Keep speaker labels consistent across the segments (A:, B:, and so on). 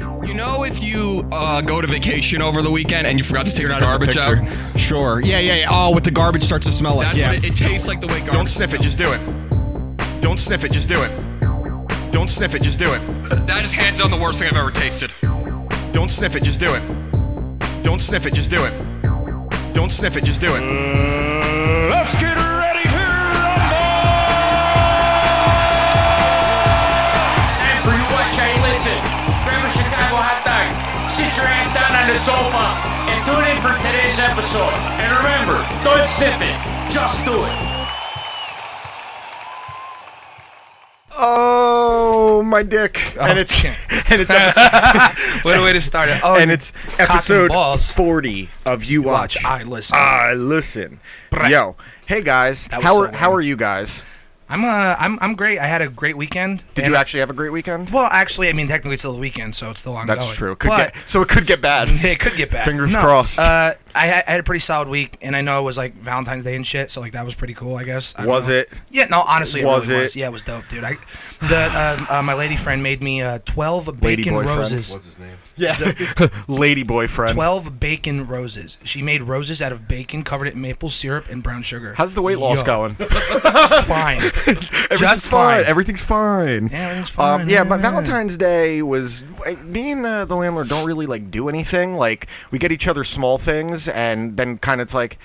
A: You know, if you uh, go to vacation over the weekend and you forgot to take your garbage out,
B: Sure. Yeah, yeah, yeah. Oh, what the garbage starts to smell like.
A: that's
B: Yeah.
A: what it, it tastes like the way garbage.
C: Don't sniff it, just do it. Don't sniff it, just do it. Don't sniff it, just do it.
A: That is hands down the worst thing I've ever tasted.
C: Don't sniff it, just do it. Don't sniff it, just do it. Don't sniff it, just do it. Let's get ready to
D: And for you watching, listen. Grab a Chicago hot dog. Sit your ass down on the sofa and tune in for today's episode. And remember, don't sniff it. Just do it.
E: Oh, my dick. and it's and it's episode,
F: What a way to start it. Oh,
E: and
F: you
E: it's
F: cock and
E: episode
F: balls.
E: 40 of You Watch.
F: Watch, I Listen.
E: I listen. Yo, hey guys,
F: That was
E: how
F: so
E: are how
F: lame.
E: are you guys?
F: I'm uh, I'm I'm great. I had a great weekend.
E: Did
F: And-
E: you actually have a great weekend?
F: Well, actually, I mean, technically, it's still a weekend, so it's still ongoing.
E: That's true. Could
F: but
E: get, so it could get bad.
F: it could get bad.
E: Fingers
F: No,
E: crossed.
F: Uh, I, had, I had a pretty solid week, and I know it was like Valentine's Day and shit, so like that was pretty cool, I guess. I don't
E: Was
F: know.
E: it?
F: Yeah. No, honestly, it
E: Was
F: really
E: it?
F: was. Yeah, it was dope, dude. I, the uh, uh, my lady friend made me uh, twelve
E: Lady
F: bacon
E: boyfriend.
F: roses.
E: Lady boyfriend.
F: 12 bacon roses. She made roses out of bacon, covered it in maple syrup and brown sugar.
E: How's the weight loss
F: Yo,
E: going?
F: Fine.
E: Everything's
F: Just fine.
E: Everything's fine.
F: Yeah, everything's
E: Um,
F: fine.
E: yeah,
F: Yeah,
E: but
F: yeah.
E: Valentine's Day was like, me and uh, the landlord don't really like do anything. Like we get each other small things, and then kind of it's like,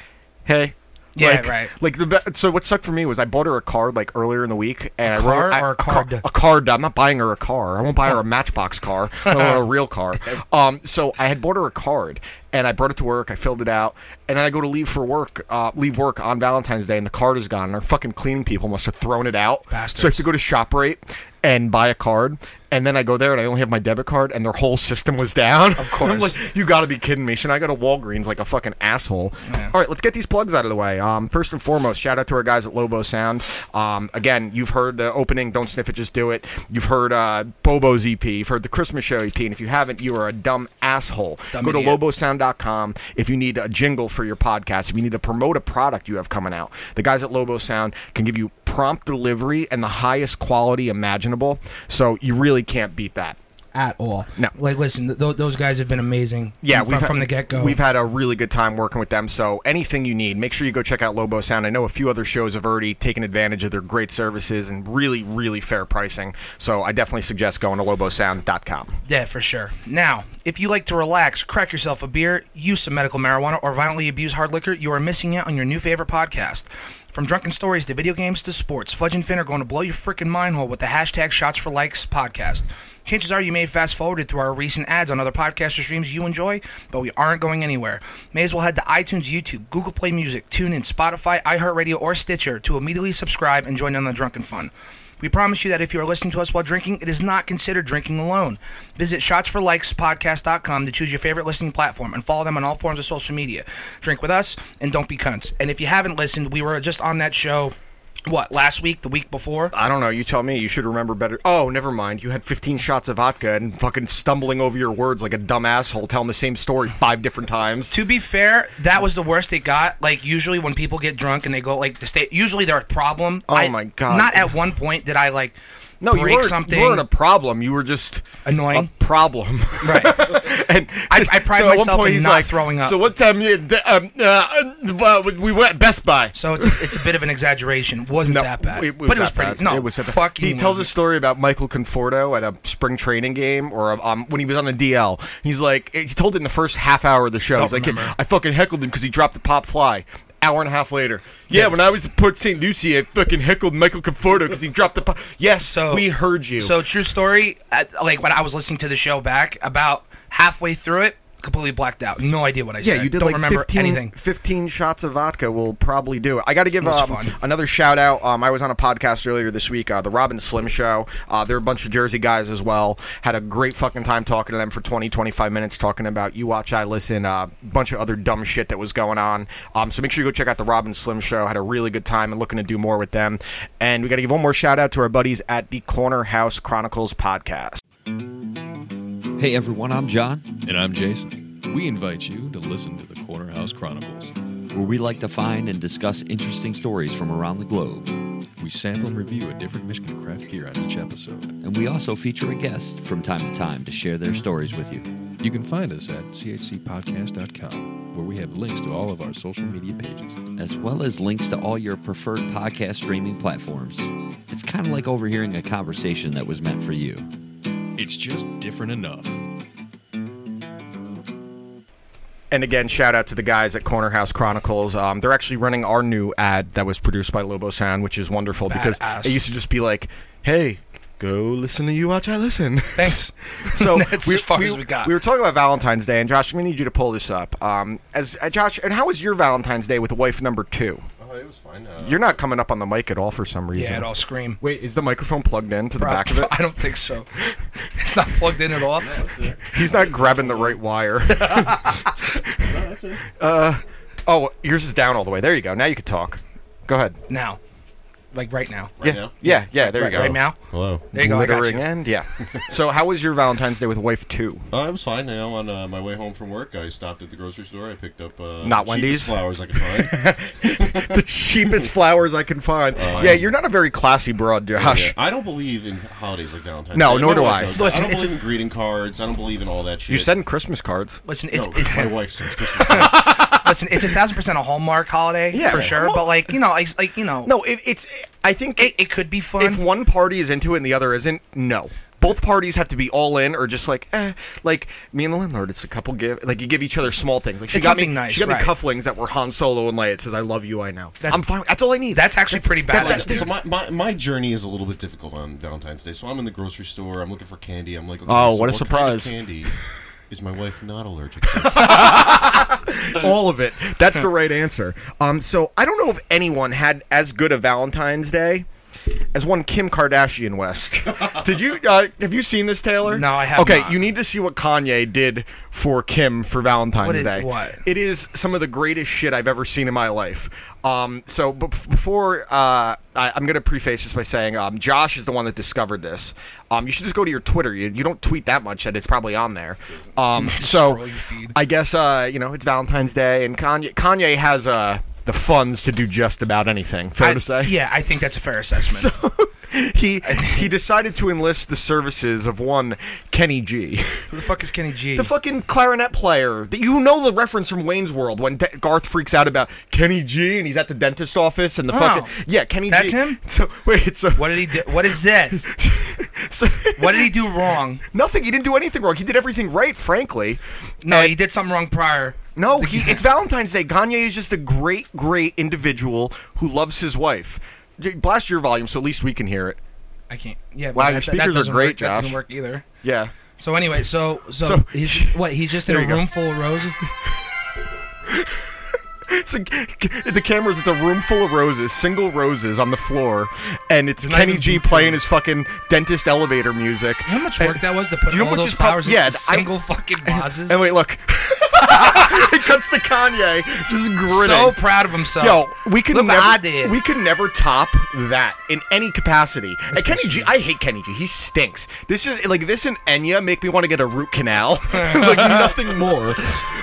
E: hey.
F: Yeah,
E: like,
F: right.
E: Like the be- so, what sucked for me was I bought her a card like earlier in the week, and I wrote-
F: car
E: I-
F: or a
E: a car-
F: card?
E: A card. I'm not buying her a car. I won't buy her a Matchbox car. I want a real car. Um, so I had bought her a card, and I brought it to work. I filled it out, and then I go to leave for work, uh, leave work on Valentine's Day, and the card is gone. And our fucking cleaning people must have thrown it out. So I have
F: Bastards.
E: to go to Shoprite and buy a card, and then I go there and I only have my debit card, and their whole system was down. Of
F: course.
E: I'm like, you got to be kidding me! So now I go to Walgreens like a fucking asshole. All right, let's get these plugs out of the way. Um, first and foremost, shout out to our guys at Lobo Sound. Um, again, you've heard the opening, "Don't Sniff It, Just Do It." You've heard uh, Bobo's EP. You've heard the Christmas Show EP, and if you haven't, you are a dumb asshole. go to
F: idiot.
E: lobosound.com if you need a jingle for your podcast. If you need to promote a product you have coming out, the guys at Lobo Sound can give you prompt delivery and the highest quality imaginable. So you really can't beat that.
F: At all.
E: No.
F: Like, listen, th- th- those guys have been amazing.
E: Yeah,
F: from,
E: we've
F: from
E: had-
F: the get go.
E: We've had a really good time working with them. So anything you need, make sure you go check out Lobo Sound. I know a few other shows have already taken advantage of their great services and really, really fair pricing. So I definitely suggest going to lobosound.com.
F: Yeah, for sure. Now, if you like to relax, crack yourself a beer, use some medical marijuana, or violently abuse hard liquor, you are missing out on your new favorite podcast. From drunken stories to video games to sports, Fudge and Finn are going to blow your freaking mind hole with the hashtag Shots for Likes podcast. Chances are you may have fast forwarded through our recent ads on other podcast or streams you enjoy, but we aren't going anywhere. May as well head to iTunes, YouTube, Google Play Music, TuneIn, Spotify, iHeartRadio, or Stitcher to immediately subscribe and join in on the drunken fun. We promise you that if you are listening to us while drinking, it is not considered drinking alone. Visit shotsforlikespodcast.com to choose your favorite listening platform and follow them on all forms of social media. Drink with us and don't be cunts. And if you haven't listened, we were just on that show, what, last week, the week before?
E: I don't know. You tell me. You should remember better. Oh, never mind. You had 15 shots of vodka and fucking stumbling over your words like a dumb asshole telling the same story five different times.
F: To be fair, that was the worst it got. Like usually when people get drunk and they go like the state, usually they're a problem.
E: Oh
F: I-
E: my God.
F: Not at one point did I like
E: no, you
F: break
E: weren't,
F: something.
E: you weren't a problem. You were just
F: Annoying.
E: A problem.
F: right.
E: and
F: I- I pride
E: at one
F: myself
E: point
F: in
E: he's
F: not throwing up.
E: So one time, you, um, uh, uh, we went at Best Buy.
F: So it's a, it's a bit of an exaggeration. Wasn't that bad? but it was
E: not
F: pretty.
E: bad.
F: No,
E: it was not bad.
F: fucking.
E: He tells a
F: was it.
E: story about Michael Conforto at a spring training game, or um, when he was on the DL. He's like, he told it in the first half hour of the show.
F: Don't
E: He's like,
F: remember.
E: I fucking heckled him because he dropped the pop fly. Hour and a half later, yeah, When I was at Port St. Lucie, I fucking heckled Michael Conforto because he dropped the. pop. Yes,
F: So
E: we heard you.
F: So true story. At, like when I was listening to the show back, about halfway through it, completely blacked out. No idea what I said.
E: Yeah, you did
F: Don't
E: like
F: remember
E: 15,
F: anything.
E: 15 shots of vodka will probably do it. I got to give
F: was
E: um,
F: fun.
E: another shout out. Um, I was on a podcast earlier this week, uh, the Robin Slim Show. Uh, they're a bunch of Jersey guys as well. Had a great fucking time talking to them for 20, 25 minutes, talking about You Watch, I Listen, a uh, bunch of other dumb shit that was going on. Um, so make sure you go check out the Robin Slim Show. Had a really good time and looking to do more with them. And we got to give one more shout out to our buddies at the Corner House Chronicles podcast.
G: Hey everyone, I'm John.
H: And I'm Jason. We invite you to listen to the Corner House Chronicles,
G: where we like to find and discuss interesting stories from around the globe.
H: We sample and review a different Michigan craft beer on each episode.
G: And we also feature a guest from time to time to share their stories with you.
H: You can find us at chcpodcast.com, where we have links to all of our social media pages.
G: as well as links to all your preferred podcast streaming platforms. It's kind of like overhearing a conversation that was meant for you.
H: It's just different enough.
E: And again, shout out to the guys at Corner House Chronicles. Um, they're actually running our new ad that was produced by Lobo Sound, which is wonderful
F: Badass.
E: because it used to just be like, "Hey, go listen to you watch I listen."
F: Thanks.
E: so
F: That's as far
E: we,
F: as we got.
E: were talking about Valentine's Day, and Josh, we need you to pull this up. Um, as uh, Josh, and how was your Valentine's Day with wife number two?
I: Oh, it was fine. Uh,
E: You're not coming up on the mic at all for some reason.
F: yeah, it all scream.
E: Wait, is the microphone plugged in to the back of it?
F: I don't think so. It's not plugged in at all.
E: He's not grabbing the right wire. uh, oh, yours is down all the way. There you go. Now you can talk. Go ahead.
F: Now, like right now,
I: right
E: yeah,
I: now?
E: yeah, yeah. There
F: right,
E: you go.
F: right now.
I: Hello.
F: There you go. I got
E: Glittering
F: you.
E: end. Yeah. so, how was your Valentine's Day with wife two?
I: Uh, I was fine now. On uh, my way home from work, I stopped at the grocery store. I picked up uh,
E: Not
I: the cheapest
E: Wendy's?
I: flowers I could find.
E: the cheapest flowers I can find. Uh, yeah, you're not a very classy broad, Josh.
I: Yeah. I don't believe in holidays like Valentine's.
E: No,
I: Day.
E: nor
I: My
E: do
I: wife
E: I.
I: knows that.
F: Listen,
I: I don't
F: it's
I: believe in greeting cards. I don't believe in all that shit.
E: You send Christmas cards.
F: Listen,
I: no,
F: it's, it's
I: my wife sends Christmas cards.
F: listen, it's a thousand percent a Hallmark holiday
E: Yeah.
F: for sure. but like you know, like, like you know,
E: No, it, it's. I think
F: it, it could be fun.
E: if one party is into it and the other isn't, no. Both parties have to be all in, or just like, eh. Like me and the landlord, it's a couple give. Like you give each other small things. Like she
F: It's
E: got me,
F: something nice,
E: she got
F: right.
E: me cufflings that were Han Solo and Leia. It says, "I love you, I know."
F: That's-
E: I'm fine. That's all I need.
F: That's actually pretty bad.
E: that's-
I: so my, my, my journey is a little bit difficult on Valentine's Day. So I'm in the grocery store. I'm looking for candy. I'm like, okay,
E: Oh,
I: so
E: what
I: kind
E: a
I: of
E: surprise.
I: candy is my wife not allergic to?
E: all of it. That's the right answer. Um, so I don't know if anyone had as good a Valentine's Day as one Kim Kardashian West. did you? Uh, have you seen this, Taylor?
F: No, I have
E: Okay,
F: not.
E: you need to see what Kanye did for Kim for Valentine's
F: What is-
E: Day.
F: what?
E: It is some of the greatest shit I've ever seen in my life. Um, so bef- before uh, I, I'm going to preface this by saying um, Josh is the one that discovered this. Um, you should just go to your Twitter. You, you don't tweet that much that it's probably on there. Um, so
F: Scroll your feed.
E: I guess uh, you know it's Valentine's Day, and Kanye Kanye has uh, the funds to do just about anything. Fair
F: I-
E: to say.
F: yeah, I think that's a fair assessment.
E: he he decided to enlist the services of one Kenny G.
F: Who the fuck is Kenny G?
E: the fucking clarinet player that you know the reference from Wayne's World when De- Garth freaks out about Kenny G and he's at the dentist office and the
F: Oh.
E: fucking yeah Kenny
F: That's
E: G.
F: him?
E: So wait, so
F: what did he do? What is this?
E: so
F: What did he do wrong?
E: nothing. He didn't do anything wrong. He did everything right, frankly.
F: No, he did something wrong prior.
E: No, he, it's Valentine's Day. Gagne is just a great, great individual who loves his wife. J- Blast your volume so at least we can hear it.
F: I can't. Yeah.
E: Wow,
F: but
E: your
F: that- that
E: speakers are
F: doesn't
E: great,
F: work, That
E: Josh.
F: doesn't work either.
E: Yeah.
F: So anyway, so so,
E: So-
F: he's what? He's just in
E: There
F: a
E: you go.
F: room full of roses.
E: It's a, the cameras. It's a room full of roses, single roses on the floor, and it's
F: not
E: Kenny
F: even
E: G playing his fucking dentist elevator music.
F: How much
E: And-
F: work that was to put
E: Do you know
F: all
E: what
F: those
E: just popped-
F: flowers
E: yeah,
F: in
E: I-
F: single fucking vases?
E: And wait, look, it cuts to Kanye just grinning.
F: so proud of himself.
E: Yo, we could
F: Look what
E: never
F: I did.
E: we could never top that in any capacity. And Kenny G, I hate Kenny G. He stinks. This is like this and Enya make me want to get a root canal, like nothing more.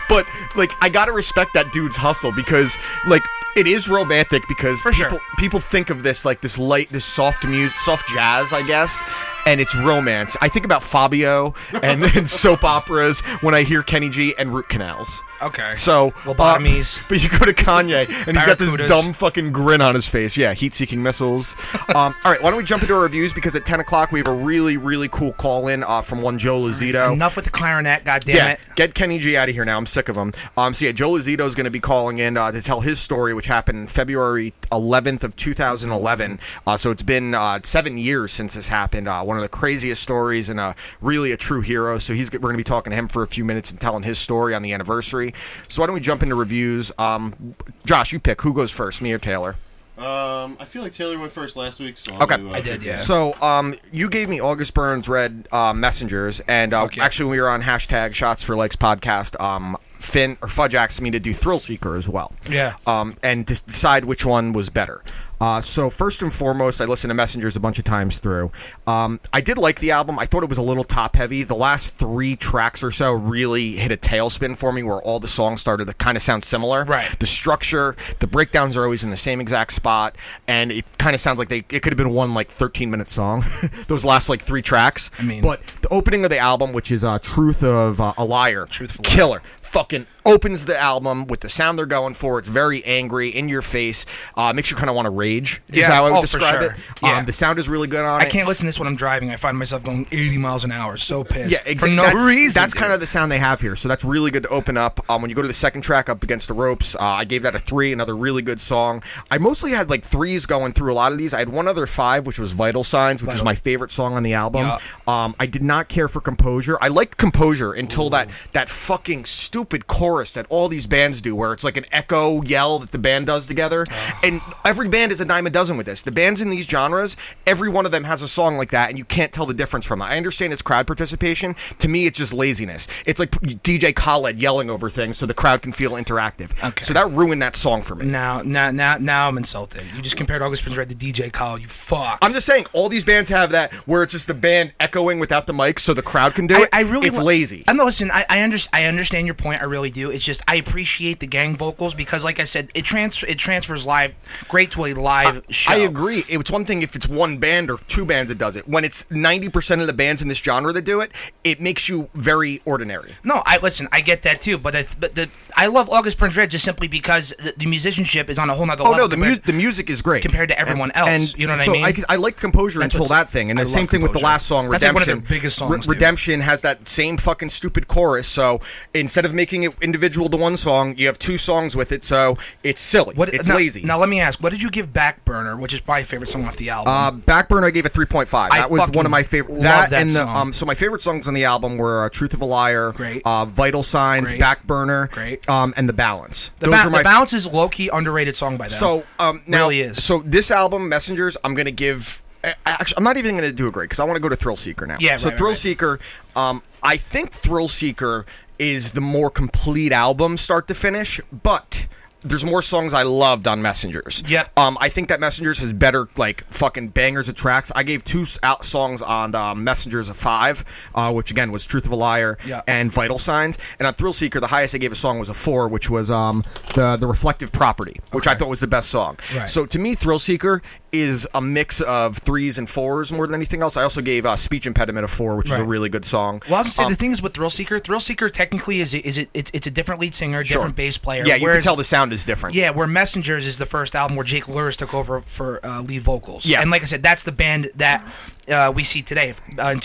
E: But like I gotta respect that dude's hustle because like it is romantic because
F: For sure.
E: people people think of this like this light, this soft music, soft jazz, I guess. And it's romance. I think about Fabio and, and soap operas when I hear Kenny G and root canals.
F: Okay.
E: So
F: Lobotomies.
E: uh, but you go to Kanye and he's got this
F: Barracudas.
E: dumb fucking grin on his face. Yeah, heat-seeking missiles. um, all right, why don't we jump into our reviews because at ten o'clock we have a really really cool call in uh, from one Joe Lazito.
F: Enough with the clarinet, goddamn
E: Yeah,
F: it.
E: get Kenny G out of here now. I'm sick of him. Um, so yeah, Joe Lazito is going to be calling in uh, to tell his story, which happened February 11th of 2011. Uh, so it's been uh, seven years since this happened. Uh, one of the craziest stories and uh, really a true hero. So he's we're going to be talking to him for a few minutes and telling his story on the anniversary. So why don't we jump into reviews? Um, Josh, you pick who goes first, me or Taylor?
I: um, I feel like Taylor went first last week, so I'm
E: Okay.
I: gonna, uh,
E: I
F: did, yeah.
E: So, um, you gave me August Burns Red uh, Messengers, and uh, actually, when we were on hashtag Shots for Legs podcast, um, Finn or Fudge asked me to do Thrill Seeker as well.
F: Yeah.
E: Um, and to decide which one was better. Uh, so first and foremost, I listened to Messengers a bunch of times through. Um, I did like the album. I thought it was a little top heavy. The last three tracks or so really hit a tailspin for me, where all the songs started to kind of sound similar.
F: Right.
E: The structure, the breakdowns are always in the same exact spot, and it kind of sounds like they it could have been one like 13 minute song. Those last like three tracks. I
F: mean-
E: but the opening of the album, which is uh, "Truth of uh, a Liar,"
F: Truthful Liar.
E: killer. Fucking opens the album with the sound they're going for. It's very angry, in your face. Uh, makes you kind of want to rage. Is
F: Yeah,
E: how I would
F: oh, for
E: describe
F: sure.
E: it.
F: Yeah.
E: Um, the sound is really good on
F: I
E: it.
F: can't listen to this when I'm driving. I find myself going 80 miles an hour. So pissed.
E: Yeah,
F: For
E: exactly.
F: no
E: that's,
F: reason.
E: That's
F: dude.
E: kind of the sound they have here. So that's really good to open up. Um, when you go to the second track, Up Against the Ropes, uh, I gave that a three, another really good song. I mostly had like threes going through a lot of these. I had one other five, which was Vital Signs, which was my favorite song on the album.
F: Yeah.
E: Um, I did not care for Composure. I liked Composure until that that fucking stupid chorus that all these bands do, where it's like an echo yell that the band does together.
F: Ah.
E: And every band is a dime a dozen with this. The bands in these genres, every one of them has a song like that, and you can't tell the difference from it. I understand it's crowd participation. To me, it's just laziness. It's like DJ Khaled yelling over things so the crowd can feel interactive.
F: Okay.
E: So that ruined that song for me.
F: Now, now, now, now I'm insulted. You just compared August Prince Red to DJ Khaled. You fuck.
E: I'm just saying, all these bands have that where it's just the band echoing without the mic, so the crowd can do
F: I,
E: it.
F: I really
E: it's
F: wa-
E: lazy.
F: I'm not listening. I I, under, I understand your point. I really do. It's just I appreciate the gang vocals because, like I said, it trans it transfers live great to a live show.
E: I agree. It's one thing if it's one band or two bands that does it. When it's 90% of the bands in this genre that do it, it makes you very ordinary.
F: No, I listen. I get that too. But I, but the I love August Prince Red just simply because the, the musicianship is on a whole nother
E: Oh
F: level.
E: no, the, mu-
F: compared-
E: the music is great
F: compared to everyone else, you know what I
E: so
F: mean?
E: I, I like composure
F: That's
E: until that
F: what's-
E: thing, and
F: I
E: the same
F: love
E: thing with the
F: Composure.
E: last song,
F: That's
E: Redemption.
F: like one of their biggest songs, dude.
E: Redemption has that same fucking stupid chorus. So instead of making it individual to one song, you have two songs with it. So it's silly.
F: What-
E: it's
F: now,
E: lazy.
F: Now let me ask, what did you give Back Burner, which is probably favorite song off the album?
E: Uh, Backburner, I gave a 3.5.
F: I
E: That was
F: fucking
E: one of my favorite.
F: love
E: That,
F: that
E: and the,
F: song.
E: um, so my favorite songs on the album were uh, "Truth of a Liar,"
F: Great.
E: uh, "Vital Signs,"
F: Great.
E: "Backburner,"
F: Great.
E: um, and "The Balance."
F: the,
E: Those
F: ba-
E: were my
F: the bounce is low key underrated song by them.
E: so um, now,
F: Really is.
E: so this album, Messengers, I'm gonna give. I- I- Actually, I'm not even gonna do a grade because I want to go to Thrill Seeker now.
F: Yeah,
E: So
F: right, right,
E: Thrill
F: right.
E: Seeker, um, I think Thrill Seeker is the more complete album, start to finish, but. There's more songs I loved on Messengers.
F: Yep.
E: Um, I think that Messengers has better like fucking bangers of tracks. I gave two s- out songs on um, Messengers a five, uh, which again was Truth of a Liar
F: Yeah.
E: and Vital Signs. And on Thrill Seeker, the highest I gave a song was a four, which was um, the the Reflective Property, which I thought was the best song.
F: Right.
E: So to me, Thrill Seeker is a mix of threes and fours more than anything else. I also gave uh, Speech Impediment a four, which is a
F: Right.
E: really good song.
F: Well, I was gonna say
E: Um,
F: the thing is with Thrill Seeker. Thrill Seeker technically is is it it's, it's a different lead singer,
E: sure.
F: different bass player.
E: Yeah, you can
F: whereas-
E: tell the sound is different.
F: Yeah, where Messengers is the first album where Jake Luris took over for uh, lead vocals.
E: Yeah.
F: and like I said, that's the band that uh, we see today uh, in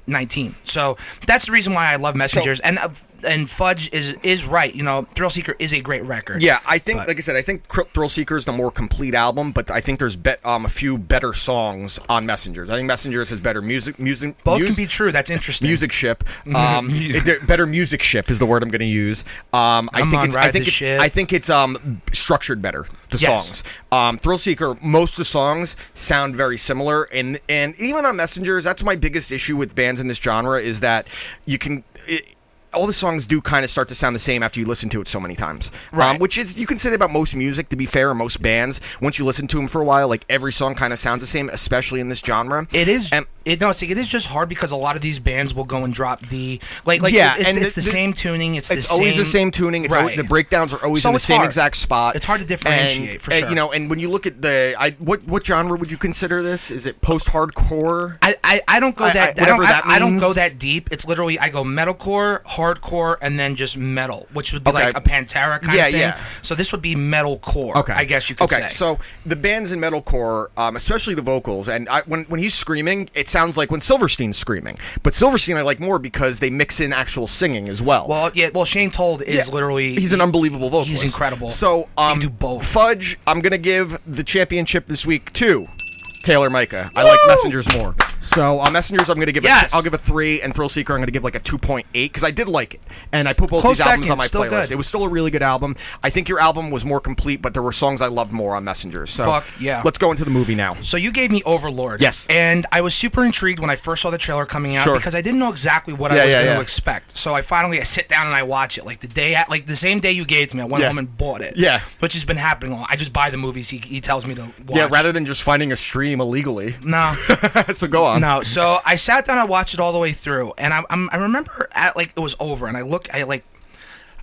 F: 2019. So that's the reason why I love Messengers. and uh, and Fudge is is right. You know, Thrill Seeker is a great record.
E: Yeah, I think, like I said, I think Cr- Thrill Seeker is the more complete album, but I think there's bet um, a few better songs on Messengers. I think Messengers has better music, music,
F: both
E: mus-
F: can be true. That's interesting.
E: music ship. Um, it- they're- better music ship is the word I'm going to use. Um, I
F: Come
E: think
F: on,
E: it's,
F: ride
E: I think
F: the
E: it's,
F: ship.
E: I think it's um, structured better. The
F: Yes.
E: songs. Um, Thrill Seeker. Most of the songs sound very similar, and and even on Messengers, that's my biggest issue with bands in this genre is that you can. It, all the songs do kind of start to sound the same after you listen to it so many times,
F: Right.
E: Um, which is you can say that about most music. To be fair, and most bands, once you listen to them for a while, like every song kind of sounds the same, especially in this genre.
F: It is.
E: And-
F: it, no, it's like, it is just hard because a lot of these bands will go and drop the like like
E: Yeah,
F: it's,
E: and
F: it's the,
E: the- the-
F: same tuning. It's,
E: it's
F: the
E: always
F: same,
E: the same tuning. It's always, the breakdowns are always
F: So
E: in the
F: it's
E: same
F: hard.
E: exact spot.
F: It's hard to differentiate,
E: And,
F: for
E: uh,
F: sure.
E: You know, and when you look at the, I what what genre would you consider this? Is it post hardcore?
F: I, I, I don't go
E: I- I-
F: that I, don't,
E: whatever
F: I-
E: that
F: I don't go
E: means.
F: that deep. It's literally I go metalcore, hardcore, and then just metal, which would be
E: Okay.
F: like a Pantera kind
E: Yeah,
F: of thing.
E: yeah.
F: So this would be metalcore. I guess you could
E: okay,
F: say.
E: so the bands in metalcore, um, especially the vocals, and I, when when he's screaming, it sounds like when Silverstein's screaming. But Silverstein I like more because they mix in actual singing as well.
F: well, yeah. Well, Shane Told is
E: Yeah.
F: literally
E: he's an unbelievable vocalist.
F: He's incredible.
E: So um,
F: he can do both.
E: Fudge, I'm gonna give the championship this week to Taylor Micah. I like Messengers more. So uh, messengers, I'm going to give
F: Yes.
E: a, I'll give a three, and Thrill Seeker, I'm going to give like a two point eight because I did like it, and I put both
F: Close
E: these albums
F: second,
E: on my
F: still
E: playlist.
F: good.
E: It was still a really good album. I think your album was more complete, but there were songs I loved more on messengers. So
F: Fuck, yeah.
E: let's go into the movie now.
F: So you gave me Overlord.
E: Yes.
F: And I was super intrigued when I first saw the trailer coming out
E: Sure.
F: because I didn't know exactly what
E: Yeah,
F: I was
E: yeah,
F: going to
E: yeah.
F: expect. So I finally I sit down and I watch it like the day at like the same day you gave it to me. I went
E: Yeah.
F: home and bought it.
E: Yeah.
F: Which has been happening a lot. I just buy the movies he, he tells me to watch.
E: Yeah, rather than just finding a stream illegally.
F: no.
E: so go on.
F: No, so I sat down, I watched it all the way through, and I, I'm, I remember at like it was over, and I look, I like,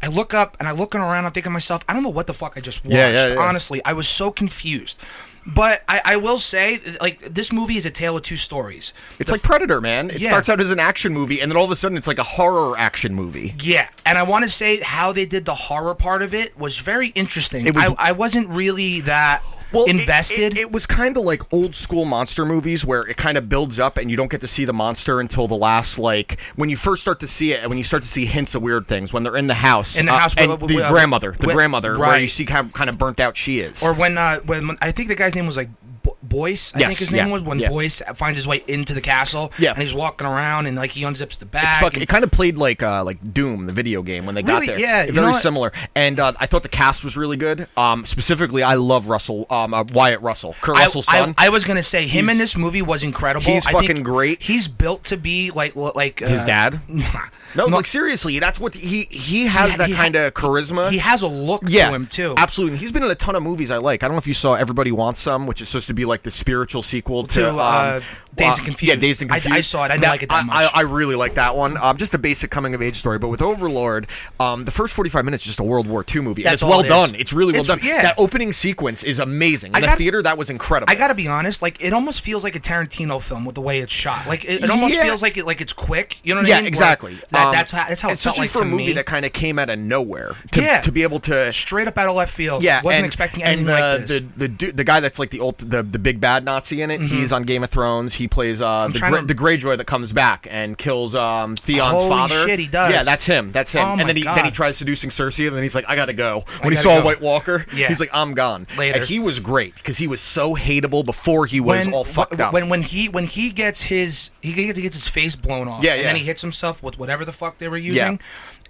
F: I look up and I looking around, I'm thinking to myself, I don't know what the fuck I just watched.
E: Yeah, yeah, yeah.
F: Honestly, I was so confused. But I, I will say, like, this movie is a tale of two stories.
E: It's like Predator, man. It
F: Yeah.
E: starts out as an action movie, and then all of a sudden, it's like a horror action movie.
F: Yeah, and I want to say how they did the horror part of it was very interesting.
E: It was-
F: I, I wasn't really that
E: it-
F: invested.
E: It, it was kind of like old school monster movies where it kind of builds up and you don't get to see the monster until the last like when you first start to see it and when you start to see hints of weird things when they're in the house uh,
F: In the house
E: and
F: with-
E: the
F: with- with-
E: grandmother the
F: with-
E: grandmother where you
F: right.
E: see how kind of burnt out she is
F: Or when uh, when I think the guy's name was like Bo- Boyce. I
E: Yes,
F: think his
E: yeah,
F: name was when
E: yeah.
F: Boyce finds his way into the castle.
E: Yeah.
F: and he's walking around and like he unzips the bag.
E: It's fuck,
F: and-
E: it kind of played like uh, like Doom, the video game, when they
F: Really?
E: got there.
F: Yeah, you know
E: very
F: what?
E: similar. And uh, I thought the cast was really good. Um, specifically, I love Russell, um, uh, Wyatt Russell, Kurt
F: I,
E: Russell's
F: I,
E: son.
F: I was gonna say him in
E: He's-
F: this movie was incredible.
E: he's
F: I think
E: fucking great.
F: He's built to be like l- like uh,
E: His dad? no,
F: no.
E: like seriously, that's what he he has
F: He-
E: that
F: he ha-
E: kind of charisma.
F: He has a look
E: uh, yeah,
F: to him too.
E: Absolutely, and he's been in a ton of movies I like. I don't know if you saw Everybody Wants Some, which is supposed to be like the spiritual sequel to,
F: To,
E: um,
F: uh, Dazed and
E: uh,
F: Confused.
E: Yeah, Dazed and
F: I- I
E: Confused.
F: saw it. I didn't
E: That-
F: like it that
E: I-
F: much.
E: I, I really like that one. Um, just a basic coming of age story, but with Overlord, um, the first forty five minutes is just a World War II movie. and
F: That's
E: it's
F: all
E: well
F: it is.
E: done. It's really well
F: It's-
E: done.
F: yeah.
E: That opening sequence is amazing. In the
F: gotta-
E: theater, that was incredible.
F: I gotta be honest, like it almost feels like a Tarantino film with the way it's shot. Like it, it almost
E: Yeah.
F: feels like it like it's quick. You know what I
E: yeah,
F: mean? Where
E: exactly.
F: That,
E: Um,
F: that's how that's how it felt
E: especially
F: like
E: for
F: to
E: a movie
F: me.
E: that kind of came out of nowhere. To,
F: Yeah.
E: to be able to
F: straight up out of left field.
E: Yeah,
F: wasn't
E: and-
F: expecting anything
E: and, uh,
F: like this.
E: The the, du- the guy that's like the ult- the the big bad Nazi in it. He's on Game of Thrones. He plays uh, the,
F: Mm-hmm. trying
E: Gre-
F: to-
E: the Greyjoy that comes back and kills um, Theon's
F: Holy
E: father.
F: shit, he does.
E: Yeah, that's him. That's him.
F: Oh my
E: and then he then
F: God.
E: he tries seducing Cersei, and then he's like, I gotta go. When he
F: gotta
E: saw
F: go.
E: White Walker,
F: Yeah.
E: he's like, I'm gone.
F: Later.
E: And he was great because he was so hateable before he was all fucked
F: when,
E: up.
F: When when he when he gets his he gets he gets his face blown off.
E: Yeah,
F: And then
E: yeah.
F: he hits himself with whatever the fuck they were using.
E: Yeah.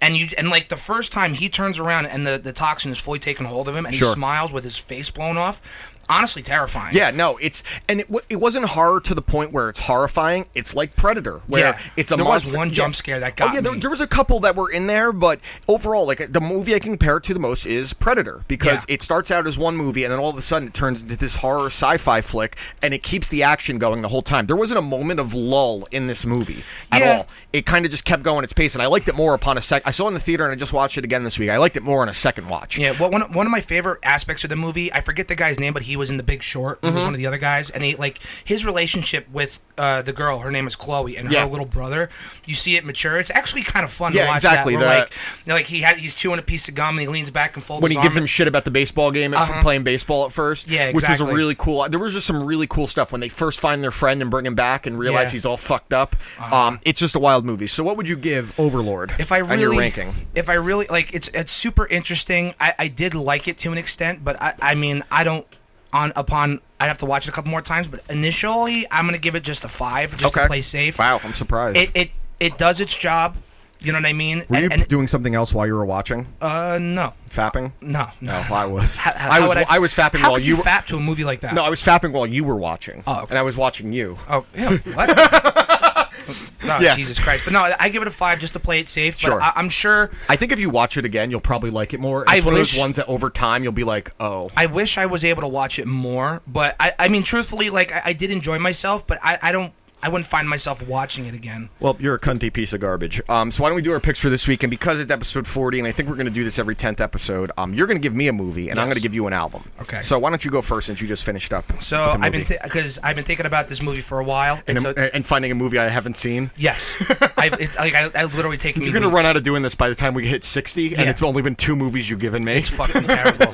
F: And you and like the first time he turns around and the, the toxin is fully taken hold of him and he
E: Sure.
F: smiles with his face blown off. Honestly terrifying.
E: Yeah, no, it's and it, wa- it wasn't horror to the point where it's horrifying. It's like Predator, where
F: Yeah.
E: it's a
F: There was
E: monster.
F: one jump scare that got
E: Oh yeah, there,
F: me.
E: there was a couple that were in there, but overall, like the movie I can compare it to the most is Predator because
F: Yeah.
E: it starts out as one movie and then all of a sudden it turns into this horror sci-fi flick, and it keeps the action going the whole time. There wasn't a moment of lull in this movie at
F: Yeah.
E: all. It kind of just kept going its pace, and I liked it more upon a sec. I saw it in the theater and I just watched it again this week. I liked it more on a second watch.
F: Yeah, well, one one of my favorite aspects of the movie, I forget the guy's name, but he was in The Big Short. He
E: Mm-hmm.
F: was one of the other guys, and he like his relationship with uh, the girl. Her name is Chloe, and her
E: Yeah.
F: little brother. You see it mature. It's actually kind of fun
E: Yeah,
F: to watch
E: exactly,
F: that. where,
E: the-
F: like, you know, like he had he's chewing a piece of gum and he leans back and folds.
E: when
F: his
E: he gives
F: arm.
E: him shit about the baseball game and for playing baseball at first.
F: Uh-huh. Yeah,
E: which was a
F: exactly.
E: really cool. There was just some really cool stuff when they first find their friend and bring him back and realize
F: Yeah. Uh-huh.
E: he's all fucked up. Um, it's just a wild movie. So, what would you give Overlord?
F: If I
E: on
F: really,
E: your ranking,
F: if I really like, it's it's super interesting. I, I did like it to an extent, but I I mean I don't on upon I'd have to watch it a couple more times. But initially, I'm gonna give it just a five, just to
E: Okay.
F: play safe.
E: wow, I'm surprised.
F: it it it does its job. You know what I mean?
E: were you
F: and, and-
E: doing something else while you were watching?
F: uh, no,
E: fapping?
F: no, no.
E: No, I was.
F: How- how-
E: Oh, I
F: how
E: was.
F: would
E: I, was fapping
F: how
E: while
F: could
E: you.
F: you
E: were,
F: fap to a movie like that.
E: no, I was fapping while you were watching.
F: Oh, okay.
E: and I was watching you.
F: Oh, yeah. What? oh,
E: Yeah.
F: Jesus Christ! But no, I- I give it a five just to play it safe. But
E: Sure.
F: I, I'm sure.
E: I think if you watch it again, you'll probably like it more. It's
F: I
E: one of
F: wish-
E: those ones that over time you'll be like, oh,
F: I wish I was able to watch it more, but I, I mean, truthfully, like I, I did enjoy myself, but I, I don't, I wouldn't find myself watching it again.
E: Well, you're a cunty piece of garbage. Um, so why don't we do our picks for this week? And because it's episode 40, and I think we're going to do this every 10th episode, um, you're going to give me a movie, and I'm
F: Yes.
E: going to give you an album.
F: Okay.
E: So why don't you go first since you just finished up?
F: So
E: with a
F: I've been
E: movie?
F: because I've been thinking about this movie for a while.
E: and,
F: It's a,
E: and finding a eh. movie I haven't seen.
F: yes, I've it, like I, I literally taken.
E: You're going to run out of doing this by the time we hit 60, and
F: Yeah.
E: it's only been two movies you've given me.
F: It's fucking terrible.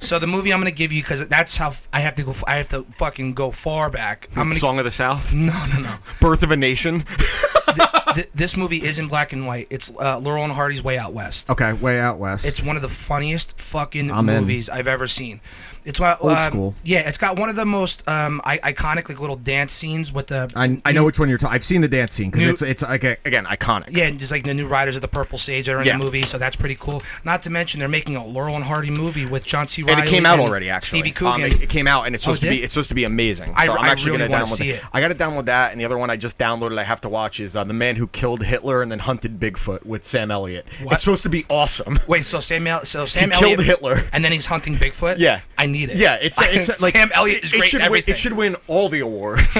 F: So the movie I'm gonna give you because that's how f- I have to go. f- I have to fucking go far back. I'm gonna.
E: Song of the South,
F: no, no, no.
E: Birth of a Nation.
F: th- th- this movie is in black and white. It's uh, Laurel and Hardy's Way Out West.
B: Okay, way out west.
F: It's one of the funniest fucking
B: I'm in.
F: movies I've ever seen. It's one-
B: Old
F: um,
B: school.
F: Yeah, it's got one of the most um, I- iconic like little dance scenes with the.
B: I, I know which one you're talking. I've seen the dance scene because
F: New-
B: it's it's like a,
E: Again, iconic.
F: Yeah, and just like the new Riders of the Purple Sage that are in
E: Yeah.
F: the movie, so that's pretty cool. Not to mention they're making a Laurel and Hardy movie with John C.
E: And
F: Reilly
E: it came out already, actually.
F: Stevie
E: Um,
F: Coogan.
E: it, it came out, and it's
F: Oh,
E: supposed to
F: did
E: be
F: it?
E: it's supposed to be amazing.
F: I-
E: So I, am
F: I
E: actually
F: really
E: gonna
F: wanna
E: download
F: see
E: that.
F: it.
E: I got to download that, and the other one I just downloaded. I have to watch is uh, the man who killed Hitler and then hunted Bigfoot with Sam Elliott.
F: What?
E: It's supposed to be awesome.
F: Wait, so Sam, El- so Sam
E: killed
F: Elliott
E: Hitler.
F: and then he's hunting Bigfoot.
E: Yeah,
F: I need it.
E: Yeah, it's it's like
F: Sam Elliott is
E: it
F: great.
E: should
F: in
E: win,
F: everything.
E: it should win all the awards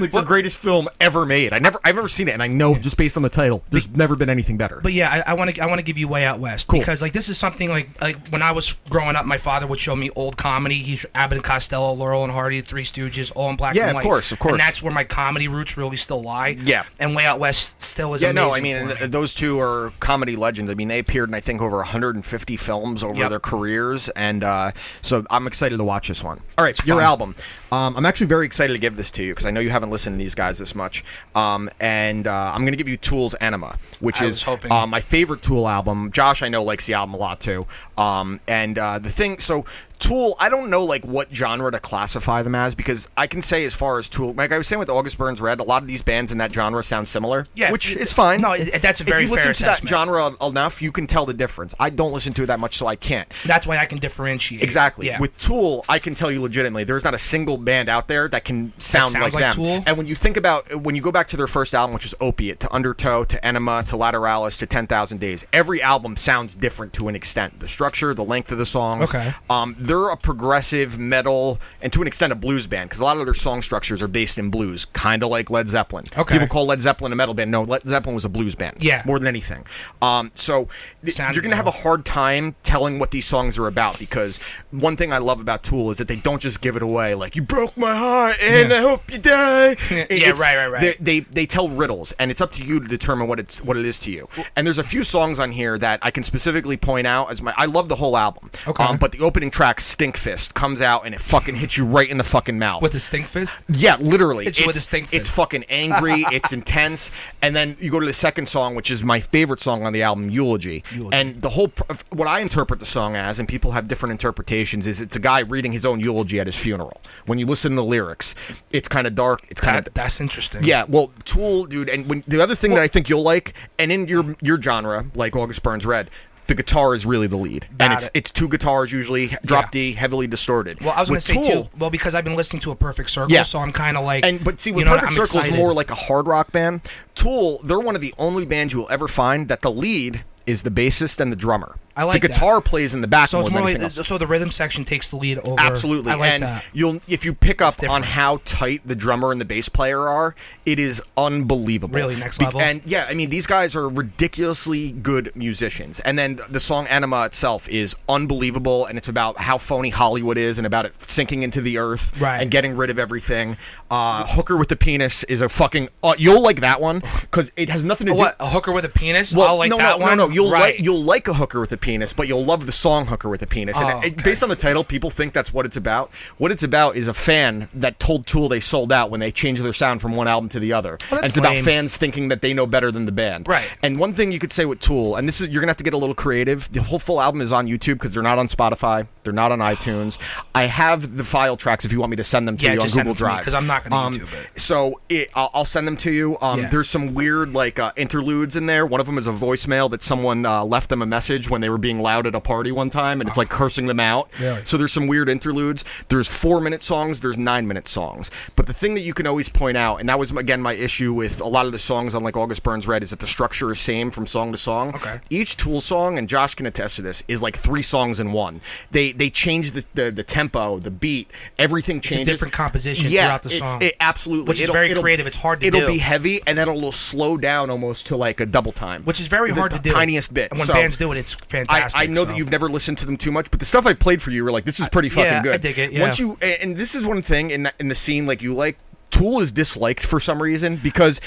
E: like for greatest film ever made. I never I've never seen it, and I know just based on the title, there's never been anything better.
F: But yeah, I want to I want to give you way out west because like this is something like like when I was growing up, my father would show me old comedy. He Abbott and Costello, Laurel and Hardy, Three Stooges, all in black
E: Yeah,
F: and
E: of
F: white.
E: course, of course.
F: And that's where my comedy roots really still lie.
E: Yeah.
F: and way out west still is.
E: yeah,
F: amazing
E: no, I mean
F: for
E: th-
F: me.
E: those two are comedy legends. I mean, they appeared in I think over 150 films over
F: Yep.
E: their careers, and uh, so I'm excited to watch this one. All right, your
F: fun.
E: album. Um, I'm actually very excited to give this to you because I know you haven't listened to these guys this much, um, and uh, I'm going to give you Tool's Anima, which
F: I
E: is
F: was hoping-
E: uh, my favorite Tool album. Josh, I know likes the album a lot too. Um, and uh, the thing, so Tool, I don't know like what genre to classify them as because I can say as far as Tool, like I was saying with August Burns Red, a lot of these bands in that genre sound similar,
F: Yeah,
E: which
F: it-
E: is fine.
F: no, it- that's a very
E: If you listen
F: fair
E: to that
F: assessment.
E: genre enough, you can tell the difference. I don't listen to it that much, so I can't.
F: that's why I can differentiate
E: Exactly.
F: Yeah.
E: With Tool, I can tell you legitimately, there's not a single band out there that can sound
F: sounds
E: like,
F: like
E: them.
F: Tool?
E: And when you think about when you go back to their first album, which is Opiate, to Undertow, to Enema, to Lateralis, to Ten Thousand Days, every album sounds different to an extent. The structure, the length of the songs.
F: Okay.
E: Um, they're a progressive metal and to an extent a blues band because a lot of their song structures are based in blues, kind of like Led Zeppelin.
F: Okay.
E: People call Led Zeppelin a metal band. No, Led Zeppelin was a blues band.
F: Yeah.
E: More than anything. Um, so th-
F: Sounded
E: you're gonna have a
F: metal.
E: hard time telling what these songs are about because one thing I love about Tool is that they don't just give it away like you broke my heart and I hope you die. It-
F: Yeah,
E: it's-
F: right, right, right.
E: They, they they tell riddles and it's up to you to determine what it's what it is to you. And there's a few songs on here that I can specifically point out as my I love the whole album.
F: Okay.
E: Um, but the opening track Stink Fist comes out and it fucking hits you right in the fucking mouth.
F: with a stink fist.
E: Yeah, literally.
F: It's with a stink fist.
E: It's fucking angry. it's intense. And then you go to the second song, which is my favorite song on the album, Eulogy. And the whole pr- what I interpret the song as, and people have different interpretations, is it's a guy reading his own eulogy at his funeral. When you listen to the lyrics, it's kind of dark. It's kind
F: That,
E: of
F: that's interesting.
E: yeah, well, Tool, dude, and when, the other thing that I think you'll like, and in your your genre, like August Burns Red, the guitar is really the lead, and it's
F: it.
E: it's two guitars usually, drop D, heavily distorted.
F: Well, I was going
E: With
F: to say
E: Tool-
F: too. Well, because I've been listening to a Perfect Circle,
E: Yeah.
F: so I'm kind of like
E: and but see, with
F: you know,
E: Perfect
F: I'm
E: Circle is
F: excited.
E: more like a hard rock band. Tool, they're one of the only bands you will ever find that the lead is the bassist and the drummer.
F: I like
E: the
F: that.
E: guitar plays in the back.
F: so it's
E: than
F: more like
E: anything else.
F: so the rhythm section takes the lead over.
E: Absolutely,
F: I like
E: and
F: that.
E: you'll if you pick up on
F: different.
E: how tight the drummer and the bass player are, it is unbelievable.
F: Really, next
E: Be-
F: level?
E: and yeah, I mean these guys are ridiculously good musicians. And then the song "Anima" itself is unbelievable, and it's about how phony Hollywood is, and about it sinking into the earth
F: Right.
E: and getting rid of everything. Uh, "Hooker with the Penis" is a fucking uh, you'll like that one because it has nothing to do.
F: What a hooker with a penis?
E: Well,
F: I'll like
E: no,
F: that
E: no,
F: one.
E: No, no, you'll
F: right.
E: like you'll like a hooker with a penis, but you'll love the song "Hooker with a Penis." And
F: Oh,
E: it-
F: okay.
E: based on the title, people think that's what it's about. What it's about is a fan that told Tool they sold out when they changed their sound from one album to the other.
F: Oh, that's
E: and it's about
F: lame.
E: fans thinking that they know better than the band.
F: Right.
E: And one thing you could say with Tool, and this is you're gonna have to get a little creative. The whole full album is on YouTube because they're not on Spotify, they're not on iTunes. I have the file tracks if you want me to send them to
F: Yeah,
E: you
F: just
E: on
F: send
E: Google
F: them to me,
E: Drive
F: 'cause I'm not gonna
E: um,
F: YouTube it.
E: so it, I'll, I'll send them to you. Um,
F: Yeah.
E: There's some weird like uh, interludes in there. One of them is a voicemail that someone uh, left them a message when they were being loud at a party one time, and it's like cursing them out.
F: Really?
E: So there's some weird interludes. There's four minute songs. There's nine minute songs. But the thing that you can always point out, and that was again my issue with a lot of the songs on like August Burns Red, is that the structure is same from song to song.
F: Okay.
E: Each Tool song, and Josh can attest to this, is like three songs in one. They they change the the, the tempo, the beat, everything
F: a
E: changes.
F: different composition
E: yeah,
F: throughout the
E: it's-
F: song.
E: It, absolutely,
F: Which is
E: It'll-
F: very
E: it'll-
F: creative. It's hard to
E: it'll
F: do.
E: be heavy, and then it'll slow down almost to like a double time,
F: which is very
E: The
F: hard to
E: t-
F: do.
E: Tiniest bit.
F: And when
E: So,
F: bands do it, it's
E: I,
F: fantastic.
E: I know
F: so.
E: that you've never listened to them too much, but the stuff I played for you, were like, this is pretty fucking
F: yeah, I
E: good.
F: dig it, yeah.
E: Once you, a- and this is one thing in that, in the scene like you like, Tool is disliked for some reason because.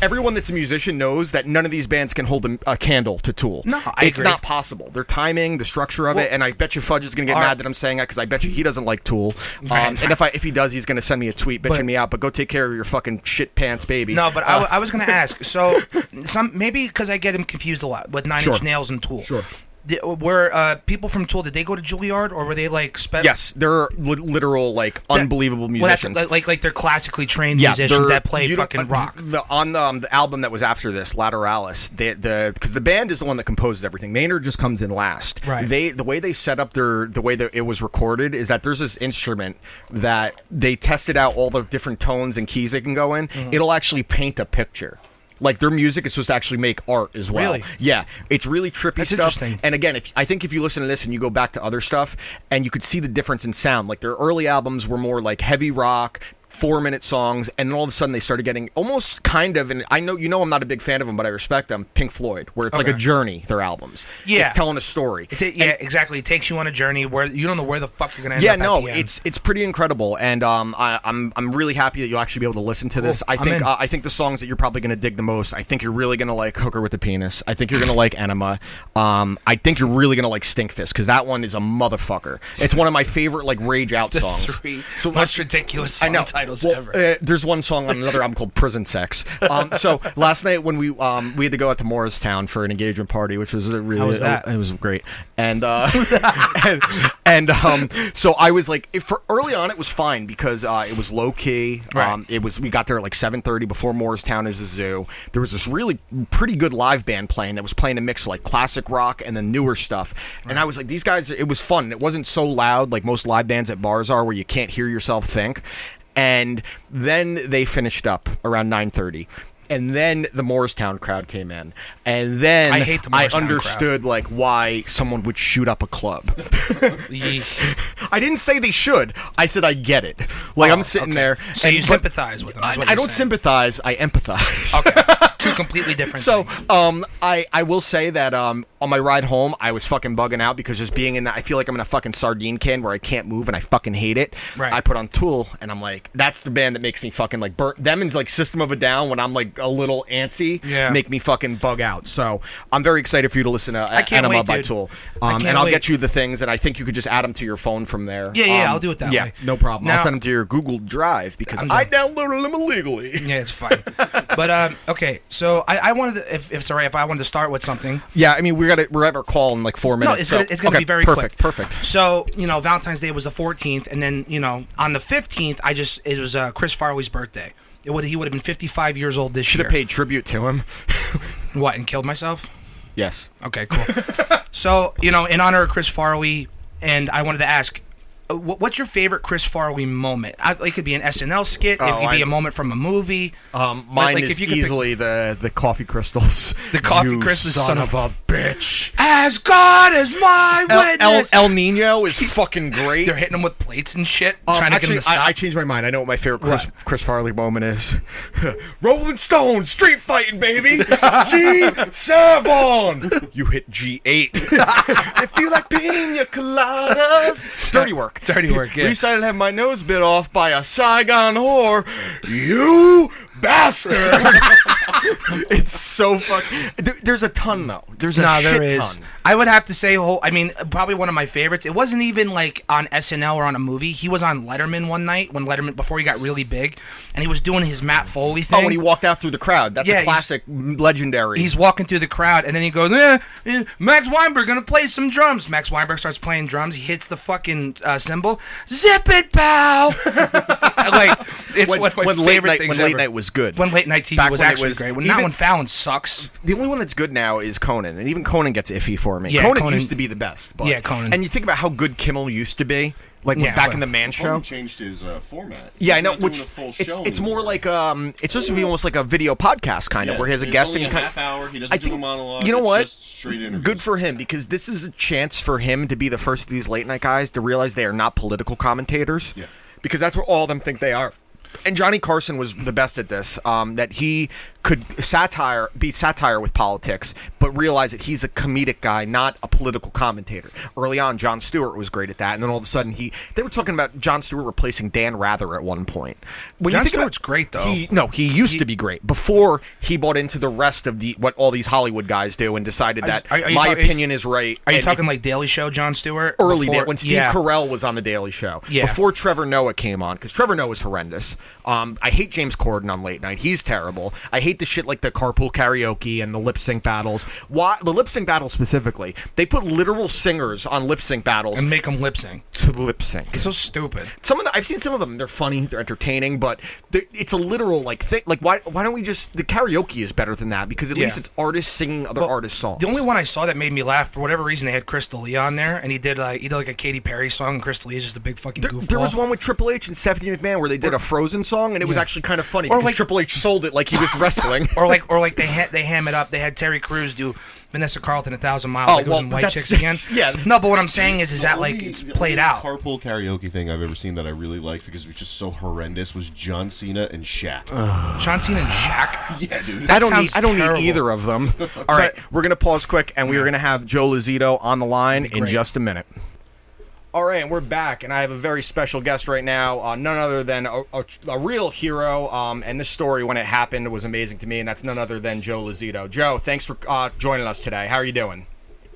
E: everyone that's a musician knows that none of these bands can hold a, a candle to Tool.
F: No, I
E: it's
F: agree.
E: not possible. Their timing, the structure of
F: Well-
E: it, and I bet you Fudge is going to get
F: All
E: mad
F: right.
E: that I'm saying that because I bet you he doesn't like Tool. Um,
F: Right.
E: And if I if he does, he's going to send me a tweet bitching
F: But-
E: me out. But go take care of your fucking shit pants, baby.
F: No, but I,
E: Uh,
F: w- I was going to ask. So some maybe because I get them confused a lot with Nine
E: Sure.
F: Inch Nails and Tool.
B: Sure.
F: Di- were uh, people from Tool? Did they go to Juilliard or were they like special?
E: yes, they're li- literal like unbelievable musicians.
F: Well, that's, like like they're classically trained musicians
E: they're-
F: that play
E: you don't-
F: fucking
E: uh,
F: rock.
E: The, on the, um, the album that was after this, Lateralis, they, the because the band is the one that composes everything. Maynard just comes in last.
F: Right.
E: They the way they set up their the way that it was recorded is that there's this instrument that they tested out all the different tones and keys it can go in.
F: Mm-hmm.
E: It'll actually paint a picture. Like their music is supposed to actually make art as well.
F: Really?
E: Yeah, it's really trippy
F: That's
E: stuff.
F: interesting.
E: And again, if I think if you listen to this and you go back to other stuff, and you could see the difference in sound. Like their early albums were more like heavy rock, four minute songs, and then all of a sudden they started getting almost kind of. And I know you know I'm not a big fan of them, but I respect them. Pink Floyd, where it's like
F: Okay.
E: a journey. Their albums,
F: Yeah.
E: it's telling a story.
F: It ta- yeah, exactly. It takes you on a journey where you don't know where the fuck you're gonna end
E: yeah,
F: up. at
E: no,
F: the end.
E: it's it's pretty incredible, and um, I, I'm I'm really happy that you'll actually be able to listen to this.
F: Cool.
E: I
F: Oh, I'm in.
E: think uh, I think the songs that you're probably going to dig the most. I think you're really going to like Hooker with the Penis. I think you're going to like Enema. Um, I think you're really going to like Stinkfist because that one is a motherfucker. It's one of my favorite like rage out
F: the
E: songs.
F: three
E: So
F: most
E: let's-
F: ridiculous
E: I
F: song
E: know.
F: titles
E: Well,
F: ever.
E: uh, there's one song on another album called Prison Sex. Um, so last night when we um, we had to go out to Morristown for an engagement party, which was a really uh,
F: How was that?
E: it was great, and uh, and, and, um, so I was like, if for early on it was fine because uh, it was low key. Um, it was we got there at like 7:30 before Morristown is a zoo. There was this really pretty good live band playing that was playing a mix of like classic rock and the newer stuff, and I was like, these guys, it was fun. It wasn't so loud like most live bands at bars are, where you can't hear yourself think and then they finished up around 9:30 and then the Morristown crowd came in and then
F: I hate the Morristown crowd.
E: understood like why someone would shoot up a club
F: Ye-
E: I didn't say they should I said I get it like I'm sitting there
F: Oh, So
E: and-
F: you
E: but
F: sympathize with them?
E: I,
F: is what
E: I
F: you're
E: don't
F: saying.
E: sympathize I empathize
F: Okay, two completely different.
E: So,
F: things.
E: um, I, I will say that um, on my ride home, I was fucking bugging out because just being in, that, I feel like I'm in a fucking sardine can where I can't move and I fucking hate it.
F: Right.
E: I put on Tool and I'm like, that's the band that makes me fucking like burn them and like System of a Down when I'm like a little antsy.
F: Yeah.
E: Make me fucking bug out. So I'm very excited for you to listen to I
F: can't
E: Enema
F: wait,
E: by
F: dude.
E: Tool.
F: I
E: Um,
F: can't
E: and I'll
F: wait.
E: get you the things and I think you could just add them to your phone from there.
F: Yeah, yeah,
E: Um,
F: I'll do it that
E: yeah,
F: way.
E: No problem.
F: Now-
E: I'll send them to your Google Drive because
F: I'm
E: I downloaded them illegally.
F: yeah, it's fine. but um, okay, so I, I wanted to, if, if it's alright, if I wanted to start with something.
E: Yeah, I mean we got to we're at our call in like four minutes.
F: No, it's
E: so-
F: gonna, it's gonna
E: okay,
F: be very
E: perfect.
F: quick.
E: Perfect.
F: So you know, Valentine's Day was the 14th, and then you know, on the 15th, I just it was uh, Chris Farley's birthday. It would he would have been 55 years old this
E: Should
F: year.
E: have paid tribute to him.
F: what and killed myself.
E: yes.
F: Okay, cool. so, you know, in honor of Chris Farley, and I wanted to ask, uh, wh- what's your favorite Chris Farley moment? I, it could be an SNL skit. it
E: Oh,
F: could be
E: I-
F: a moment from a movie.
E: Um,
F: Like-
E: mine
F: like,
E: is
F: if you could pick-
E: easily the the coffee crystals.
F: The coffee
E: You
F: crystals,
E: son,
F: son
E: of a bitch.
F: As God is my
E: El, El,
F: witness.
E: El Nino is fucking great.
F: They're hitting him with plates and shit,
E: Um,
F: trying to
E: actually,
F: get him to stop.
E: I, I changed my mind. I know what my favorite Chris,
F: What?
E: Chris Farley moment is. Rolling Stone, street fighting, baby. G seven. You hit G eight. if you like pina coladas, dirty work.
F: Dirty work, yeah.
E: At least I didn't have my nose bit off by a Saigon whore. You bastard. it's so fuck. There, there's a ton though. There's a
F: no,
E: shit
F: there is.
E: ton.
F: I would have to say, whole. I mean, probably one of my favorites. It wasn't even like on SNL or on a movie. He was on Letterman one night when Letterman before he got really big, and he was doing his Matt Foley thing.
E: Oh, when he walked out through the crowd. That's
F: Yeah,
E: a
F: he's-
E: classic, legendary.
F: he's walking through the crowd and then he goes, eh, eh, Max Weinberg gonna play some drums. Max Weinberg starts playing drums. He hits the fucking uh, cymbal. Zip it, pal. like it's
E: when,
F: one of my
E: when late
F: favorite
E: night,
F: things
E: when late
F: ever.
E: night was good.
F: when late night TV
E: Back
F: was
E: when it
F: actually
E: was-
F: great. When not
E: even-
F: when Fallon sucks.
E: The only one that's good now is Conan, and even Conan gets iffy for me.
F: Yeah,
E: Conan,
F: Conan-
E: used to be the best. But,
F: Yeah, Conan.
E: And you think about how good Kimmel used to be, like when-
F: Yeah,
E: back
F: but-
E: in the Man Show.
I: Conan changed his uh, format.
E: yeah, I
I: He's
E: know.
I: not
E: Which
I: doing a full
E: it's,
I: show
E: it's more
I: anymore.
E: like um, it's supposed to be almost like a video podcast kind
I: Yeah,
E: of where he has a
I: it's
E: guest
I: only
E: and
I: a
E: kind
I: half hour. He doesn't
E: I
I: do a
E: think-
I: monologue.
E: You know
I: It's
E: what?
I: just straight interviews.
E: Good for him because this is a chance for him to be the first of these late night guys to realize they are not political commentators.
I: Yeah.
E: Because that's what all of them think they are. and Johnny Carson was the best at this. Um, that he could satire be satire with politics, but realize that he's a comedic guy, not a political commentator. Early on, John Stewart was great at that, and then all of a sudden he they were talking about John Stewart replacing Dan Rather at one point. When
F: Jon Stewart's great, though.
E: He, no, he used to be great before he bought into the rest of the what all these Hollywood guys do and decided that
F: are- are you
E: my
F: talking-
E: opinion is right.
F: Are you
E: and
F: talking like Daily Show, John Stewart?
E: early
F: Before-
E: that when Steve
F: yeah.
E: Carell was on the Daily Show.
F: Yeah.
E: Before Trevor Noah came on, because Trevor Noah was horrendous. Um, I hate James Corden on late night. He's terrible. I hate the shit like the carpool karaoke and the lip sync battles. Why the lip sync battles specifically? They put literal singers on lip sync battles
F: and make them lip sync.
E: to lip sync.
F: It's so stupid.
E: Some of the I've seen some of them. They're funny. They're entertaining, but they- it's a literal like thing. Like why why don't we just the karaoke is better than that because at
F: Yeah.
E: least it's artists singing other artists' songs.
F: The only one I saw that made me laugh for whatever reason they had Crystal Lee on there, and he did like he did like a Katy Perry song. And Crystal Lee is just a big fucking
E: There,
F: goofball.
E: there was one with Triple H and Stephanie McMahon where they did a Frozen song, and it was
F: Yeah.
E: actually kind of funny
F: Or
E: because
F: like-
E: Triple H sold it like he was wrestling.
F: or like or like they ha- they ham it up. They had Terry Crews do Vanessa Carlton a thousand miles.
E: Oh,
F: like it was
E: well,
F: in
E: but
F: White
E: that's-
F: Chicks again.
E: that's- yeah.
F: No, but what I'm saying is, is that like
I: only-
F: it's
I: the
F: played
I: only
F: out.
I: Carpool karaoke thing I've ever seen that I really liked because it was just so horrendous was John Cena and Shaq.
F: Uh. John Cena and Shaq.
I: yeah, dude.
E: I don't
F: sounds
E: need I don't
F: terrible.
E: need either of them. All right, we're gonna pause quick, and we are gonna have Joe Lazito on the line in
F: great.
E: just a minute. All right, and we're back, and I have a very special guest right now, uh, none other than a, a, a real hero. Um, and this story, when it happened, was amazing to me, and that's none other than Joe Lazito. Joe, thanks for uh, joining us today. How are you doing?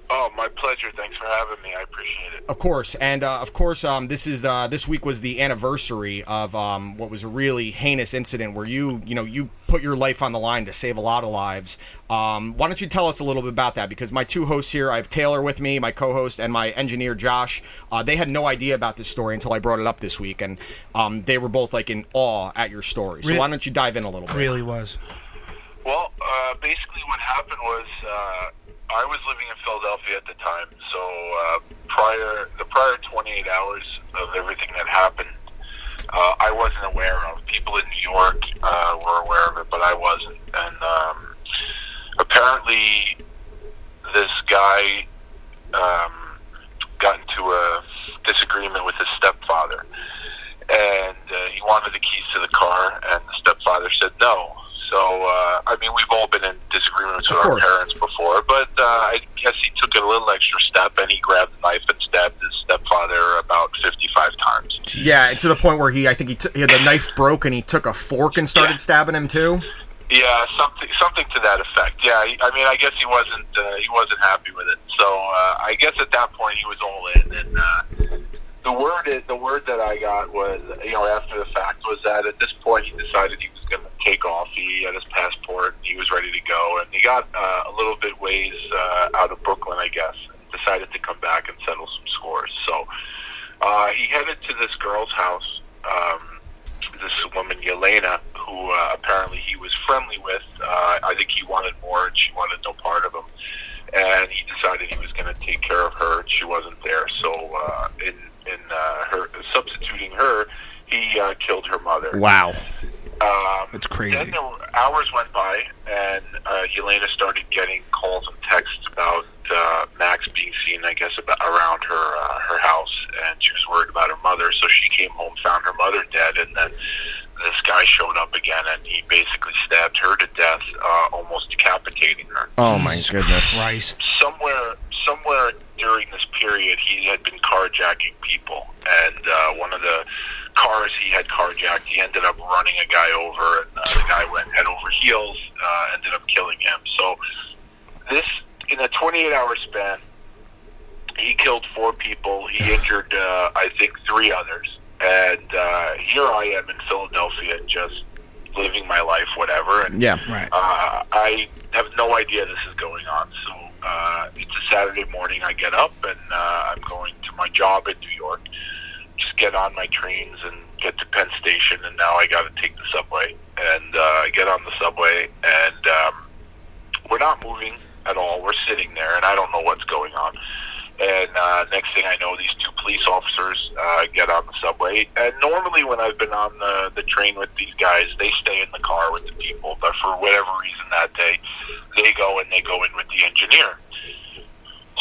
J: Oh, my pleasure. Thanks for having me. I appreciate it.
E: Of course, and uh, of course, um, this is uh, this week was the anniversary of um, what was a really heinous incident where you, you know, you put your life on the line to save a lot of lives. Um, why don't you tell us a little bit about that? Because my two hosts here, I have Taylor with me, my co-host, and my engineer Josh. Uh, they had no idea about this story until I brought it up this week, and um, they were both like in awe at your story. So
F: Re-
E: why don't you dive in a little bit?
F: Really was.
J: Well, uh, basically, what happened was uh, I was living in Philadelphia at the time. So uh, prior the prior 28 hours of everything that happened, uh, I wasn't aware of. People in New York uh, were aware of it, but I wasn't. And um, apparently, this guy um, got into a disagreement with his stepfather, and uh, he wanted the keys to the car, and the stepfather said no. So, uh, I mean, we've all been in disagreements with
E: Of
J: our
E: course.
J: parents before, but uh, I guess he took a little extra step and he grabbed a knife and stabbed his stepfather about 55 times.
E: Yeah, to the point where he, I think he, t- he had the knife broke and he took a fork and started
J: Yeah.
E: stabbing him too.
J: Yeah, something something to that effect. Yeah, I I mean, I guess he wasn't uh, he wasn't happy with it. So uh, I guess at that point he was all in. And uh, the word i- the word that I got was you know after the fact was that at this point he decided he was going to take off. He had his passport. He was ready to go, and he got uh, a little bit ways uh, out of Brooklyn, I guess. And decided to come back and settle some scores. So uh, he headed to this girl's house. Um, this woman Yelena, who uh, apparently he was friendly with. Uh, I think he wanted more, and she wanted no part of him. And he decided he was going to take care of her. and She wasn't there, so uh, in in uh, her substituting her, he uh, killed her mother.
E: Wow.
J: Um,
F: It's crazy.
J: Then there were, hours went by, and uh, Elena started getting calls and texts about uh, Max being seen, I guess, about, around her uh, her house, and she was worried about her mother. So she came home, found her mother dead, and then this guy showed up again, and he basically stabbed her to death, uh, almost decapitating her
E: Oh my
F: Jesus
E: goodness.
F: Christ.
J: somewhere somewhere during this period he had been carjacking people and uh, one of the cars he had carjacked he ended up running a guy over and uh, the guy went head over heels uh, ended up killing him so this in a 28 hour span he killed four people he injured uh, i think three others and uh, here i am in philadelphia just living my life whatever and
E: Yeah.
F: Right.
J: uh, I have no idea this is going on. So uh, it's a Saturday morning. I get up and uh, I'm going to my job in New York. Just get on my trains and get to Penn Station, and now I got to take the subway. And uh, I get on the subway, and um, we're not moving at all. We're sitting there, and I don't know what's going on. And uh, next thing I know, these two police officers uh, get on the subway. And normally, when I've been on the, the train with these guys, they stay in the car with the people. But for whatever reason that day, they go and they go in with the engineer.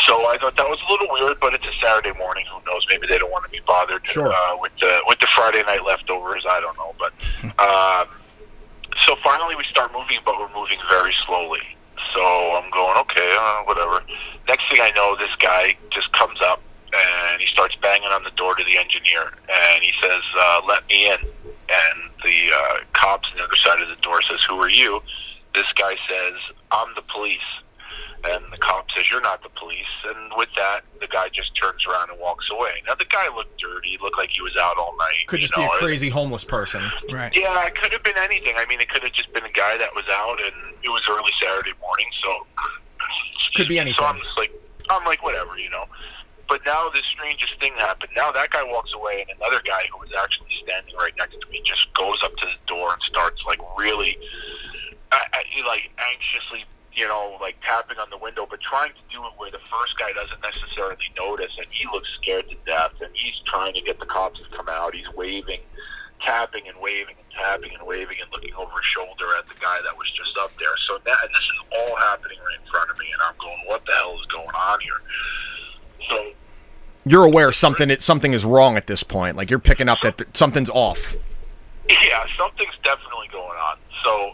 J: So So I thought that was a little weird, but it's a Saturday morning. Who knows? Maybe they don't want to be bothered
E: Sure.
J: uh, with the with the Friday night leftovers. I don't know, but um, so finally we start moving, but we're moving very slowly. So I'm going okay, uh, whatever. Next thing I know, this guy just comes up and he starts banging on the door to the engineer, and he says, uh, "Let me in." And the uh, cops on the other side of the door says, "Who are you?" This guy says, "I'm the police." And the cop says, You're not the police. And with that, the guy just turns around and walks away. Now, the guy looked dirty, looked like he was out all night.
E: Could
J: you
E: just be a
J: know, and-
E: crazy homeless person.
F: Right.
J: Yeah, it could have been anything. I mean, it could have just been a guy that was out, and it was early Saturday morning, so.
E: Could be
J: So I'm
E: anything.
J: just like, I'm like, whatever, you know. But now the strangest thing happened. Now that guy walks away, and another guy who was actually standing right next to me just goes up to the door and starts like really I, I, he, like anxiously, you know, like tapping on the window, but trying to do it where the first guy doesn't necessarily notice, and he looks scared to death, and he's trying to get the cops to come out. He's waving, tapping and waving and tapping and waving and looking over his shoulder at the guy that was just up there. So now and this is all happening right in front of me, and I'm going, "What the hell is going on here?" So
E: You're aware something that something is wrong at this point. Like you're picking up that th- something's off.
J: Yeah, something's definitely going on. So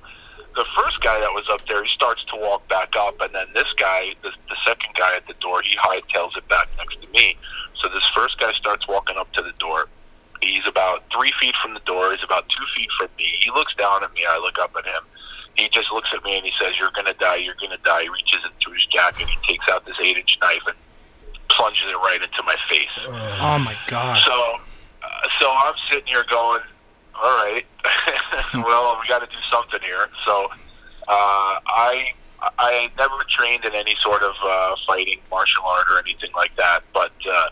J: the first guy that was up there, he starts to walk back up, and then this guy, the, the second guy at the door, he hightails it back next to me. So this first guy starts walking up to the door. He's about three feet from the door. He's about two feet from me. He looks down at me. I look up at him. He just looks at me and he says, "You're gonna die. You're gonna die." He reaches into his jacket. He takes out this eight-inch knife and plunges it right into my face.
F: Oh my god.
J: So, uh, so I'm sitting here going, all right, well, we got to do something here. So, uh, I I had never trained in any sort of uh, fighting, martial art, or anything like that. But uh,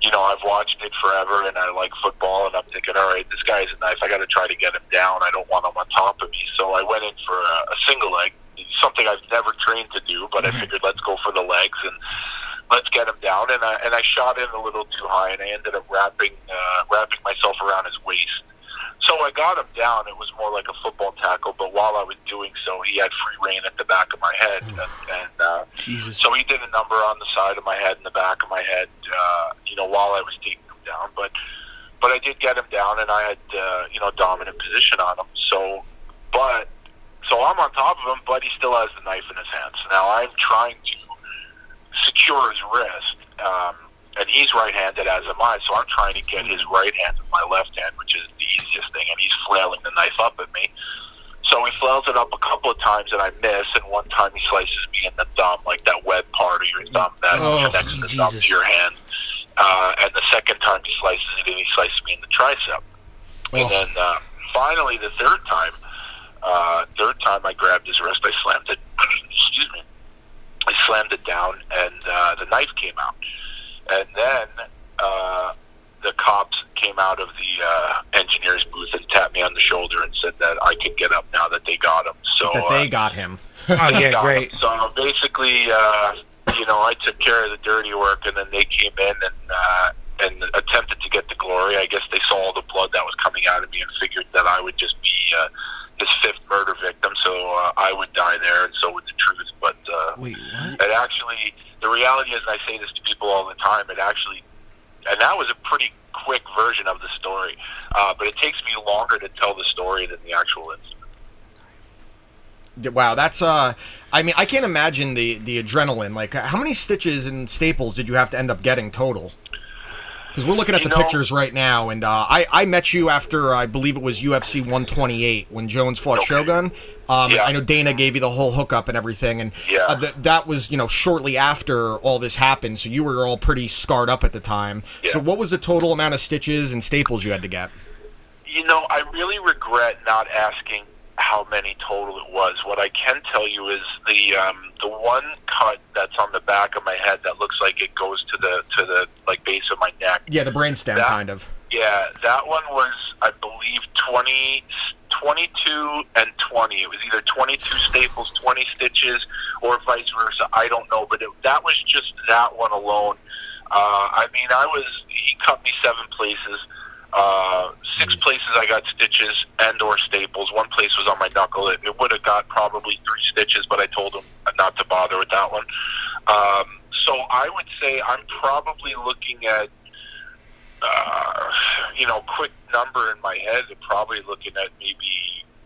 J: you know, I've watched it forever, and I like football. And I'm thinking, all right, this guy's a knife. I got to try to get him down. I don't want him on top of me. So I went in for a, a single leg, something I've never trained to do. But I figured, let's go for the legs and let's get him down. And I and I shot in a little too high, and I ended up wrapping uh, wrapping myself around his waist. So I got him down. It was more like a football tackle, but while I was doing so, he had free reign at the back of my head, and, and uh,
F: Jesus.
J: so he did a number on the side of my head and the back of my head. Uh, you know, while I was taking him down, but but I did get him down, and I had uh, you know dominant position on him. So, but so I'm on top of him, but he still has the knife in his hands. Now I'm trying to secure his wrist, um, and he's right-handed as am I. So I'm trying to get his right hand with my left hand, which is the easiest thing. And he's flailing the knife up at me. So he flails it up a couple of times, and I miss. And one time he slices me in the thumb, like that web part of your thumb that
F: Oh,
J: connects the thumb
F: Jesus.
J: to your hand. Uh, and the second time he slices it, and he slices me in the tricep. And then uh, finally, the third time, uh, third time I grabbed his wrist, I slammed it. excuse me. I slammed it down, and uh, the knife came out. And then uh, the cops came out of the uh, engineer's booth and tapped me on the shoulder and said that I could get up now that they got him. So
E: That
J: uh,
E: they got him.
F: Oh yeah,
J: got
F: great.
J: him. So basically, uh, you know, I took care of the dirty work, and then they came in and uh, and attempted to get the glory. I guess they saw all the blood that was coming out of me and figured that I would just be uh, his fifth murder victim, so uh, I would die there, and so would the truth. But uh,
F: Wait, what?
J: it actually, the reality is, and I say this to people all the time, it actually, and that was a pretty quick version of the story, uh, but it takes me longer to tell the story than the actual incident.
E: Wow, that's uh I mean, I can't imagine the the adrenaline. Like how many stitches and staples did you have to end up getting total? Cuz we're looking at
J: You
E: the
J: know-
E: pictures right now and uh, I I met you after I believe it was UFC 128 when Jones fought
J: Okay.
E: Shogun. Um
J: Yeah.
E: I know Dana gave you the whole hookup and everything and
J: Yeah.
E: uh, th- that was, you know, shortly after all this happened, so you were all pretty scarred up at the time. So
J: Yeah.
E: what was the total amount of stitches and staples you had to get?
J: You know, I really regret not asking how many total it was. What I can tell you is the um, the one cut that's on the back of my head that looks like it goes to the to the like base of my neck.
E: Yeah, the brainstem
J: That-
E: kind of.
J: Yeah, that one was I believe 20, 22 and twenty. It was either twenty two staples, twenty stitches, or vice versa. I don't know, but it, that was just that one alone. Uh, I mean, I was he cut me seven places. Uh, six places I got stitches and or staples. One place was on my knuckle. It, it would have got probably three stitches, but I told him not to bother with that one. Um, so so I would say I'm probably looking at, uh, you know, quick number in my head, probably looking at maybe,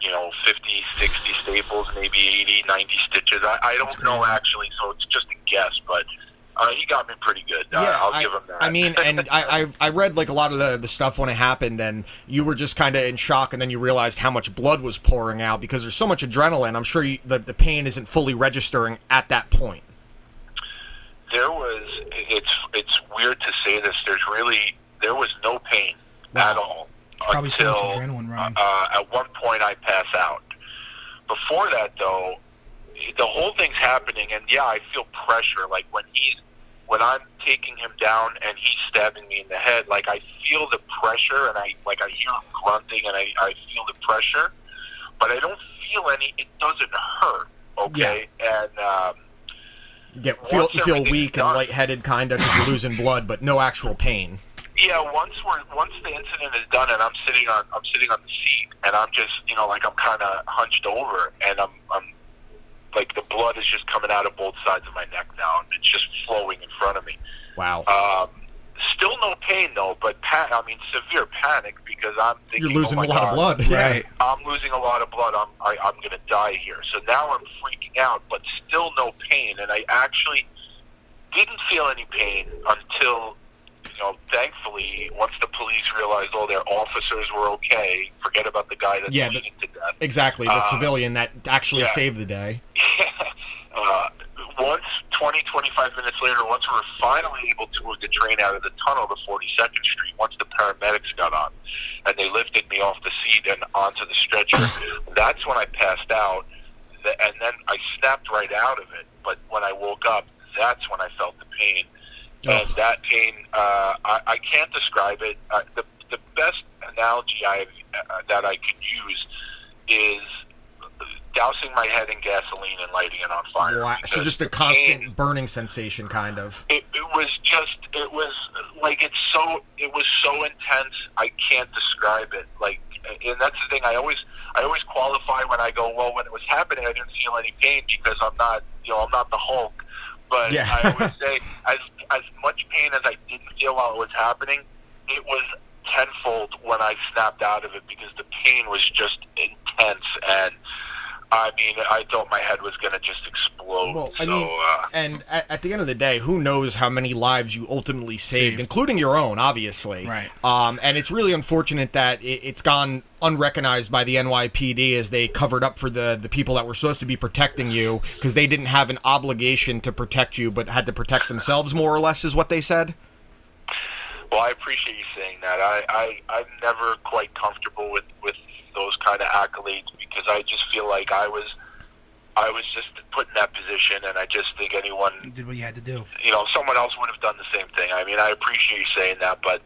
J: you know, 50, 60 staples, maybe 80, 90 stitches. I, I don't know actually, so it's just a guess, but uh, he got me pretty good. uh, I'll
E: I,
J: give him that.
E: I mean, and I, I I read like a lot of the, the stuff when it happened, and you were just kind of in shock, and then you realized how much blood was pouring out because there's so much adrenaline. I'm sure you, the the pain isn't fully registering at that point.
J: there was it's it's weird to say this there's really there was no pain at all
F: probably so
J: until
F: much adrenaline running.
J: Uh, at one point i pass out before that though the whole thing's happening and yeah i feel pressure like when he's when i'm taking him down and he's stabbing me in the head like i feel the pressure and i like i hear him grunting and i, I feel the pressure but i don't feel any it doesn't hurt okay and um
E: You get feel
J: Once
E: you feel
J: everything's
E: weak and
J: done.
E: lightheaded, kind of because you're losing blood, but no actual pain.
J: Yeah, once we're once the incident is done and I'm sitting on I'm sitting on the seat and I'm just you know like I'm kind of hunched over and I'm I'm like the blood is just coming out of both sides of my neck now and it's just flowing in front of me.
E: Wow,
J: Um, still no pain though, but pan- I mean severe panic because I'm thinking
E: you're losing
J: oh
E: a
J: my
E: lot
J: God,
E: of blood. Yeah.
F: Right.
J: I'm losing a lot of blood. I'm I, I'm going to die here. So now I'm freaking out, but still no pain. And I actually didn't feel any pain until you know, thankfully, once the police realized all their officers were okay, forget about the guy that's
E: Yeah, the-
J: bleeding to death.
E: Exactly, the
J: Uh,
E: civilian that actually
J: yeah.
E: saved the day.
J: uh, once 20, 25 minutes later, once we were finally able to move the train out of the tunnel to 42nd Street, once the paramedics got on and they lifted me off the seat and onto the stretcher, that's when I passed out. Th- And then I snapped right out of it. But when I woke up, that's when I felt the pain. And that pain, uh, I, I can't describe it. Uh, the, the best analogy I uh, that I can use is dousing my head in gasoline and lighting it on fire.
E: Wow. So
J: Because
E: just a
J: the pain-
E: constant burning sensation, kind of.
J: it, it was just it was like it's so it was so intense i can't describe it like and that's the thing i always i always qualify when i go well when it was happening i didn't feel any pain because i'm not you know i'm not the hulk but
E: Yeah.
J: i always say as as much pain as i didn't feel while it was happening it was tenfold when i snapped out of it because the pain was just intense and i mean i thought my head was going to just explode
E: Well, I
J: so
E: mean,
J: uh,
E: and at, at the end of the day, who knows how many lives you ultimately saved,
F: Saved.
E: including your own, obviously.
F: Right.
E: Um, and it's really unfortunate that it, it's gone unrecognized by the NYPD as they covered up for the the people that were supposed to be protecting you because they didn't have an obligation to protect you, but had to protect themselves more or less, is what they said.
J: Well, I appreciate you saying that. I, I I'm never quite comfortable with with those kind of accolades because I just feel like I was I was just put in that position, and I just think anyone
F: Did what you had to do.
J: you know someone else would have done the same thing. I mean, I appreciate you saying that, but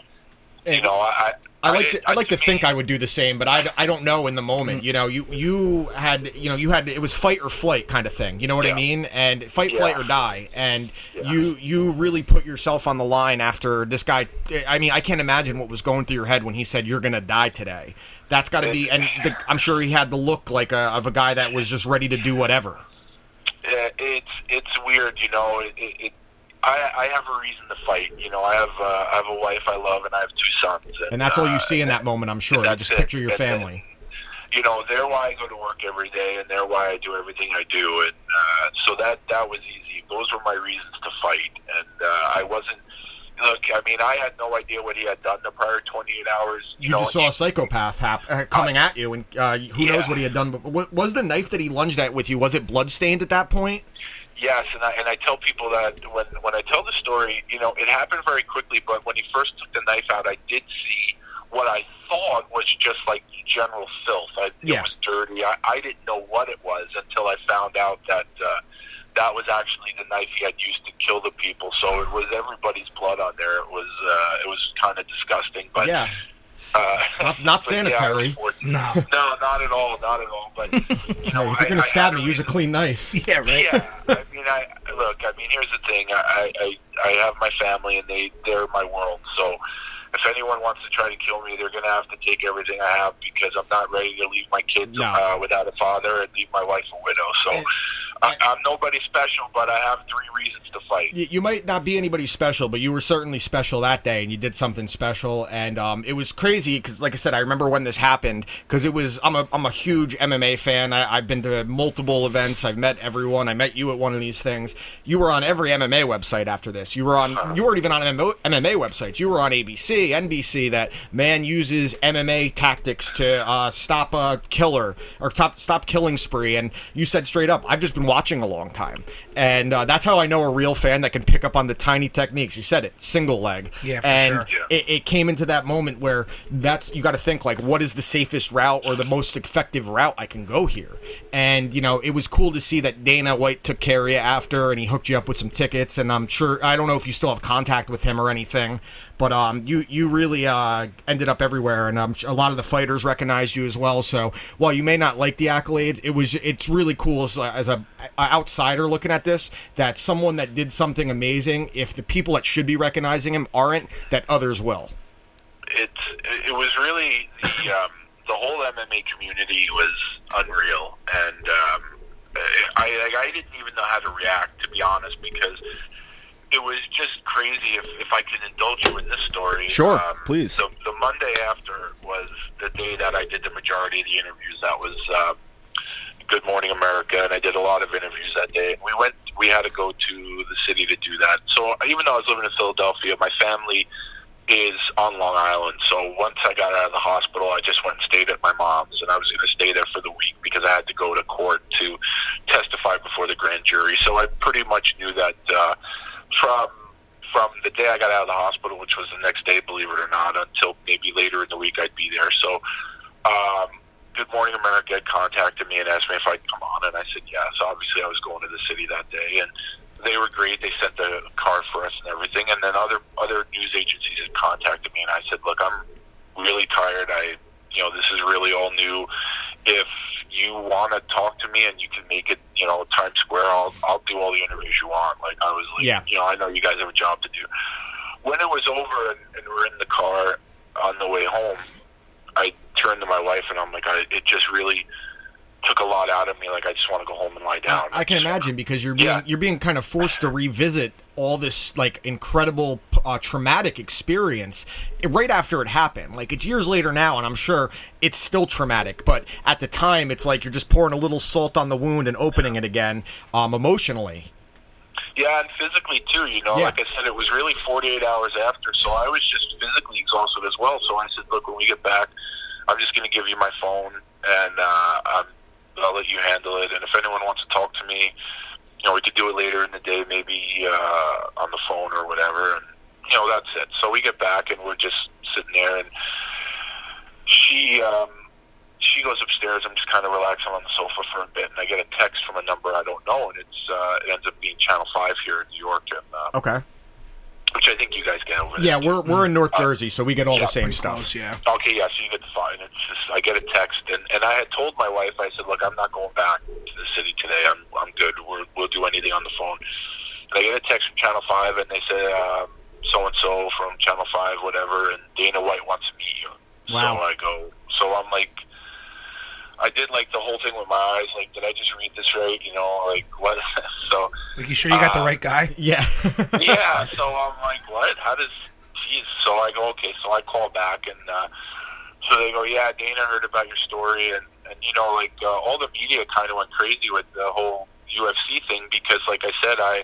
J: you
E: And-
J: know, I
E: I like
J: did-
E: to, I like to
J: me-
E: think I would do the Mm. same, but I, d- I don't know in the moment. You know, you you had you know you had it was fight or flight kind of thing. You know what I
J: Yeah.
E: mean? And fight, flight, or die. And
J: Yeah.
E: you you really put yourself on the line after this guy. I mean, I can't imagine what was going through your head when he said you're gonna die today. That's got to be. And the, I'm sure he had the look like a, of a guy that was just ready to do whatever.
J: Yeah, it's it's weird, you know. It, it, it I I have a reason to fight. You know, I have uh, I have a wife I love, and I have two sons,
E: And that's all
J: uh,
E: you see in that moment. I'm sure. I
J: that's
E: just
J: it.
E: picture your
J: That's it.
E: family.
J: you know, they're why I go to work every day, and they're why I do everything I do, and uh, so that that was easy. Those were my reasons to fight, and uh, I wasn't. Look, I mean, I had no idea what he had done the prior 28 hours.
E: you,
J: know,
E: just
J: and
E: saw a psychopath hap- uh, coming at you, and uh, who
J: Yeah.
E: knows what he had done. But what, was the knife that he lunged at with you? Was it bloodstained at that point?
J: Yes, and I and I tell people that when when I tell the story, you know, it happened very quickly. But when he first took the knife out, I did see what I thought was just like general filth. I,
E: Yeah.
J: It was dirty. I, I didn't know what it was until I found out that uh, that was actually the knife he had used to kill the people. So it was everybody's blood on there. It was uh, it was kind of disgusting, but
E: yeah,
J: uh,
E: not, not
J: but yeah,
E: sanitary.
J: unfortunately-
F: No.
J: no, not at all, not at all. But
E: no, if you're gonna stab me, use a clean knife.
F: Yeah, right.
J: yeah, I mean, I look. I mean, here's the thing. I, I, I have my family, and they they're my world. So, if anyone wants to try to kill me, they're gonna have to take everything I have because I'm not ready to leave my kids
E: No.
J: uh, without a father and leave my wife a widow. So, I, I'm nobody special, but I have three reasons to fight.
E: you, you might not be anybody special, but you were certainly special that day, and you did something special. And um, it was crazy because, like I said, I remember when this happened because it was. I'm a I'm a huge MMA fan. I, I've been to multiple events. I've met everyone. I met you at one of these things. You were on every MMA website after this. You were
J: Uh-huh.
F: Uh-huh.
E: on. You weren't even on MMO, MMA websites. You were on ABC, NBC. That man uses MMA tactics to uh, stop a killer or stop stop killing spree. And you said straight up, I've just been watching a long time, and uh, that's how I know a real fan that can pick up on the tiny techniques. You said it, single leg.
F: Yeah, for
E: and
F: sure.
E: It, it came into that moment where that's you got to think like, what is the safest route or the most effective route I can go here? And you know, it was cool to see that Dana White took care of you after, and he hooked you up with some tickets. And I'm sure I don't know if you still have contact with him or anything, but um, you you really uh, ended up everywhere, and um, a lot of the fighters recognized you as well. So while you may not like the accolades, it was it's really cool as, a- as a, a outsider looking at this that someone that did something amazing, if the people that should be recognizing him aren't, that others will.
J: it's it was really the um, the whole MMA community was unreal, and um, I like, I didn't even know how to react to be honest because it was just crazy. If if I can indulge you in this story,
K: Sure,
J: um,
K: please.
J: The, the Monday after was the day that I did the majority of the interviews. That was. Uh, Good Morning America, and I did a lot of interviews that day. We went, we had to go to the city to do that. So even though I was living in Philadelphia, my family is on Long Island. So once I got out of the hospital, I just went and stayed at my mom's, and I was going to stay there for the week because I had to go to court to testify before the grand jury. So I pretty much knew that uh, from from the day I got out of the hospital, which was the next day, believe it or not, until maybe later in the week, I'd be there. So. Um, Good Morning America had contacted me and asked me if I'd come on, and I said yes. Obviously, I was going to the city that day, and they were great. They sent the car for us and everything, and then other other news agencies had contacted me, and I said, "Look, I'm really tired. I, you know, this is really all new. If you want to talk to me and you can make it, you know, Times Square, I'll I'll do all the interviews you want. Like I was, like,
E: Yeah.
J: you know, I know you guys have a job to do." When it was over and, and we're in the car on the way home, I turned to my wife and I'm like, I, it just really took a lot out of me. Like I just want to go home and lie down.
E: I can imagine because you're being you're being kind of forced to revisit all this like incredible uh, traumatic experience right after it happened. Like it's years later now, and I'm sure it's still traumatic. But at the time, it's like you're just pouring a little salt on the wound and opening it again um, emotionally.
J: Yeah, and physically too. You know,
E: Yeah.
J: like I said, it was really 48 hours after, so I was just physically exhausted as well. So I said, look, when we get back, I'm just going to give you my phone, and uh, I'm, I'll let you handle it. And if anyone wants to talk to me, you know, we could do it later in the day, maybe uh, on the phone or whatever. And you know, that's it. So we get back, and we're just sitting there, and she. Um, she goes upstairs. I'm just kind of relaxing on the sofa for a bit, and I get a text from a number I don't know, and it's uh, it ends up being Channel Five here in New York, and uh,
E: Okay.
J: which I think you guys get over there.
E: Yeah, we're we're in North
J: Uh,
E: Jersey, so we get all
J: yeah,
E: the same
J: pretty
E: stuff.
F: yeah.
J: Okay, yeah, so you get the fine. It's just I get a text, and, and I had told my wife, I said, look, I'm not going back to the city today. I'm I'm good. We're, we'll do anything on the phone. And I get a text from Channel Five, and they say so and so from Channel Five, whatever, and Dana White wants to meet you. So I go. So I'm like, I did like the whole thing with my eyes. Like, did I just read this right? You know, like what? so
F: Like, you sure you got
J: Uh,
F: the right guy?
E: Yeah.
J: yeah, so I'm like, what? How does? Geez. So I go, okay. So I call back, and uh, so they go, yeah, Dana heard about your story, and and you know, like uh, all the media kind of went crazy with the whole UFC thing because, like I said, I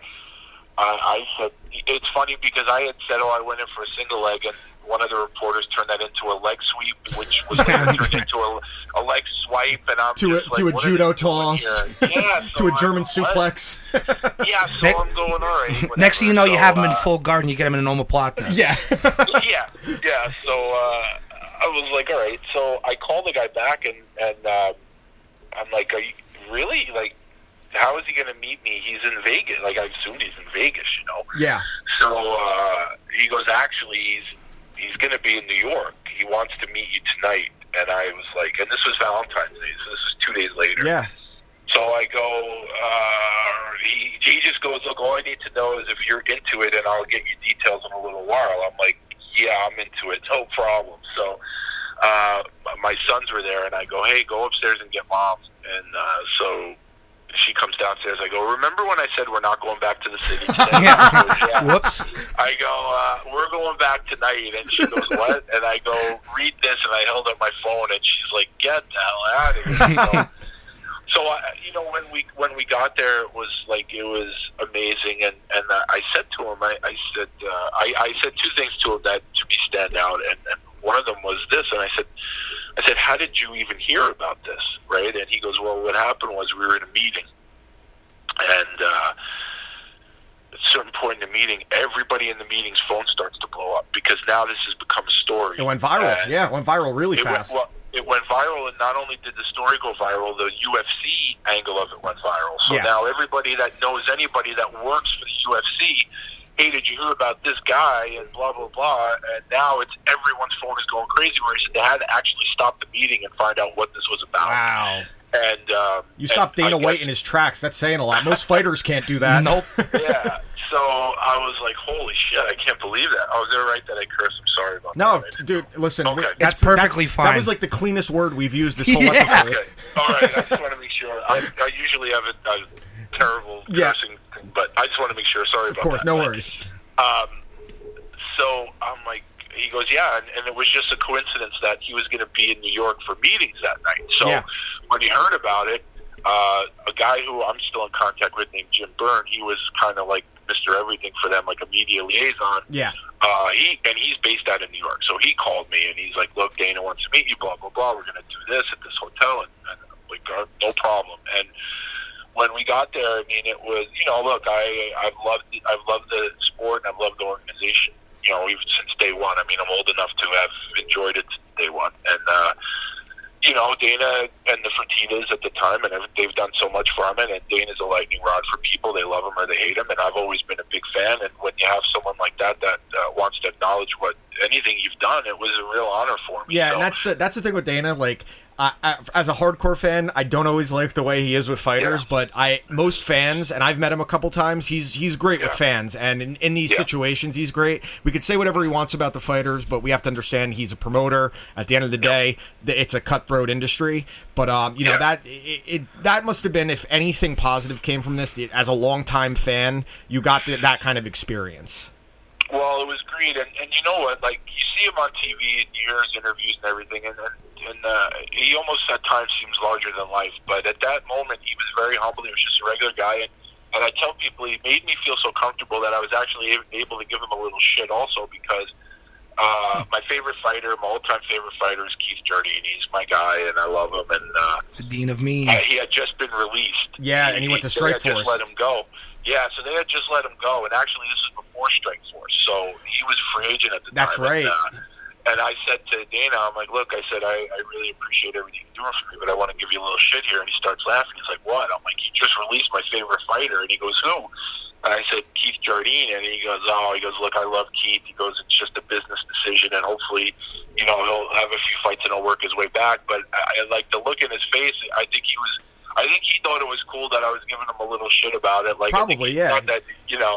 J: I, I said it's funny because I had said, oh, I went in for a single leg, and one of the reporters turned that into a leg sweep, which was later turned into a, a leg swipe, and I'm
E: To a
J: just like,
E: to a
J: what are
E: judo
J: they doing
E: toss,
J: here? Yeah,
E: to
J: so
E: a
J: I'm
E: German
J: like, what?
E: suplex.
J: Yeah, so I'm going all right.
F: Next thing you know, you
J: whatever.
F: have him
J: So,
F: in
J: uh,
F: full guard and you get him in an omoplata.
E: Yeah.
J: yeah, yeah. So uh, I was like, all right. So I call the guy back, and and um, I'm like, are you really like? How is he going to meet me? He's in Vegas. Like I assumed he's in Vegas, you know.
E: Yeah.
J: So uh, he goes, actually, he's he's going to be in New York. He wants to meet you tonight. And I was like, and this was Valentine's Day, so this was two days later.
E: Yeah.
J: So I go, uh, he, he just goes, look, all I need to know is if you're into it, and I'll get you details in a little while. I'm like, yeah, I'm into it, no problem. So uh, my sons were there, and I go, hey, go upstairs and get mom. And uh, so she comes downstairs. I go, remember when I said we're not going back to the city?
L: Whoops.
J: I go, uh, we're going back tonight. And she goes, what? And I go, read this. And I held up my phone, and she's like, get the hell out of here. So, so I, you know, when we when we got there, it was like it was amazing. And and uh, I said to him, I, I said, uh, I, I said two things to him that to me stand out, and, and one of them was this. And I said, I said, how did you even hear about this, right? And he goes, well, what happened was we were in a meeting, and. uh at a certain point in the meeting, everybody in the meeting's phone starts to blow up because now this has become a story.
M: It went viral.
N: Uh,
J: And-
M: yeah, it went viral really
J: it
M: fast.
J: Went, well, it went viral, and not only did the story go viral, the UFC angle of it went viral. So
M: Yeah.
J: now everybody that knows anybody that works for the UFC, hey, did you hear about this guy? And blah blah blah. And now it's everyone's phone is going crazy. Where I said they had to actually stop the meeting and find out what this was about.
M: Wow.
J: And um,
M: You stopped Dana White in his tracks. That's saying a lot. Most fighters can't do that. Nope.
J: yeah, so I was like, holy shit, I can't believe that. I was there right that I cursed. I'm sorry about
M: No, dude, listen. we- That's
F: perfectly
M: that's-
F: fine.
M: That was like the cleanest word we've used this whole
F: Yeah.
M: episode.
J: Okay. All right. I just want to make sure. I, I usually have a, a terrible
M: Yeah.
J: cursing thing, but I just want to make sure. Sorry
M: Of
J: about
M: course,
J: that.
M: no worries.
J: Um, so I'm like, he goes, yeah, and, and it was just a coincidence that he was going to be in New York for meetings that night. So
O: Yeah.
J: when he heard about it, uh, a guy who I'm still in contact with named Jim Byrne, he was kind of like Mr. Everything for them, like a media liaison.
M: Yeah.
J: Uh, he and he's based out of New York, so he called me and he's like, "Look, Dana wants to meet you. Blah blah blah. We're going to do this at this hotel, and, and I'm like, "Uh, no problem." And when we got there, I mean, it was you know, look, I I've loved I've loved the sport and I've loved the organization, you know, even since day one. I mean, I'm old enough to have enjoyed it since day one, and uh, you know, Dana and the Fertitas at the time, and ev- they've done so much for him. And Dana's a lightning rod for people; they love him or they hate him. And I've always been a big fan. And when you have someone like that that uh, wants to acknowledge what anything you've done, it was a real honor for me.
M: Yeah,
J: So-
M: and that's the that's the thing with Dana. Like, I, I, as a hardcore fan, I don't always like the way he is with fighters, but I most fans, and I've met him a couple times. He's he's great with
P: Yeah.
M: fans, and in, in these situations, he's great. We could say whatever he wants about the fighters, but we have to understand he's a promoter. At the end of the day, th it's a cutthroat industry. But um, you know that it, it that must have been, if anything positive came from this, it- as a longtime fan, you got the, that kind of experience.
J: Well, it was great, and, and you know what? Like you see him on TV and you hear his interviews and everything, and and, and uh, he almost at times seems larger than life. But at that moment, he was very humble. He was just a regular guy, and and I tell people he made me feel so comfortable that I was actually a- able to give him a little shit also because uh, my favorite fighter, my all-time favorite fighter is Keith Jardine. He's my guy, and I love him. And uh,
F: The dean of me.
J: uh, he had just been released.
M: Yeah, and he went to
J: They had
M: Strikeforce.
J: Just let him go. Yeah, so they had just let him go, and actually, this was before Strikeforce, so he was free agent at the
M: That's
J: time.
M: right.
J: And, uh, and I said to Dana, I'm like, look, I said, I, I really appreciate everything you're doing for me, but I want to give you a little shit here. And he starts laughing. He's like, what? I'm like, you just released my favorite fighter. And he goes, who? And I said, Keith Jardine. And he goes, oh, he goes, look, I love Keith. He goes, it's just a business decision, and hopefully, you know, he'll have a few fights and he'll work his way back. But I, I like the look in his face. I think he was, I think he thought it was cool that I was giving him a little shit about it. Like, I think
M: Probably,
J: he
M: yeah.
J: thought that, you know,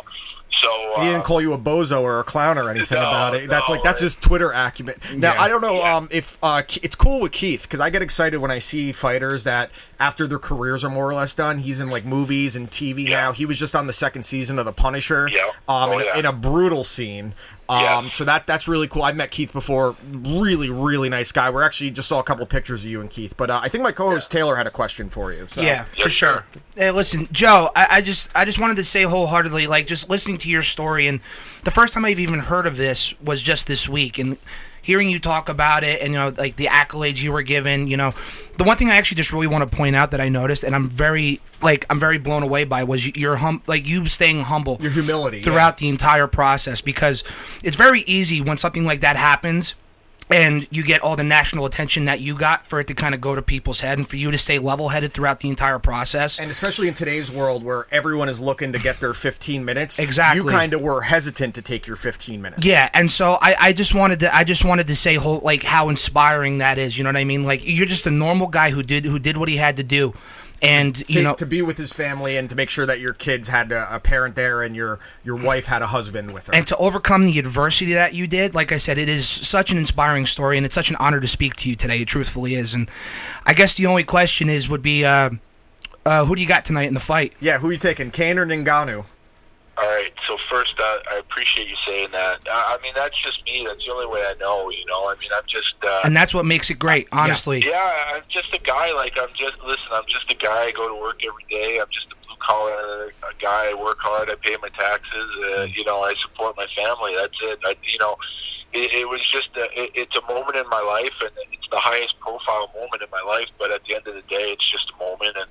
J: so.
M: He
J: uh,
M: didn't call you a bozo or a clown or anything
J: No,
M: about it. That's
J: no,
M: like that's his Twitter acumen. Now I don't know um, if uh, Ke- it's cool with Keith because I get excited when I see fighters that after their careers are more or less done. He's in like movies and TV now. He was just on the second season of The Punisher.
P: Yeah.
M: Um,
P: Oh,
M: in, a-
P: yeah.
M: in a brutal scene. Um, so that that's really cool. I've met Keith before. Really, really nice guy. We're actually just saw a couple pictures of you and Keith. But uh, I think my co-host Taylor had a question for you. So.
F: Yeah, for sure. Hey, listen, Joe. I, I just, I just wanted to say wholeheartedly, like, just listening to your story, and the first time I've even heard of this was just this week, and hearing you talk about it, and you know, like the accolades you were given. You know, the one thing I actually just really want to point out that I noticed, and I'm very, like, I'm very blown away by was y- your hum, like you staying humble, your
M: humility
F: throughout the entire process, because it's very easy when something like that happens and you get all the national attention that you got for it to kind of go to people's head and for you to stay level headed throughout the entire process.
M: And especially in today's world where everyone is looking to get their 15 minutes,
F: Exactly.
M: you kind of were hesitant to take your 15 minutes.
F: Yeah, and so I, I just wanted to I just wanted to say whole, like how inspiring that is. You know what I mean? Like you're just a normal guy who did who did what he had to do, and
M: To,
F: you know
M: to be with his family and to make sure that your kids had a, a parent there and your your wife had a husband with her.
F: and to overcome the adversity that you did like i said it is such an inspiring story and it's such an honor to speak to you today it truthfully is and i guess the only question is would be uh, Uh, who do you got tonight in the fight?
M: Yeah, who you taking, Kane or Ngannou?
J: All right. So first, uh, I appreciate you saying that. Uh, I mean, that's just me. That's the only way I know. You know. I mean, I'm just. Uh,
F: And that's what makes it great, honestly.
J: Yeah, I'm just a guy. Like I'm just listen. I'm just a guy. I go to work every day. I'm just a blue collar uh, guy. I work hard. I pay my taxes. Uh, you know, I support my family. That's it. I, you know, it, it was just a, it, it's a moment in my life, and it's the highest profile moment in my life. But at the end of the day, it's just a moment, and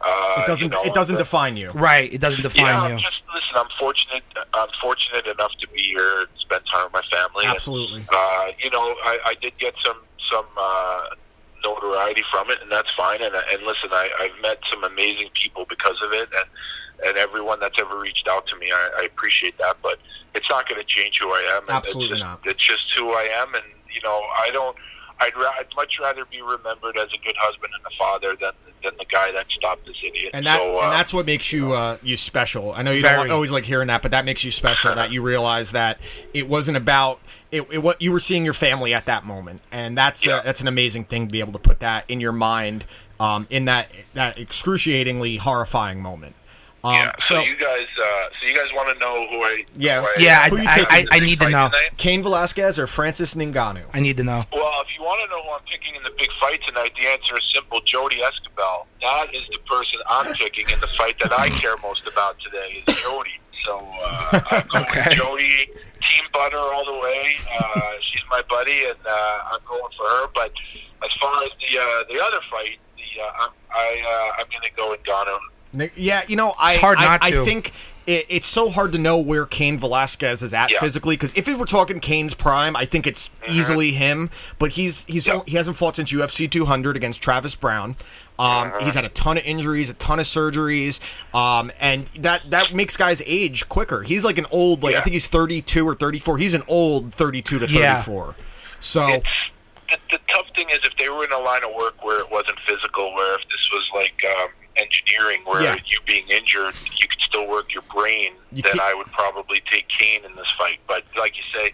J: uh,
M: It doesn't.
J: you know,
M: it doesn't
J: it's a-
M: define you.
F: Right. It doesn't define
J: yeah,
F: you.
J: I'm just listen. I'm fortunate. I'm fortunate enough to be here and spend time with my family. And,
M: Absolutely.
J: uh, you know, I, I did get some some uh, notoriety from it, and that's fine. And and listen, I, I've met some amazing people because of it, and and everyone that's ever reached out to me, I, I appreciate that. But it's not going to change who I am. and
M: Absolutely
J: it's just,
M: not.
J: It's just who I am, and you know, I don't. I'd, ra- I'd much rather be remembered as a good husband and a father than than the guy that stopped this idiot.
M: And that
J: so, uh,
M: and that's what makes you uh, you special. I know you
J: Very.
M: don't always like hearing that, but that makes you special. that you realize that it wasn't about it, it. What you were seeing your family at that moment, and that's uh, that's an amazing thing to be able to put that in your mind um, in that that excruciatingly horrifying moment. Um,
J: So, you guys, uh, so you guys want to know who I?
M: yeah,
J: who I
M: Who you taking?
J: Fight tonight?
M: Cain Velasquez or Francis Ngannou.
F: I need to know.
J: Well, if you want to know who I'm picking in the big fight tonight, the answer is simple: Jody Escabel. That is the person I'm picking in the fight that I care most about today is Jody. So uh, I'm going with Jody, Team Butter all the way. Uh, she's my buddy, and uh, I'm going for her. But as far as the uh, the other fight, the uh, I'm, I uh, I'm going to go with Gano.
M: Nick- Yeah, you know, I
F: It's hard
M: I-
F: not
M: I,
F: to.
M: think it, it's so hard to know where Kane Velasquez is at
F: Yeah.
M: physically because if we were talking Kane's prime, I think it's easily him. But he's he's he hasn't fought since UFC 200 against Travis Brown. Um, He's had a ton of injuries, a ton of surgeries, um, and that that makes guys age quicker. He's like an old, like I
J: Yeah.
M: think he's 32 or 34. He's an old 32 to
J: Yeah.
M: 34. So
J: the, the tough thing is if they were in a line of work where it wasn't physical, where if this was like um, engineering, where
M: Yeah.
J: you being injured, you could still work your brain,
M: You
J: then
M: can't-
J: I would probably take Kane in this fight. But like you say,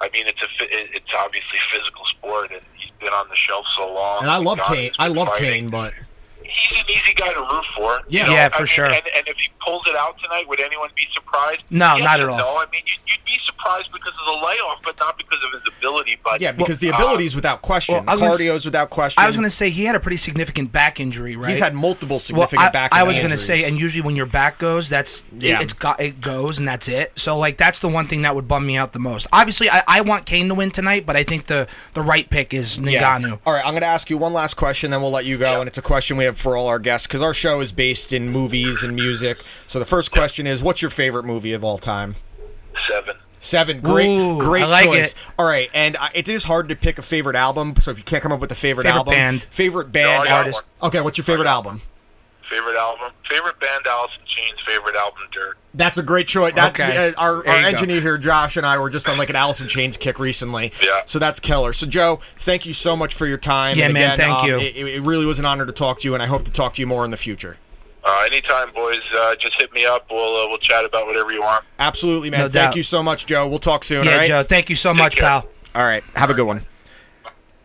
J: I mean, it's a fi- it- it's obviously a physical sport, and he's been on the shelf so long.
M: and I love
J: God,
M: Kane. I love Kane, but
J: He's an easy guy to root for. you
M: Yeah.
J: know?
M: Yeah,
J: I
M: for
J: mean,
M: sure.
J: And, and if he pulls it out tonight, would anyone be surprised?
F: No,
J: Yes
F: not at
J: and
F: all.
J: No, I mean, you'd, you'd be surprised because of the layoff, but not because of his ability. But
M: yeah, because the
J: uh,
M: ability's without question,
F: well, I was gonna s-
M: cardio's without question.
F: I was going to say he had a pretty significant back injury, right?
M: He's had multiple significant
F: well, I,
M: back.
F: I
M: and
F: was
M: knee
F: gonna say,
M: injuries.
F: and usually when your back goes, that's
M: Yeah.
F: yeah. it's got it goes and that's it. So like that's the one thing that would bum me out the most. Obviously, I, I want Kane to win tonight, but I think the the right pick is
M: Yeah.
F: Ngannou.
M: All right, I'm going to ask you one last question, then we'll let you go. And it's a question we have for all our guests because our show is based in movies and music. So the first question is, what's your favorite movie of all time?
J: Seven.
M: Seven. Great,
F: Ooh,
M: great
F: I like
M: choice.
F: it.
M: All right, and uh, it is hard to pick a favorite album. So if you can't come up with a favorite,
F: Favorite
M: album,
F: band.
M: favorite band
J: I got
M: artist. Okay, what's your favorite album?
J: Favorite album? Favorite band, Alice in Chains. Favorite album, Dirt.
M: That's a great choice. That,
J: Okay.
M: uh, our
J: There
M: our
J: you go.
M: engineer here, Josh, and I were just on like an Allison Chains kick recently. Yeah. So that's killer. So Joe, thank you so much for your time.
F: Yeah,
M: and
F: man,
M: again,
F: thank
M: um,
F: you.
M: It, it really was an honor to talk to you, and I hope to talk to you more in the future.
J: Uh, anytime, boys. Uh, just hit me up. We'll uh, we'll chat about whatever you want.
M: Absolutely, man.
F: No
M: thank
F: doubt.
M: you so much, Joe. We'll talk soon.
F: Yeah,
M: all right?
F: Joe, thank you so much, pal.
M: All right. Have a good one.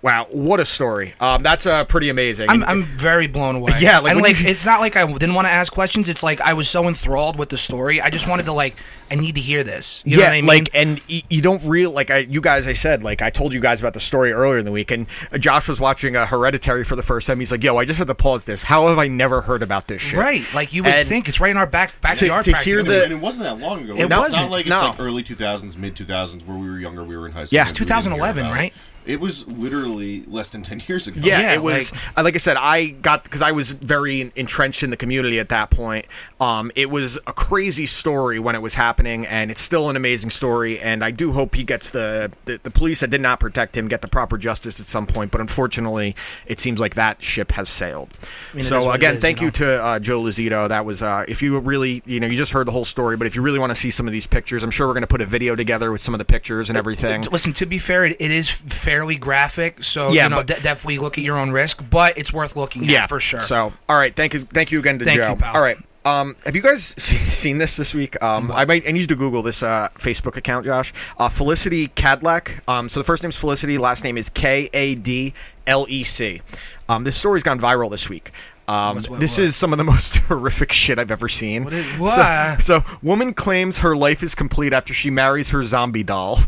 M: Wow, what a story. Um, that's uh, pretty amazing.
F: I'm, I'm very blown away.
M: Yeah, like,
F: and
M: when
F: like it's not like I didn't want to ask questions. It's like I was so enthralled with the story. I just wanted to like I need to hear this. You know
M: yeah,
F: what I mean?
M: like, eh, and y- you don't real like I, you guys. I said like I told you guys about the story earlier in the week, and uh, Josh was watching uh, Hereditary for the first time. He's like, "Yo, I just had to pause this. How have I never heard about this shit?"
F: right? Like you would
M: And
F: think it's right in our back backyard.
M: to hear
F: practically.
M: the-
N: and it wasn't that long ago.
F: It
N: it's
F: wasn't,
N: Not like
F: no.
N: it's like early 2000s, mid 2000s, where we were younger, we were in high school.
M: Yeah.
N: and we didn't hear
M: 2011,
N: about it.
M: right?
N: It was literally less than 10 years ago.
M: Yeah, it was like, uh, like I said, I got because I was very entrenched in the community at that point. Um, it was a crazy story when it was happening, and it's still an amazing story. And I do hope he gets the the, the police that did not protect him get the proper justice at some point. But unfortunately, it seems like that ship has sailed.
E: mean, it is
M: so
E: what it
M: again,
E: is,
M: thank
E: you
M: you to uh, Joe Lazito. That was uh, if you really you know you just heard the whole story, but if you really want to see some of these pictures, I'm sure we're going to put a video together with some of the pictures and everything.
F: Listen, to be fair, it, it is fairly graphic, so
M: Yeah,
F: you know
M: but-
F: de- definitely look at your own risk. But it's worth looking at for sure.
M: So, all right, thank you, thank you again to
F: Thank
M: Joe.
F: you, pal.
M: All right, um, have you guys se- seen this this week? Um, I might I need you to Google this uh, Facebook account, Josh. Uh, Felicity Cadillac. Um, so the first name's Felicity, last name is K A D L E C. Um, this story's gone viral this week.
E: Um, this is some of the most horrific shit I've ever seen. What
F: is,
E: So,
F: why?
E: so woman claims her life is complete after she marries her zombie doll.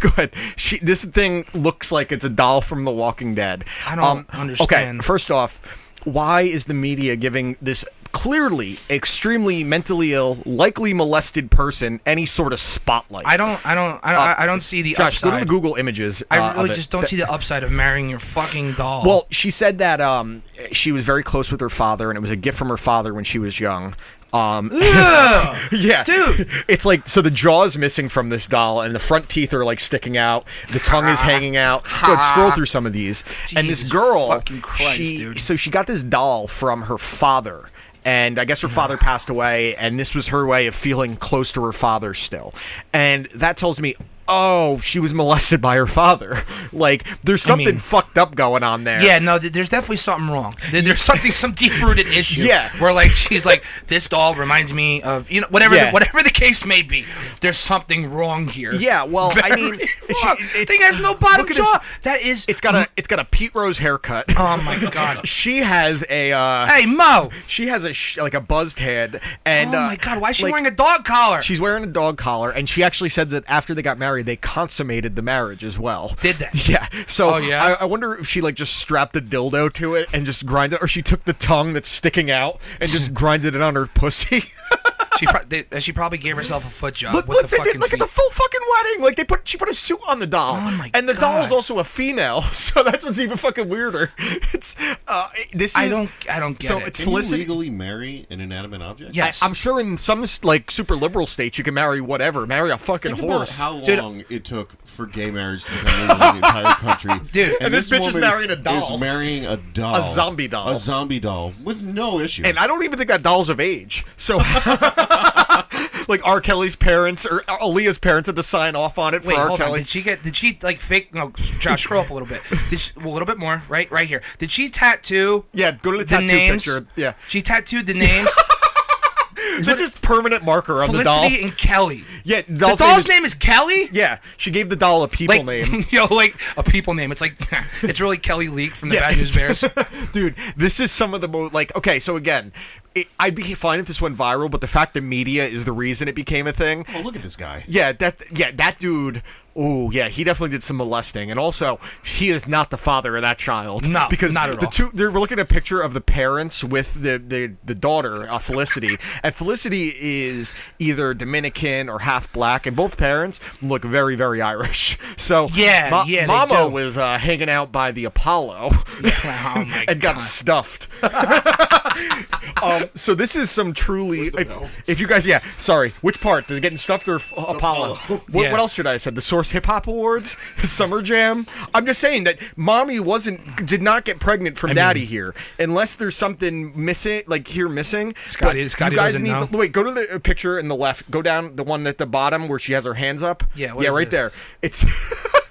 E: Go ahead. She, this thing looks like it's a doll from The Walking Dead.
F: I don't understand.
E: Um, Okay, first off, why is the media giving this clearly extremely mentally ill, likely molested person any sort of spotlight?
F: I don't, I don't,
M: Uh,
F: I don't, I don't see the
E: Josh,
F: upside.
E: go to the Google images. uh,
F: I really
E: of it.
F: just don't
E: That-
F: see the upside of marrying your fucking doll.
E: well, she said that um, she was very close with her father, and it was a gift from her father when she was young. Um, yeah, dude, it's like so the jaw is missing from this doll, and the front teeth are like sticking out. The tongue is hanging out. Go ahead, scroll through some of these, and this girl, she so she got this doll from her father. And I guess her father passed away, and this was her way of feeling close to her father still. And that tells me, oh, she was molested by her father. Like, there's something
F: mean-
E: fucked up going on there.
F: Yeah, no, th- there's definitely something wrong. There- There's something, some deep-rooted issue.
E: Yeah.
F: where like she's like, this doll reminds me of you know whatever
E: Yeah.
F: the, whatever the case may be. There's something wrong here.
E: Yeah, well, I
F: Very
E: mean,
F: wrong. thing has no bottom jaw. That is,
E: it's got a it's got a Pete Rose haircut.
F: Oh my god,
E: she has a uh,
F: hey Mo.
E: She has a sh- like a buzzed head, and
F: Oh
E: uh,
F: my God, why is she
E: like-
F: wearing a dog collar?
E: She's wearing a dog collar, and she actually said that after they got married, they consummated the marriage as well.
F: Did they?
E: Yeah. So
F: Oh, yeah?
E: I, I wonder if she like just strapped a dildo to it and just grinded, or she took the tongue that's sticking out and just grinded it on her pussy.
F: She pro- they, uh, she probably gave herself a foot job
E: Look,
F: with
E: look,
F: the
E: they
F: fucking
E: did, like it's a
F: feet.
E: full fucking wedding. Like they put, she put a suit on the doll,
F: Oh
E: and the doll is also a female. So that's what's even fucking weirder. It's uh, it- this.
F: I
E: is-
F: don't- I don't get
E: so
F: it.
E: it's
I: Can you
E: Felicity.
I: legally marry an inanimate object?
E: I, am sure in some like super liberal states you can marry whatever, marry a fucking
I: Think about
E: horse.
I: how
E: Dude,
I: long it took for gay marriage to become legal in the entire country.
E: Dude, and this bitch is
I: woman
E: marrying a doll.
I: Is marrying a doll.
E: A zombie doll.
I: A zombie doll with no issue.
E: and I don't even think that doll's of age. So, like R. Kelly's parents or Aaliyah's parents had to sign off on it for
F: Wait,
E: R.
F: hold
E: Kelly.
F: on. Did she get? Did she like fake? No, Josh, scroll up a little bit. Did she, well, a little bit more. Right, right here. Did she tattoo?
E: Yeah, go to the, tattoo
F: names?
E: picture. Yeah,
F: She tattooed the names
E: That's just permanent marker on the doll.
F: Felicity and Kelly.
E: Yeah,
F: The doll's, name, is, Kelly.
E: Yeah, she gave the doll a people
F: like,
E: name.
F: yo, like a people name. It's like it's really Kelly Leak from the
E: Yeah.
F: Bad News Bears.
E: Dude, this is some of the most like. Okay, so again, it, I'd be fine if this went viral, but the fact the media is the reason it became a thing.
I: Oh, look at this guy.
E: Yeah, that yeah that dude. Oh yeah, he definitely did some molesting, and also he is not the father of that child.
F: No,
E: because
F: not at
E: the
F: all.
E: two they're looking at a picture of the parents with the the, the daughter uh, Felicity, and Felicity is either Dominican or half black, and both parents look very very Irish. So
F: Yeah, yeah, they
E: Mama
F: do.
E: was uh, hanging out by the Apollo
F: Oh my
E: and
F: God.
E: got stuffed. um, so this is some truly. If, if you guys, yeah, sorry. Which part? They're getting stuffed or f- Apollo? What,
F: Yeah.
E: what else should I have said? The Source Hip Hop Awards, Summer Jam. I'm just saying that mommy wasn't did not get pregnant from daddy here, unless there's something missing, like here missing.
F: Scotty-
E: But
F: Scotty
E: you guys
F: doesn't
E: need
F: know.
E: to- wait. Go to the uh, picture in the left. Go down the one at the bottom where she has her hands up.
F: Yeah, what
E: yeah,
F: is
E: right
F: this?
E: there. It's.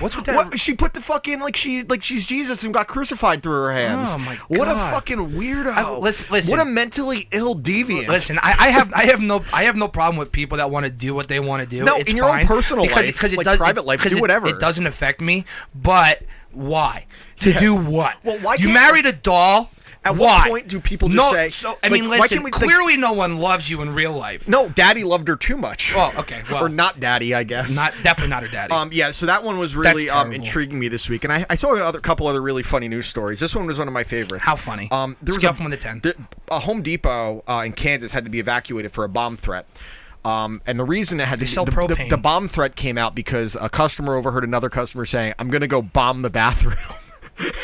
F: What's with that?
E: What, she put the fucking like she like she's Jesus and got crucified through her hands.
F: Oh, my
E: What a
F: God.
E: fucking weirdo!
F: I- listen- listen.
E: What a mentally ill deviant.
F: Listen, I, I have I have no I have no problem with people that want to do what they want to do.
E: No,
F: it's
E: in your own
F: fine,
E: personal
F: because,
E: life,
F: because it
E: like
F: does,
E: private life,
F: because
E: do
F: it-
E: whatever.
F: It, doesn't affect me, but why to do what?
E: Well, why
F: you
E: can't-
F: married a doll?
E: At
F: why?
E: what point do people just
F: no,
E: say,
F: So I
E: like,
F: mean,
E: why
F: listen.
E: can't we- like-
F: clearly, no one loves you in real life.
E: No, daddy loved her too much.
F: Oh, okay. Well,
E: or not daddy, I guess.
F: not definitely not her daddy.
E: Um, yeah, so that one was
F: That's
E: really um,
F: terrible.
E: intriguing me this week, and I, I saw a other couple other really funny news stories. This one was one of my favorites.
F: How funny?
E: Um, there
F: Scale
E: was a,
F: from one to ten.
E: th- a Home Depot uh, in Kansas had to be evacuated for a bomb threat. Um, and the reason it had to
F: sell
E: the, the,
F: propane.
E: the bomb threat came out because a customer overheard another customer saying, "I'm going to go bomb the bathroom."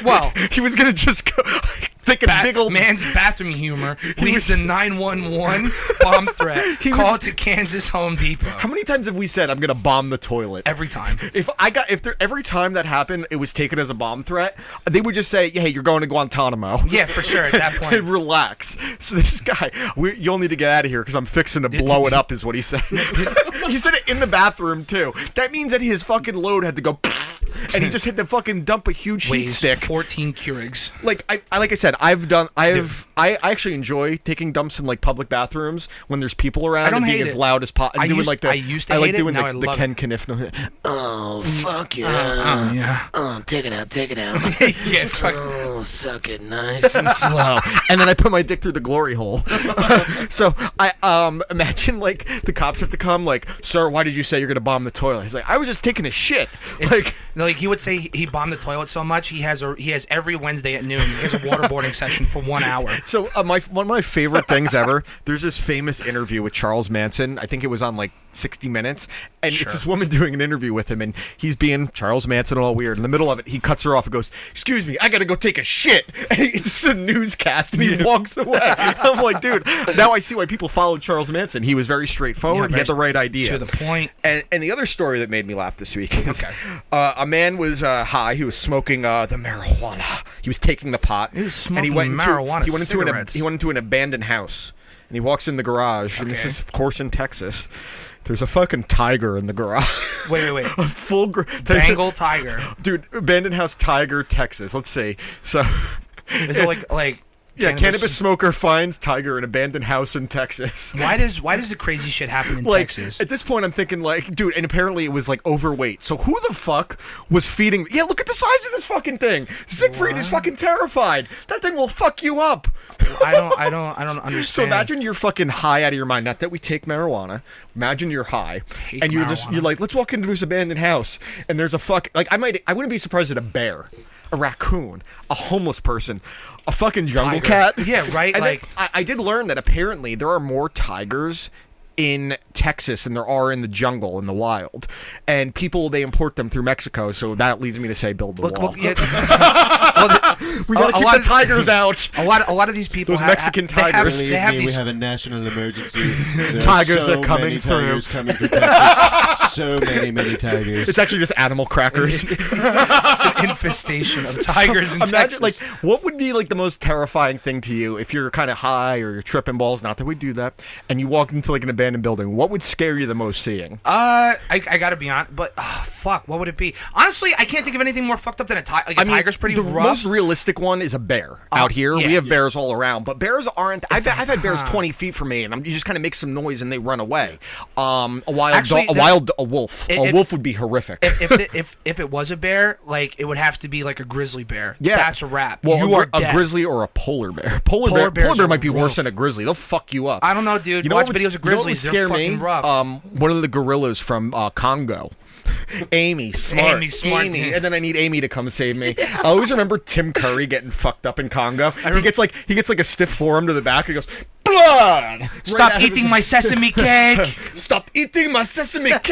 F: Well,
E: he was going to just go take a
F: Bat-
E: big old
F: man's bathroom humor leads to 911 bomb threat.
E: He
F: call
E: was-
F: to Kansas Home Depot.
E: How many times have we said I'm gonna bomb the toilet?
F: Every time.
E: If I got if there every time that happened, it was taken as a bomb threat. They would just say, "Hey, you're going to Guantanamo."
F: Yeah, for sure. At that point,
E: Relax. So this guy, we, you'll need to get out of here because I'm fixing to blow it up, is what he said. he said it in the bathroom too. That means that his fucking load had to go, and he just had to fucking dump a huge heat
F: weighs
E: stick.
F: 14 Keurigs.
E: Like I, I, like I said, I've done, I've, I, I actually enjoy taking dumps in like public bathrooms when there's people around
F: I don't
E: and being
F: hate
E: as
F: it.
E: loud as possible.
F: I
E: doing
F: used-
E: like the,
F: I used to
E: like
F: hate it,
E: doing
F: now
E: the,
F: I
E: the
F: love
E: Ken Kniff.
Q: Oh fuck yeah!
F: Uh, uh, yeah.
Q: Oh, take it out, take it out.
F: yeah, fuck.
Q: Oh, suck it
E: nice and slow. and then I put my dick through the glory hole. so I um imagine like the cops have to come like, sir, why did you say you're gonna bomb the toilet? He's like, I was just taking a shit.
F: It's, like, like he would say, he- he bombed the toilet so much he has a he has every Wednesday at noon. He has a waterboarding session for one hour.
E: So uh, my one of my favorite things ever. There's this famous interview with Charles Manson. I think it was on like 60 Minutes, and
F: Sure.
E: it's this woman doing an interview with him, and he's being Charles Manson all weird. In the middle of it, he cuts her off and goes, "Excuse me, I gotta go take a shit." And he, it's a newscast, and he walks away. I'm like, dude, now I see why people followed Charles Manson. He was very straightforward.
F: Yeah,
E: he had the
F: very
E: right idea
F: to the point.
E: And, and the other story that made me laugh this week is uh, a man was uh, high. He was smoking uh, the marijuana. He was taking the pot. He was
F: smoking marijuana
E: Into, he went into an ab-
F: cigarettes.
E: he went into an abandoned house and he walks in the garage. And this is of course in Texas. There's a fucking tiger in the garage.
F: Wait, wait, wait.
E: a full gr-
F: Bengal tiger.
E: dude. Abandoned house tiger, Texas. Let's see. So
F: Is it like like
E: yeah,
F: cannabis-
E: cannabis, smoker finds tiger in abandoned house in Texas.
F: Why does why does the crazy shit happen in
E: like
F: Texas?
E: at this point i'm thinking like dude and apparently it was like overweight so who the fuck was feeding yeah look at the size of this fucking thing siegfried is fucking terrified that thing will fuck you up
F: i don't i don't i don't understand
E: so imagine you're fucking high out of your mind not that we take marijuana imagine you're high
F: Take
E: and you're just
F: marijuana.
E: you're like let's walk into this abandoned house and there's a fuck like i might i wouldn't be surprised at a bear a raccoon a homeless person a fucking jungle
F: Tiger.
E: cat
F: Yeah, right,
E: And then
F: like-
E: I, I did learn that apparently there are more tigers in Texas than there are in the jungle in the wild, and people they import them through Mexico. So that leads me to say build the wall.
F: Look, yeah.
E: we gotta
F: a- a
E: keep
F: lot
E: the
F: of-
E: tigers out.
F: A lot, a lot of these people.
E: Those
F: have-
E: Mexican
F: they have-
E: tigers.
F: They have,
I: Believe me, we
F: these.
I: have a national emergency. There
E: Tigers
I: so
E: are coming
I: many
E: through.
I: Tigers coming through Texas. so many, many tigers.
E: It's actually just animal crackers.
F: it's an infestation of tigers
E: So
F: in
E: imagine,
F: Texas.
E: like, what would be like the most terrifying thing to you if you're kind of high or you're tripping balls? Not that we do that, and you walked into like an abandoned building. What would scare you the most seeing?
F: uh, I, I gotta be on, but ah, fuck, what would it be? Honestly, I can't think of anything more fucked up than a tiger. Like a tiger's pretty
E: the
F: rough. Uh,
E: most realistic one is a bear out here.
F: yeah.
E: we have bears all around, but bears aren't. I've, I've had bears twenty feet from me, and I'm, you just kind of make some noise and they run away. Um, a wild,
F: Actually,
E: dog,
F: that-
E: a wild, a wolf,
F: If-
E: a
F: if-
E: wolf would be horrific.
F: if if, it, if if it was a bear, like it would have to be like a grizzly bear.
E: yeah,
F: that's a wrap.
E: Well,
F: you
E: you
F: are
E: a
F: dead.
E: grizzly or a polar bear. Polar,
F: Polar
E: bear,
F: bears
E: polar bear
F: are
E: might be
F: rough.
E: worse than a grizzly. They'll fuck you up.
F: I don't know, dude.
E: You know
F: Watch
E: what would-
F: videos of
E: you know what would
F: grizzlies.
E: scare
F: They're
E: me?
F: fucking rough.
E: Um, one of the gorillas from uh, Congo. Amy smart.
F: Amy Smart.
E: Amy. And then I need Amy to come save me. I always remember Tim Curry getting fucked up in Congo. he gets like he gets like a stiff forearm to the back. He goes, blood.
F: Stop
E: out of
F: eating my sesame cake.
E: Stop eating my sesame cake.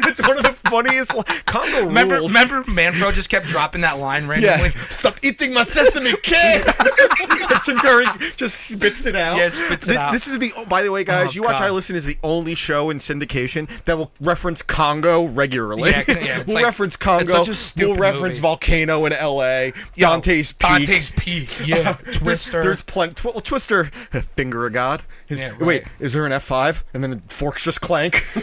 E: it's one of the funniest. Li- Congo
F: Remember,
E: rules.
F: remember, Manfro just kept dropping that line randomly.
E: Yeah. Stop eating my sesame cake. and Tim Curry just spits it out.
F: Yeah, spits it
E: Th-
F: out.
E: This is the. oh, by the way, guys,
F: Oh,
E: you watch
F: God.
E: I listen is the only show in syndication that will reference Congo regularly.
F: Yeah, yeah, it's
E: we'll
F: like-
E: reference Congo.
F: it's such a stupid
E: we'll reference
F: movie.
E: Volcano in L.A. Dante's Peak.
F: Dante's Peak, yeah.
E: There's-
F: Twister.
E: There's, plenty. Tw- well, Twister, finger of God. Is-
F: Yeah, right.
E: Wait, is there an F five? And then the forks just clank.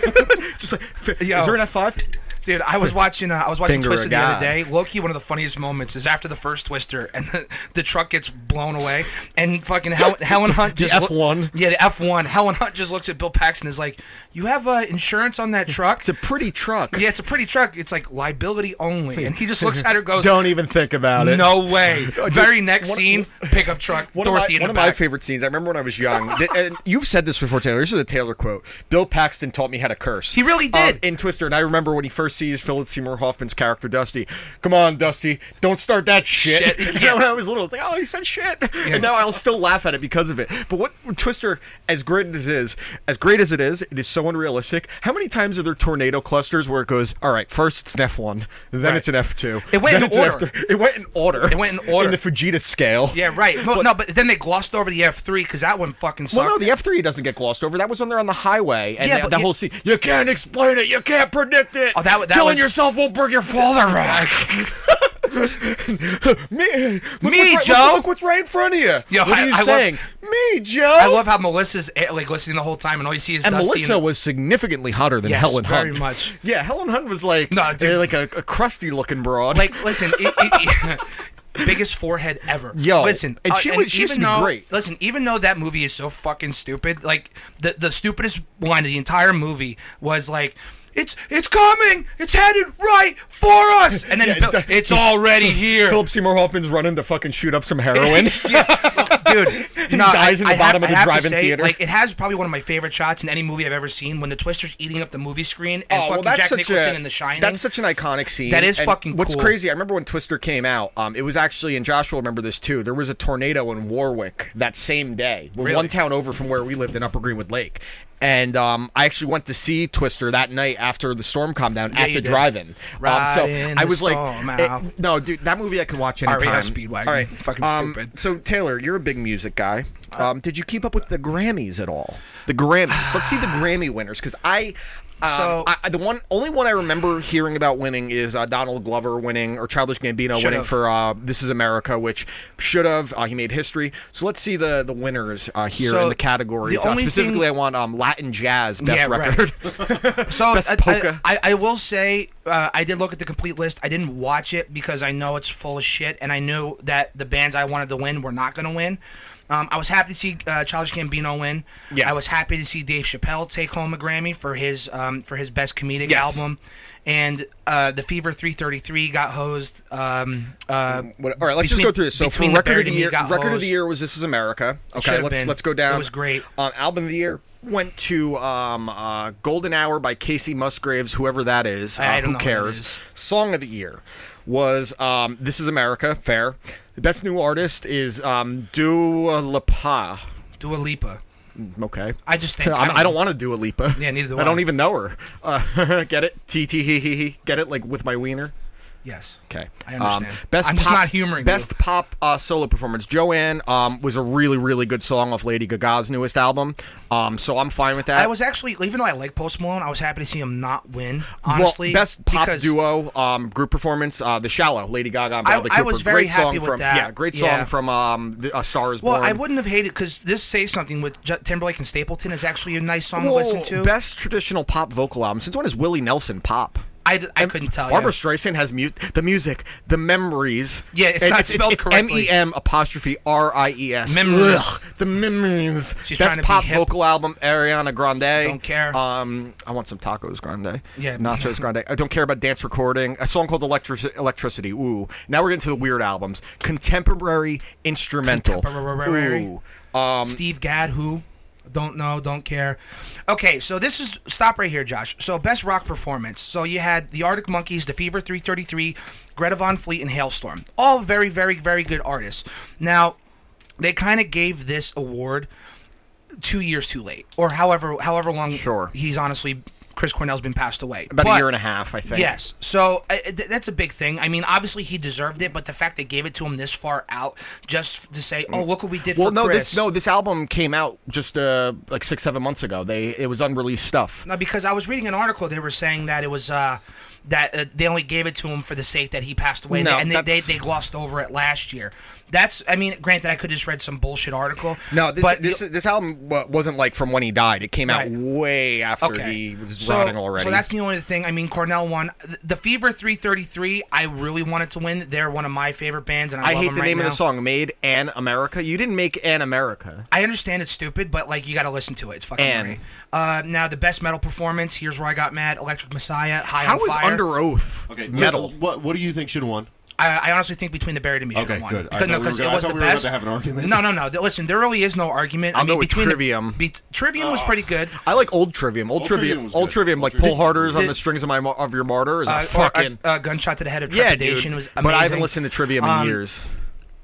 E: just like, fi-
F: Yo.
E: is there an F five?
F: Dude, I was watching. Uh, I was watching
E: Finger
F: Twister
E: a
F: the other
E: guy.
F: day. Loki. One of the funniest moments is after the first Twister, and the, the truck gets blown away, and fucking Hel- Helen Hunt
E: The
F: just loo-
E: F1.
F: yeah, the F one. Helen Hunt just looks at Bill Paxton and is like, "You have uh, insurance on that truck? It's
E: a pretty truck.
F: Yeah, it's a pretty truck. It's like liability only." And he just looks at her, and goes,
E: Don't even think about it.
F: No way.
E: Oh, dude,
F: Very next
E: one-
F: scene, pickup truck,
E: One
F: Dorothy
E: of my, one
F: in the
E: of my
F: back.
E: favorite scenes. I remember when I was young. th- and you've said this before, Taylor. This is a Taylor quote. Bill Paxton taught me how to curse. He
F: really did
E: in Twister. And I remember when he first sees Philip Seymour Hoffman's character Dusty. Come on, Dusty, don't start that shit.
F: Shit,
E: You know, when I was little, it's like, oh, he said shit, and now I'll still laugh at it because of it. But what Twister, as great as it is, as great as it is, it is so unrealistic. How many times are there tornado clusters where it goes? All right, first it's an F one, then it's an F two.
F: It went
E: then
F: in
E: it's an
F: order.
E: F3. It went in order.
F: It went in order.
E: in the Fujita scale.
F: Yeah, right. Well, no, but then they glossed over the F three because that one fucking sucked.
E: Well, no, the F three doesn't get glossed over. That was when they're on the highway, and
F: Yeah,
E: that-
F: but
E: that
F: you-
E: whole scene. You can't explain it. You can't predict it.
F: Oh, that- that
E: killing
F: was-
E: yourself won't bring your father back. me, look
F: Me,
E: what's right, look-
F: Joe.
E: Look, what's right in front of you.
F: Yo,
E: what
F: I-
E: are you
F: I love-
E: saying? me, Joe.
F: I love how Melissa's eh, like listening the whole time, and all you see is
E: and
F: Dusty.
E: Melissa
F: and-
E: was significantly hotter than
F: Yes,
E: Helen Hunt.
F: very much.
E: Yeah, Helen Hunt was like, eh, like a, a crusty looking broad.
F: Like, listen, it, it, it- biggest forehead ever.
E: Yo,
F: listen, uh,
E: and she was- she used
F: even
E: to be
F: though,
E: great.
F: Listen, even though that movie is so fucking stupid, like the the stupidest line of the entire movie was like. It's it's coming. It's headed right for us. And then Bill, it's already here.
R: Philip Seymour Hoffman's running to fucking shoot up some heroin.
F: dude.
R: He dies in the bottom of the
F: to
R: drive-in theater.
F: Like it has probably one of my favorite shots in any movie I've ever seen when the Twister's eating up the movie screen
R: Oh,
F: and
E: Oh,
F: fucking Jack Nicholson in The Shining.
E: That's such an iconic scene.
F: That is
E: And
F: fucking
E: What's
F: cool.
E: crazy, I remember when Twister came out, um, it was actually, and Josh will remember this too, there was a tornado in Warwick that same day, We're
R: Really?
E: one town over from where we lived in Upper Greenwood Lake. And um, I actually went to see Twister that night after the storm calmed down
F: Yeah,
E: at
F: you
E: the
F: did.
E: drive-in. um, so
F: Riding
E: I
F: the
E: was like,
F: storm
E: it-
F: out.
E: no, dude, that movie I can watch
F: REO
E: anytime. Um,
F: Speedwagon. Fucking stupid. Uh,
E: So Taylor, you're a big music guy. Um, did you keep up with the Grammys at all? The Grammys. Let's see the Grammy winners because I. Um,
F: So-
E: I, I- the one only one I remember hearing about winning is uh, Donald Glover winning or Childish Gambino winning
F: Should've.
E: for uh, This Is America, which should have uh, he made history. So let's see the the winners uh, here
F: So
E: in the categories.
F: the
E: uh,
F: only
E: specifically,
F: thing-
E: I want um, Latin jazz best
F: Yeah, right.
E: record.
F: so
E: Best
F: I,
E: polka.
F: I, I will say uh, I did look at the complete list. I didn't watch it because I know it's full of shit, and I knew that the bands I wanted to win were not going to win. Um, I was happy to see uh, Childish Gambino win.
E: Yeah.
F: I was happy to see Dave Chappelle take home a Grammy for his um, for his best comedic
E: Yes.
F: album, and uh, the Fever 333 got hosed. Um, uh,
E: What- all right, let's
F: between-
E: just go through this. So, for
F: between
E: record of
F: Buried
E: the
F: and Me
E: year,
F: got
E: record of the
F: hosed.
E: year was "This Is America." Okay,
F: should've
E: let's
F: been.
E: let's go down.
F: It was great.
E: Um, album of the year went to um, uh, "Golden Hour" by Casey Musgraves, whoever that is.
F: I- I
E: uh,
F: don't
E: who
F: know who that
E: cares? Song of the year was um, "This Is America." Fair. The best new artist is um, Dua Lipa.
F: Dua Lipa.
E: Okay.
F: I just think- I
E: I,
F: don't
E: I don't
F: know.
E: want to do a Lipa.
F: Yeah, neither do
E: I don't
F: I.
E: even know her. Uh, get it? T T he he he. Get it? Like with my wiener.
F: Yes.
E: Okay.
F: I understand.
E: best
F: I'm just
E: pop-
F: not humoring you.
E: Best pop uh, solo performance. Joanne um, was a really, really good song off Lady Gaga's newest album. Um, so I'm fine with that.
F: I was actually, even though I like Post Malone, I was happy to see him not win.
E: Well,
F: Honestly,
E: best pop
F: because-
E: duo um, group performance. Uh, the Shallow, Lady Gaga and
F: I-
E: Bradley
F: I
E: Cooper.
F: was very
E: great song
F: happy with
E: from
F: that.
E: yeah, great
F: Yeah.
E: song from um, the, A Star Is
F: Well,
E: Born.
F: I wouldn't have hated because this says something with J- Timberlake and Stapleton is actually a nice song
E: Whoa,
F: to listen to.
E: Best traditional pop vocal album. Since when is Willie Nelson pop?
F: I, d- I couldn't tell.
E: Barbara
F: you.
E: Streisand has mu- the music, the memories.
F: Yeah, it's
E: And
F: not spelled correctly.
E: M E M apostrophe R I E S.
F: Memories.
E: Ugh, the memories.
F: She's
E: Best
F: trying to be
E: pop
F: hip.
E: vocal album, Ariana Grande.
F: Don't care.
E: Um, I want some tacos, Grande.
F: Yeah.
E: Nachos, Grande. I don't care about dance recording. A song called Electric- Electricity. Ooh. Now we're getting to the weird albums. Contemporary instrumental.
F: Contemporary.
E: Ooh. Um,
F: Steve Gadd, who don't know, don't care. Okay, so this is stop right here, Josh. So best rock performance. So you had the Arctic Monkeys, The Fever 333, Greta Von Fleet, and Hailstorm. All very, very, very good artists. Now, they kind of gave this award two years too late, or however however long. Sure. He's honestly Chris Cornell's been passed away
E: about
F: But-
E: a year and a half, I think.
F: Yes. So uh, th- that's a big thing. I mean, obviously he deserved it, but the fact they gave it to him this far out just to say, "Oh, look what we did
E: Mm. Well,
F: for
E: no,
F: Chris."
E: this no, this album came out just uh, like six, seven months ago. They it was unreleased stuff.
F: No, because I was reading an article. They were saying that it was uh, that uh, they only gave it to him for the sake that he passed away,
E: No,
F: and they, they
E: that's-
F: they glossed over it last year. That's I mean, granted, I could just read some bullshit article.
E: No, this
F: but
E: this this album wa- wasn't like from when he died. It came out
F: Right.
E: way after he was rotting already.
F: So that's the only thing. I mean, Cornell won. Th- The Fever 333, I really wanted to win. They're one of my favorite bands, and I,
E: I,
F: love
E: hate
F: them
E: the
F: right
E: name of the
F: now.
E: song. Made an America. You didn't make an America.
F: I understand it's stupid, but like you got to listen to it. It's fucking
E: And-
F: great. Uh, now the best metal performance. Here's where I got mad. Electric Messiah. High
E: How is
F: on fire.
E: Under Oath
I: Okay,
E: metal?
I: What What do you think should have won?
F: I, I honestly think between the buried and me should
I: Okay,
F: have won.
I: good. I
F: Because- no,
I: thought we were
F: 'cause
I: gonna-
F: it
I: I
F: was
I: thought
F: the
I: we were about
F: best.
I: to have an argument.
F: No, no, no. Th- Listen, there really is no argument.
E: I'll
F: I mean,
E: go with
F: between the-
E: Trivium. Oh,
F: be- trivium
I: Oh.
F: was pretty good. Uh,
E: I like old Trivium. Old,
F: Old
E: Trivium.
F: Trivium was
E: old
F: good.
E: Trivium.
F: Old
E: like
F: Trivium.
E: pull harders on
F: Did-
E: the strings of my mo- of your martyr is a
F: Uh, or, uh,
E: fucking
F: uh, gunshot to the head of
E: yeah,
F: trepidation
E: dude.
F: was amazing.
E: But I haven't listened to Trivium in
F: Um,
E: years.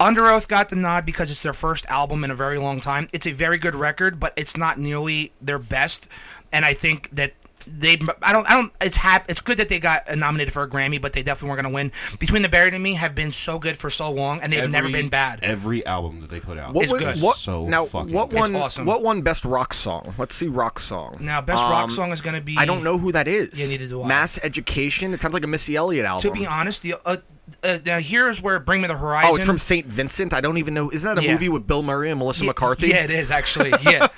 F: Under Oath got the nod because it's their first album in a very long time. It's a very good record, but it's not nearly their best. And I think that they, I don't, I don't. It's hap- It's good that they got uh, nominated for a Grammy, but they definitely weren't going to win. Between the Buried and Me have been so good for so long, and they've never
I: Every-
F: been bad.
I: Every album that they put out
E: What
I: is
E: was-
I: good.
E: What,
I: so
E: now,
I: fucking
E: what
I: good.
E: one?
F: It's awesome.
E: What one? Best rock song. Let's see, rock song.
F: Now, best rock
E: Um,
F: song is going to be.
E: I don't know who that is.
F: Yeah, neither do I.
E: Mass Education. It sounds like a Missy Elliott album.
F: To be honest, the uh, uh, now here's where Bring Me the Horizon.
E: Oh, it's from St. Vincent. I don't even know. Isn't that a
F: Yeah.
E: movie with Bill Murray and Melissa McCarthy?
F: Yeah, it is actually. Yeah,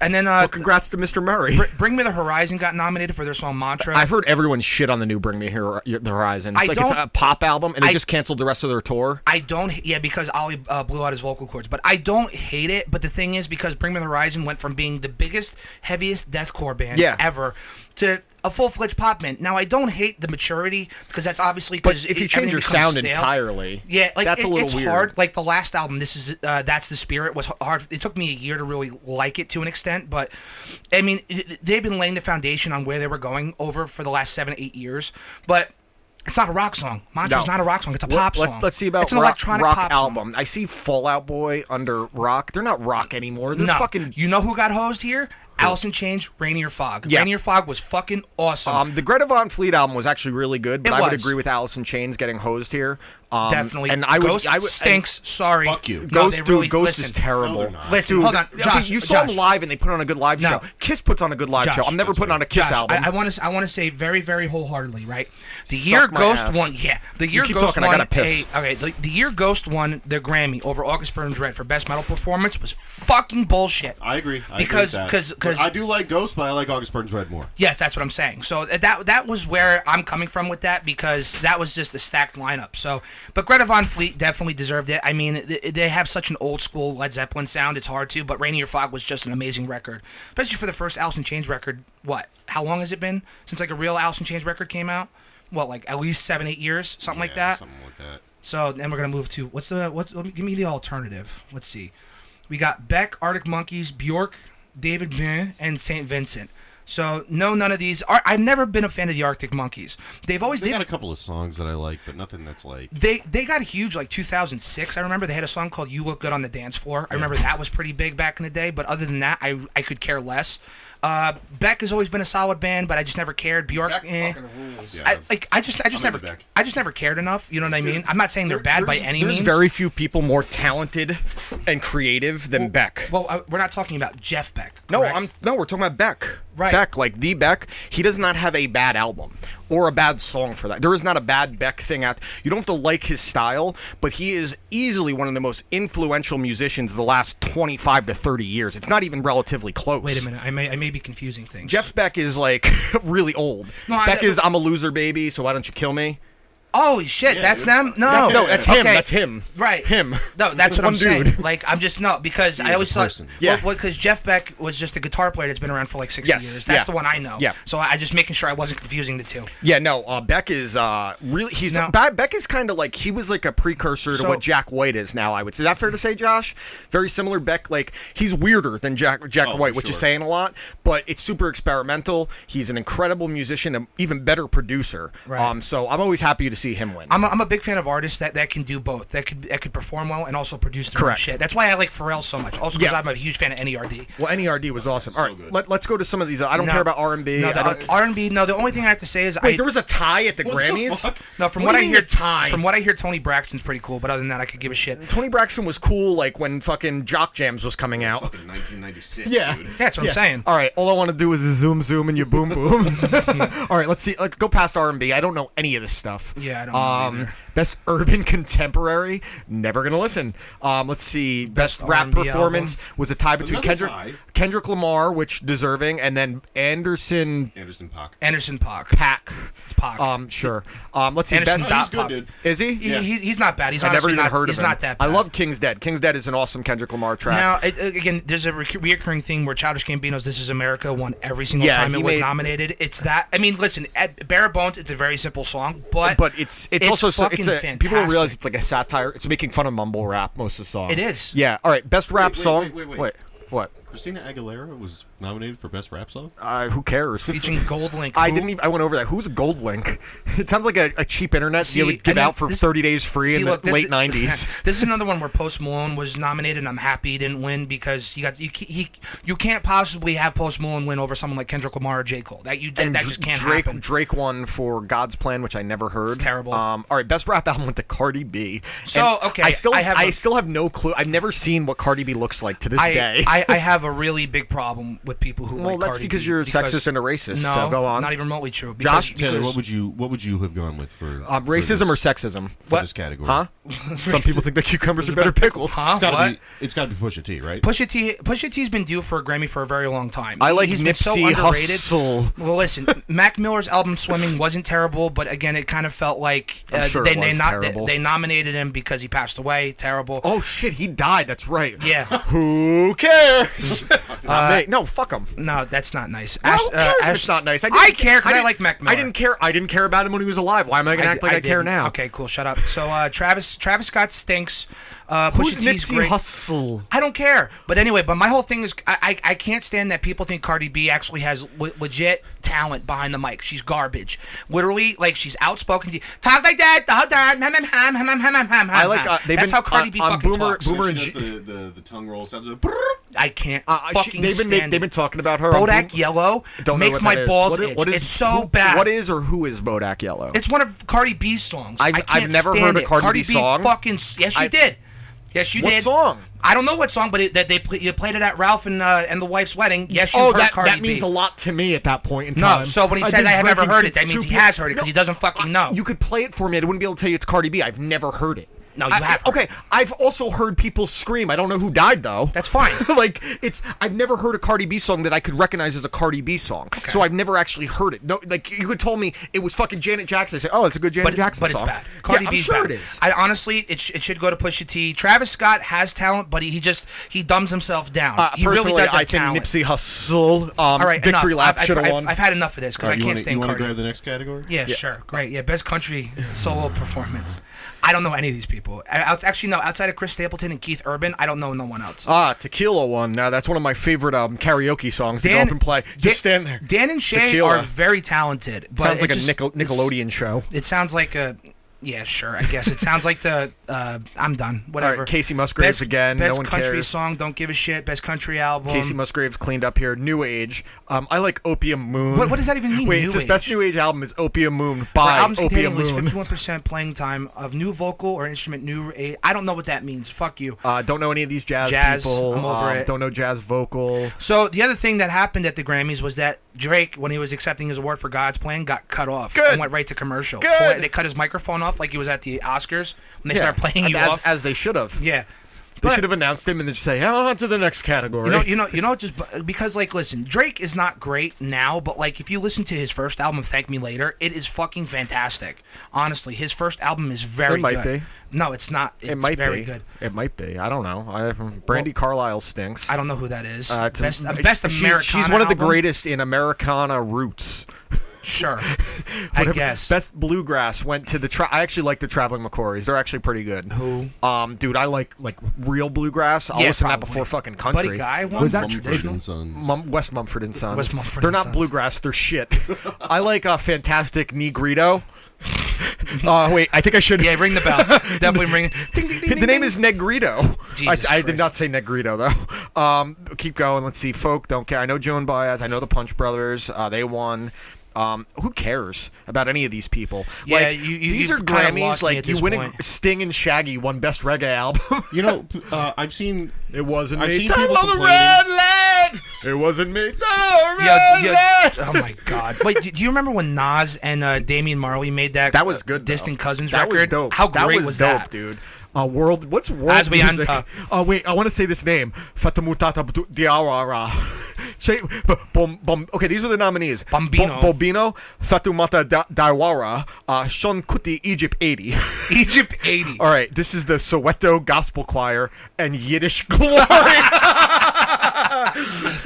F: and then uh, well,
E: congrats to Mr. Murray.
F: Bring Me the Horizon got nominated for their song Mantra.
E: I've heard everyone shit on the new Bring Me Here uh, the Horizon. It's
F: I
E: like it's
F: don't-
E: a pop album, and they
F: I-
E: just canceled the rest of their tour.
F: I don't, yeah, because Ollie uh, blew out his vocal cords. But I don't hate it. But the thing is, because Bring Me the Horizon went from being the biggest, heaviest deathcore band
E: Yeah.
F: ever to a full fledged pop man. Now I don't hate the maturity because that's obviously because
R: But if you change your sound entirely,
F: yeah, like
R: that's
F: it-
R: a little
F: it's
R: weird.
F: hard. Like the last album, this is uh, that's the spirit was h- hard. It took me a year to really like it to an extent, but I mean it- they've been laying the foundation on where they were going over for the last seven eight years, but. It's not a rock song. Mantra's
E: No.
F: not a rock song. It's a
E: Let-
F: pop
E: let-
F: song.
E: let's see about
F: it's an
E: rock,
F: electronic
E: rock
F: pop song.
E: album. I see Fallout Boy under rock. They're not rock anymore. They're
F: no.
E: fucking.
F: You know who got hosed here? Allison Change, Rainier Fog.
E: Yeah.
F: Rainier Fog was fucking awesome.
E: Um, the Greta Von Fleet album was actually really good, but
F: It
E: I would
F: was.
E: agree with Alice in Chains getting hosed here. Um,
F: Definitely.
E: and I would,
F: Ghost
E: I would,
F: stinks. Sorry. Fuck you. No,
E: Ghost,
F: they
E: dude,
F: really-
E: Ghost is
F: listen. No,
E: terrible.
F: they're not. Listen,
E: Dude,
F: hold on.
E: but
F: Josh,
E: you saw
F: Josh.
E: them live, and they put on a good live
F: No.
E: show. Kiss puts on a good live
F: Josh.
E: show. I'm never putting on a Kiss
F: Josh,
E: album.
F: I want to. I want to say very, very wholeheartedly. Right. The
E: Suck
F: year
E: my
F: Ghost
E: ass.
F: won. Yeah. The
E: You
F: year
E: keep
F: Ghost
E: talking, I
F: won.
E: gotta piss.
F: A, okay. The, the year Ghost won the Grammy over August Burns Red for best metal performance was fucking bullshit.
I: I agree. I agree with
F: because
I: that.
F: because
I: But
F: because
I: I do like Ghost, but I like August Burns Red more.
F: Yes, that's what I'm saying. So uh, that that was where I'm coming from with that because that was just a stacked lineup. So, but Greta Von Fleet definitely deserved it. I mean, th- they have such an old school Led Zeppelin sound; it's hard to. But Rainier Fog was just an amazing record, especially for the first Alice in Chains record. What? How long has it been since like a real Alice in Chains record came out? What, like at least seven, eight years, something like that.
I: Something like that.
F: So then we're gonna move to what's the what's let me, give me the alternative. Let's see. We got Beck, Arctic Monkeys, Bjork, David Byrne, and Saint Vincent. So no, none of these. Are, I've never been a fan of the Arctic Monkeys. They've always
I: They
F: they
I: got a couple of songs that I like, but nothing that's like.
F: they they got huge like 2006. I remember they had a song called "You Look Good on the Dance Floor." I remember that was pretty big back in the day. But other than that, I I could care less. Uh, Beck has always been a solid band, but I just never cared. Bjork, eh. I, like I just I just
E: I'm into
F: never I just never cared enough. You know what I mean? I'm not saying they're bad by any
E: There's
F: means.
E: very few people more talented and creative than Beck.
F: Well, uh, we're not talking about Jeff Beck.
E: No, I'm no. We're talking about Beck.
F: Right.
E: Beck, like the Beck. He does not have a bad album or a bad song for that. There is not a bad Beck thing out. You don't have to like his style, but he is easily one of the most influential musicians of the last 25 to 30 years. It's not even relatively close.
F: Wait a minute. I may I may be confusing things.
E: Jeff Beck is like really old.
F: No, I-
E: Beck is I'm a loser baby, so why don't you kill me?
F: Holy shit, that's them? No,
E: no, that's him.
F: Oh. Okay.
E: That's him.
F: Right.
E: Him.
F: No, that's what I'm
E: One
F: saying.
E: dude.
F: Like I'm just no because
E: is
F: I always
E: a
F: thought
E: person.
F: yeah
E: Yeah.
F: because Jeff Beck was just a guitar player that's been around for like 60
E: Yes,
F: years. That's
E: yeah.
F: the one I know.
E: Yeah.
F: So I I just making sure I wasn't confusing the two.
E: Yeah, no. Uh, Beck is uh, really he's
F: No.
E: Be- Beck is kind of like he was like a precursor to
F: So-
E: what Jack White is now. I would say is that fair to say, Josh. Very similar. Beck like he's weirder than Jack
F: Oh,
E: Jack White, which is saying a lot. But it's super experimental. He's an incredible musician, an even better producer.
F: Right.
E: Um, so I'm always happy to see him win.
F: I'm a, I'm a big fan of artists that, that can do both. That could that could perform well and also produce their
E: Correct.
F: own shit. That's why I like Pharrell so much. Also because
E: Yeah.
F: I'm a huge fan of E NERD.
E: Well, NERD was awesome. All right, let, us go to some of these. uh, I don't
F: No.
E: care about R&B.
F: No,
E: I don't-
F: the, R&B. No, the only thing I have to say is
E: Uh, Wait,
F: I,
E: there was a tie at the
F: What the
E: Grammys.
F: fuck? No, from
E: What
F: what,
E: do
F: I
E: you mean
F: hear,
E: a tie?
F: From what I hear, Tony Braxton's pretty cool. But other than that, I could give a shit.
E: Tony Braxton was cool, like when fucking Jock Jams was coming out.
I: 1996.
E: Yeah,
I: dude.
F: That's what I'm
E: Yeah. Uh,
F: saying.
E: All right, all I want to do is a zoom, zoom, and you boom, boom. all right, let's see. Let's go past R and B. I don't know any of this stuff.
F: Yeah, I don't know
E: Um, best urban contemporary. Never gonna listen. Um, let's see. Best, rap
F: R&B
E: performance was a tie between
I: Another
E: Kendrick
I: tie.
E: Kendrick Lamar, which deserving, and then Anderson
I: Anderson Paak.
F: Anderson Pock.
E: Pack.
F: It's Pac.
E: Um, sure. Um, let's see.
F: Anderson
E: best
F: Dot
I: good,
F: Pop.
I: dude.
E: Is he?
F: He- he's, he's not bad. He's
E: I never
F: honestly
E: even
F: not,
E: heard
F: he's
E: of him.
F: not that bad.
E: I love King's Dead. King's Dead is an awesome Kendrick Lamar track.
F: Now, it, uh, again, there's a re- reoccurring thing where Childish Gambino's "This Is America" won every single
E: Yeah,
F: time
E: he
F: it was
E: made-
F: nominated. It's that. I mean, listen, at bare bones, it's a very simple song, but
E: but it's it's, also so,
F: fucking
E: it's a,
F: fantastic.
E: people don't realize it's like a satire. It's making fun of mumble rap most of the song.
F: It is.
E: Yeah. All right. Best rap
I: Wait, wait,
E: song.
I: wait, wait, wait.
E: What?
I: Christina Aguilera was nominated for Best Rap Song.
E: Uh, who cares?
F: featuring Gold Link.
E: I
F: who-
E: didn't even. I went over that. Who's Gold Link? It sounds like a, a cheap internet
F: See,
E: you would give
F: and then
E: out for
F: this-
E: thirty days free
F: See,
E: in the
F: look, thi-
E: late
F: thi-
E: nineties.
F: this is another one where Post Malone was nominated, and I'm happy he didn't win because he got you. ca- He you can't possibly have Post Malone win over someone like Kendrick Lamar or J Cole. That you that,
E: and
F: that
E: Dr-
F: just can't
E: Drake
F: happen.
E: Drake won for God's Plan, which I never heard.
F: It's terrible.
E: Um, all right, best rap album went to Cardi B.
F: So, oh,
E: And
F: okay,
E: I still
F: I
E: I,
F: have a-
E: still have no clue. I've never seen what Cardi B looks like to this
F: I,
E: day.
F: I, I have a really big problem with people who
E: Well,
F: like
E: that's
F: Cardi
E: because
F: B
E: you're sexist and a racist,
F: No,
E: so go on.
F: not even remotely true.
I: Josh
F: Because,
I: Taylor,
F: because
I: what would you what would you have gone with for
E: Um,
I: for
E: racism
I: this-
E: or sexism?
I: for
E: What?
I: this category?
E: Huh? Some people think that cucumbers are better pickled.
I: It's gotta be. It's gotta be Pusha T, right?
F: Pusha T. Pusha T's been due for a Grammy for a very long time.
E: I like
F: He's been so
E: Nipsey
F: underrated.
E: Hussle.
F: Well, listen, Mac Miller's album "Swimming" wasn't terrible, but again, it kind of felt like
E: I'm
F: uh,
E: sure
F: they,
E: it was
F: they, not, they
E: terrible.
F: they nominated him because he passed away. Terrible.
E: Oh shit, he died. That's right.
F: Yeah.
E: Who cares? Uh, mate, no, fuck him.
F: No, that's not nice.
E: I
F: Ash-
E: don't
F: uh,
E: care if
F: Ash-
E: it's not nice. I,
F: I
E: didn't-
F: care 'cause I
E: didn't-
F: like Mac Miller.
E: I didn't care. I didn't care about him when he was alive. Why am I gonna act
F: d-
E: like I, care
F: didn't.
E: now?
F: Okay, cool. Shut up. So uh, Travis Travis Scott stinks. Uh, Pusha
E: Who's
F: T's
E: Nipsey
F: great.
E: Hustle?
F: I don't care. But anyway, but my whole thing is I, I, I can't stand that people think Cardi B actually has le- legit talent behind the mic. She's garbage. Literally, like she's outspoken. She talk like that the whole time. Hum, hum, hum, hum, hum, hum, hum,
E: I like.
F: hum.
E: Uh, they've
F: That's
E: been
F: how Cardi
E: on,
F: B
E: on
F: fucking
E: Boomer,
F: talks.
E: Boomer and
I: She
E: G-
I: does the, the, the tongue roll sounds. Like,
F: I can't
E: uh, she-
F: fucking
E: they've been
F: stand
E: they've
F: it.
E: been talking about her. on
F: Bodak
E: Boom-
F: Yellow
E: Don't know
F: makes
E: what
F: my
E: that is.
F: balls
E: What i-
F: itch.
E: what is-
F: it's so
E: who-
F: bad.
E: What is or who is Bodak Yellow?
F: It's one of Cardi B's songs.
E: I've-
F: I
E: I've
F: can't
E: never
F: stand
E: heard a
F: it.
E: Cardi
F: Cardi
E: B song.
F: Fucking yes, you
E: I-
F: did. Yes, you
E: What
F: did.
E: song?
F: I don't know what song, but it, that they play, you played it at Ralph and uh, and the wife's wedding. Yes, you
E: oh,
F: heard
E: that,
F: Cardi
E: that means
F: B.
E: a lot to me at that point in
F: No,
E: time.
F: so when he
E: I've
F: says
E: been
F: I have never
E: drinking
F: heard it,
E: since
F: that means
E: 2
F: he
E: p.m.
F: has heard it because
E: No,
F: he doesn't fucking know.
E: You could play it for me. I wouldn't be able to tell you it's Cardi B. I've never heard it.
F: No, you
E: I-
F: have.
E: Okay, I've also heard people scream. I don't know who died though.
F: That's fine.
E: like it's I've never heard a Cardi B song that I could recognize as a Cardi B song. So I've never actually heard it. No, like you could tell me it was fucking Janet Jackson. I say, oh, it's a good Janet
F: but,
E: Jackson
F: but it's
E: song.
F: bad. Cardi
E: yeah,
F: B's
E: I'm sure
F: bad.
E: it is.
F: I honestly, it, sh- it should go to Pusha T. Travis Scott has talent, but he, he just he dumbs himself down.
E: Uh,
F: he really
E: personally,
F: does have
E: I think
F: talent.
E: Nipsey Hussle, um, Victory
F: enough.
E: Lap
F: I've-
E: should have
F: I've-
E: won.
F: I've, I've had enough of this
I: All
F: because
I: right,
F: I
I: you
F: can't
I: wanna-
F: stand
I: you wanna
F: Cardi.
I: grab the next category?
F: Yeah,
I: Yeah.
F: sure, great. Yeah, best country solo performance. I don't know any of these people. I, out- actually, no. Outside of Chris Stapleton and Keith Urban, I don't know no one else.
E: Ah, Tequila one. Now that's one of my favorite um, karaoke songs to go
F: Dan-
E: up and play. Just
F: Dan-
E: stand there.
F: Dan and Shay
E: Tequila.
F: are very talented. But
E: Sounds
F: it
E: like a
F: just-
E: Nickel-
F: it's-
E: Nickelodeon show.
F: It sounds like a. Yeah, sure. I guess it sounds like the. Uh, I'm done. Whatever.
E: Casey Musgraves
F: Best-
E: again. No
F: Best
E: one
F: country
E: cares.
F: song. Don't give a shit. Best country album.
E: Casey Musgraves cleaned up here. New Age. Um, I like Opium Moon.
F: What- what does that even mean,
E: Wait,
F: New
E: it's his
F: Age?
E: best New Age album is Opium Moon
F: For
E: by
F: albums containing
E: Opium
F: at least
E: Moon.
F: 51% playing time of new vocal or instrument, new. I I don't know what that means. Fuck you.
E: Uh, don't know any of these jazz,
F: Jazz,
E: people.
F: I'm over
E: um,
F: it.
E: Don't know jazz vocal.
F: So the other thing that happened at the Grammys was that Drake, when he was accepting his award for God's Plan, got cut off
E: Good.
F: and went right to commercial.
E: Good.
F: They cut his microphone off like he was at the Oscars when they
E: Yeah,
F: start playing you
E: as,
F: off.
E: as they should have.
F: yeah.
E: They
F: But-
E: should have announced him and then just say, "Oh, on to the next category."
F: You know, you know, you know, just b- because like, listen, Drake is not great now, but like, if you listen to his first album, "Thank Me Later," it is fucking fantastic. Honestly, his first album is very.
E: It might
F: good. No, it's not. It's
E: it might
F: very
E: be
F: good.
E: It might be. I don't know. I, Brandy Carlisle stinks.
F: I don't know who that is.
E: Uh, it's a-
F: best, uh, best
E: she's-
F: Americana.
E: She's one of the
F: album?
E: greatest in Americana roots.
F: Sure, I
E: Whatever-
F: guess.
E: Best bluegrass went to the. Tra- I actually like the Traveling McCories. They're actually pretty good.
F: Who?
E: Um, dude, I like like real bluegrass. I'll
F: Yeah,
E: listen to that
F: probably.
E: before fucking
F: Buddy
E: country.
F: Guy one? Was that
I: Mumford traditional? and Sons.
E: Mum- West Mumford and Sons.
F: West Mumford
E: They're
F: and
E: not
F: Sons.
E: bluegrass. They're shit. I like uh, Fantastic Negrito. uh, wait, I think I should.
F: Yeah, ring the bell. Definitely ring. Ding, ding, ding,
E: The
F: ding,
E: name
F: ding.
E: is Negrito.
F: Jesus
E: I, I
F: Christ.
E: did not say Negrito though. Um, keep going. Let's see. Folk don't care. I know Joan Baez. I know the Punch Brothers. Uh, they won. Um, who cares about any of these people?
F: Yeah,
E: like,
F: you- you-
E: these
F: you've
E: are
F: kinda lost
E: Grammys.
F: me at
E: Like you
F: this
E: win. A,
F: point.
E: Sting and Shaggy won Best Reggae Album.
I: you know, uh, I've seen
E: it wasn't
I: I've
E: me.
I: seen
E: Time
I: people
E: on the
I: complaining-
E: red light. It wasn't me. Time on the
F: Yeah,
E: red
F: yeah.
E: light.
F: Oh my God! Wait, do- do you remember when Nas and uh, Damian Marley made that?
E: That was
F: uh,
E: good. though.
F: Distant cousins
E: that
F: record.
E: Was dope.
F: How
E: that
F: great
E: was,
F: was
E: dope,
F: that?
E: dude? Uh, world. What's world
F: As we
E: music?
F: enter.
E: Oh wait, I want to say this name. Fatamutata Bdu- Diawara. Say- b- bom- bom- Okay, these were the nominees.
F: Bombino.
E: Bo- Bobino, Fatumata Da- Diawara, uh, Sean Kuti, Egypt 80.
F: Egypt '80.
E: All right, this is the Soweto Gospel Choir and Yiddish Glory.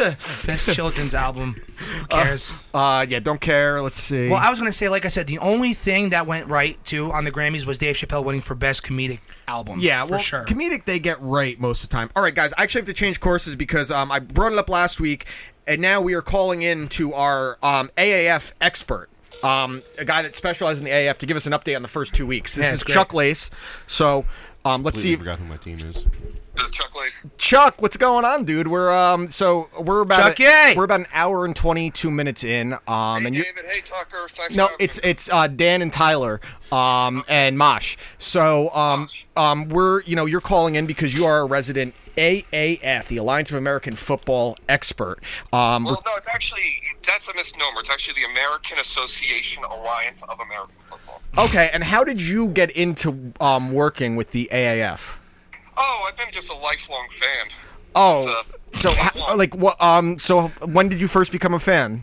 F: Best children's album. Who cares?
E: uh, yeah, don't care. Let's see.
F: well, I was gonna say, like I said, the only thing that went right too on the Grammys was Dave Chappelle winning for best comedic album.
E: Yeah,
F: for
E: well,
F: sure.
E: comedic they get right most of the time. All right, guys, I actually have to change courses because um, I brought it up last week, and now we are calling in to our um, AAF expert, um, a guy that specializes in the AAF, to give us an update on the first two weeks. This
F: Yeah,
E: is
F: it's great.
E: Chuck Lace. So um, let's
I: Completely
E: see.
I: forgot who my team is.
E: Chuck, what's going on, dude? We're um, so we're about
M: Chuck
E: a-
M: Yay!
E: we're about an hour and twenty two minutes in. Um, and you, no, it's it's uh, Dan and Tyler, um, and Mosh. So um, um, we're you know you're calling in because you are a resident AAF, the Alliance of American Football expert. Um, we're-
J: Well, no, it's actually that's a misnomer. It's actually the American Association Alliance of American Football.
E: okay, and how did you get into um working with the AAF?
J: Oh, I've been just a lifelong fan.
E: Oh, so ho- like what? Um, so when did you first become a fan?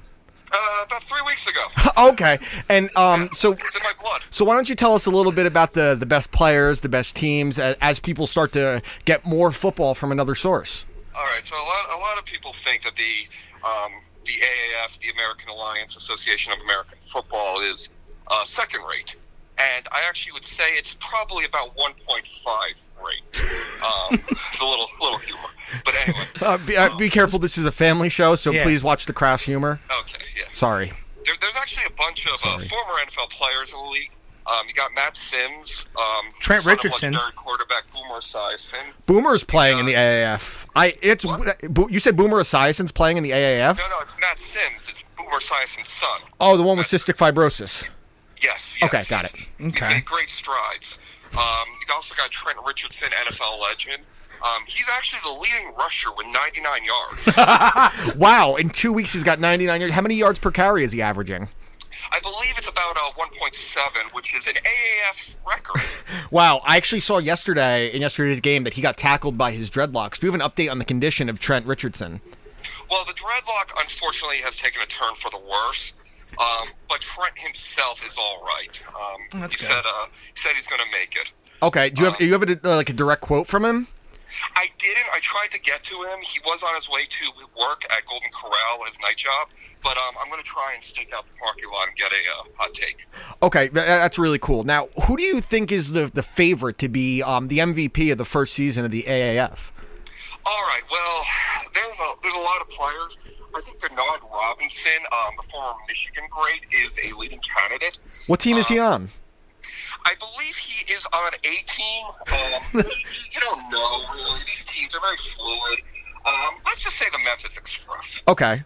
J: Uh, about three weeks ago.
E: okay, and um, so
J: It's in my blood.
E: so why don't you tell us a little bit about the the best players, the best teams, as, as people start to get more football from another source?
J: All right, so a lot a lot of people think that the um, the AAF, the American Alliance Association of American Football, is uh, second rate, and I actually would say it's probably about one point five rate. Um, it's a little little humor, but anyway.
E: Uh, be, uh, be careful, this is a family show, so
J: Yeah.
E: please watch the crass humor.
J: Okay, yeah.
E: Sorry.
J: There, there's actually a bunch of uh,
E: Sorry.
J: former NFL players in the league. Um, you got Matt Sims, um,
E: Trent
J: son of
E: Richardson.
J: legendary quarterback Boomer Esiason.
E: Boomer's playing in the AAF. I it's Bo- you said Boomer Esiason's playing in the AAF.
J: No, no, it's Matt Sims. It's Boomer Esiason's son.
E: Oh, the one with cystic fibrosis.
J: Yes. yes
E: Okay, got
J: yes.
E: it.
J: He's made great strides. Um, you also got Trent Richardson, NFL legend. Um, he's actually the leading rusher with 99 yards.
E: wow, in two weeks he's got 99 yards. How many yards per carry is he averaging?
J: I believe it's about uh, 1.7, which is an AAF record.
E: Wow, I actually saw yesterday in yesterday's game that he got tackled by his dreadlocks. Do you have an update on the condition of Trent Richardson?
J: Well, the dreadlock unfortunately has taken a turn for the worse. Um, but Trent himself is all right. Um,
E: That's
J: he
E: good.
J: said uh, he said he's going to make it.
E: Okay, do you have you have a, uh, like a direct quote from him?
J: I didn't. I tried to get to him. He was on his way to work at Golden Corral, his night job. But um, I'm going to try and stake out the parking lot and get a uh, hot take.
E: Okay, tha- that's really cool. Now, who do you think is the the favorite to be um, the MVP of the first season of the AAF?
J: All right. Well, there's a there's a lot of players. I think Bernard Robinson, um, the former Michigan great, is a leading candidate.
E: What team is he on?
J: I believe he is on a team. Um, you, you don't know really. These teams are very fluid. Um, let's just say the Memphis Express.
E: Okay.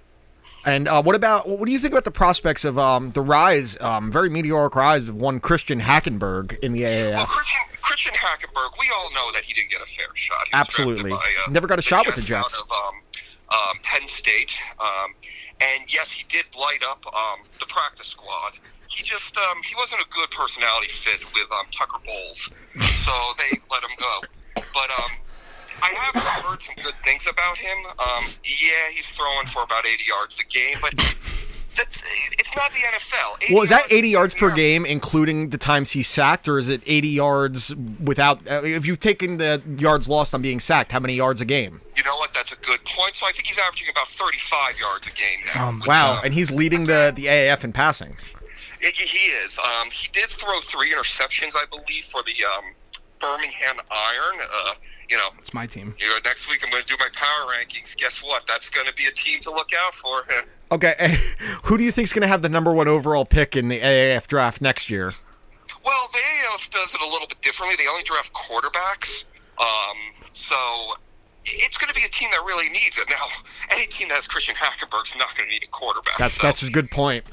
E: And uh, what about what do you think about the prospects of um, the rise, um, very meteoric rise of one Christian Hackenberg in the AAF?
J: Christian Hackenberg, we all know that he didn't get a fair shot. He was
E: Absolutely,
J: drafted by, uh,
E: never got a shot with the
J: out
E: Jets.
J: of um, um, Penn State, um, and yes, he did light up um, the practice squad. He just um, he wasn't a good personality fit with um, Tucker Bowles, so they let him go. But um, I have heard some good things about him. Um, yeah, he's throwing for about 80 yards a game, but that's, it's not the NFL. 80
E: Well, is that
J: yards-
E: 80 yards per game, including the times he sacked, or is it 80 yards without? Uh, if you've taken the yards lost on being sacked, how many yards a game?
J: You know what? That's a good point. So I think he's averaging about 35 yards a game now. which,
E: Oh, wow,
J: uh,
E: and he's leading the the AAF in passing.
J: he- he is. Um, he did throw three interceptions, I believe, for the um, Birmingham Iron. Uh, you know,
F: It's my team.
J: you know, next week I'm going to do my power rankings. Guess what? That's going to be a team to look out for.
E: Okay, and who do you think's going to have the number one overall pick in the AAF draft next year?
J: Well, the AAF does it a little bit differently. They only draft quarterbacks. Um, so i- it's going to be a team that really needs it. Now, any team that has Christian Hackenberg's not going to need a quarterback.
E: That's
J: so,
E: that's a good point.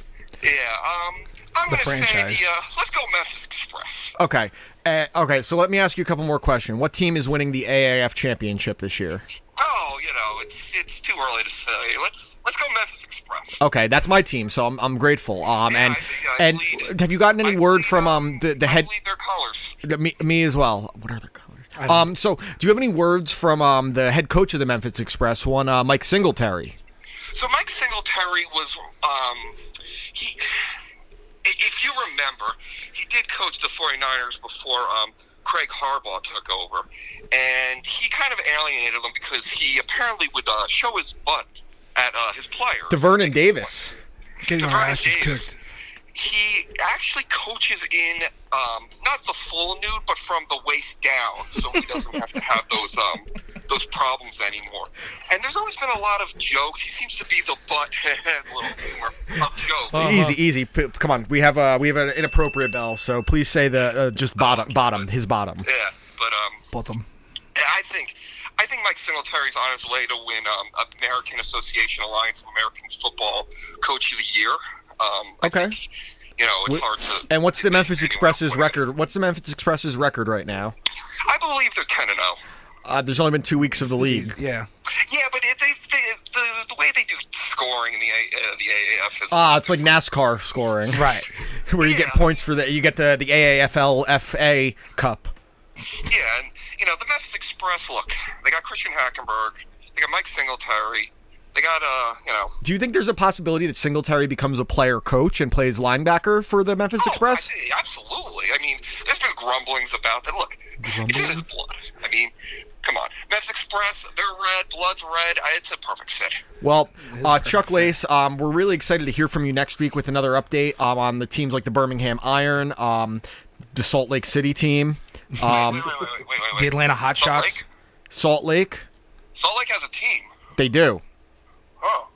J: yeah. Um, I'm
E: The
J: going to say
E: franchise.
J: the uh, let's go Memphis Express.
E: Okay, uh, okay. So let me ask you a couple more questions. What team is winning the AAF championship this year?
J: Oh, you know, it's it's too early to say. Let's let's go Memphis Express.
E: Okay, that's my team, so I'm, I'm grateful. Um, and and have you gotten any word from um the the head?
J: their colors.
E: me, me as well. What are their colors? Um, so do you have any words from um the head coach of the Memphis Express, one uh, Mike Singletary?
J: So Mike Singletary was um he if you remember, he did coach the 49ers before um Craig Harbaugh took over. And he kind of alienated them because he apparently would uh, show his butt at uh, his players.
E: DeVernon Davis.
F: Getting our asses cooked.
J: He actually coaches in um, not the full nude, but from the waist down, so he doesn't have to have those um, those problems anymore. And there's always been a lot of jokes. He seems to be the butt little humor of jokes.
E: Easy, easy. P- come on, we have uh we have an inappropriate bell, so please say the uh, just bottom bottom his bottom.
J: Yeah, but um,
F: Bottom.
J: I think I think Mike Singletary's on his way to win um, American Association Alliance of American Football Coach of the Year. Um,
E: Okay.
J: you know, it's hard to.
E: And what's the Memphis Express's record? What's the Memphis Express's record right now?
J: I believe they're ten and oh. zero.
E: Uh, there's only been two weeks of the league.
F: Yeah.
J: Yeah, but it, they, they, the, the way they do scoring in the A- uh, the AAF is
E: Ah, it's like NASCAR scoring, right? Where you get points for the you get the the AAFL FA Cup.
J: Yeah, and you know the Memphis Express. Look, they got Christian Hackenberg, they got Mike Singletary, they got uh, you know,
E: Do you think there's a possibility that Singletary becomes a player coach and plays linebacker for the Memphis
J: Oh,
E: Express?
J: absolutely. I mean, there's been grumblings about that. Look, it's in his blood. I mean, come on, Memphis Express. They're red, blood's red. I- It's a perfect fit.
E: Well, uh, Chuck Lace, um, we're really excited to hear from you next week with another update um, on the teams like the Birmingham Iron, um, the Salt Lake City team, um,
F: The Atlanta Hot Shots.
E: Salt Lake.
J: Salt Lake has a team.
E: They do.
J: Oh.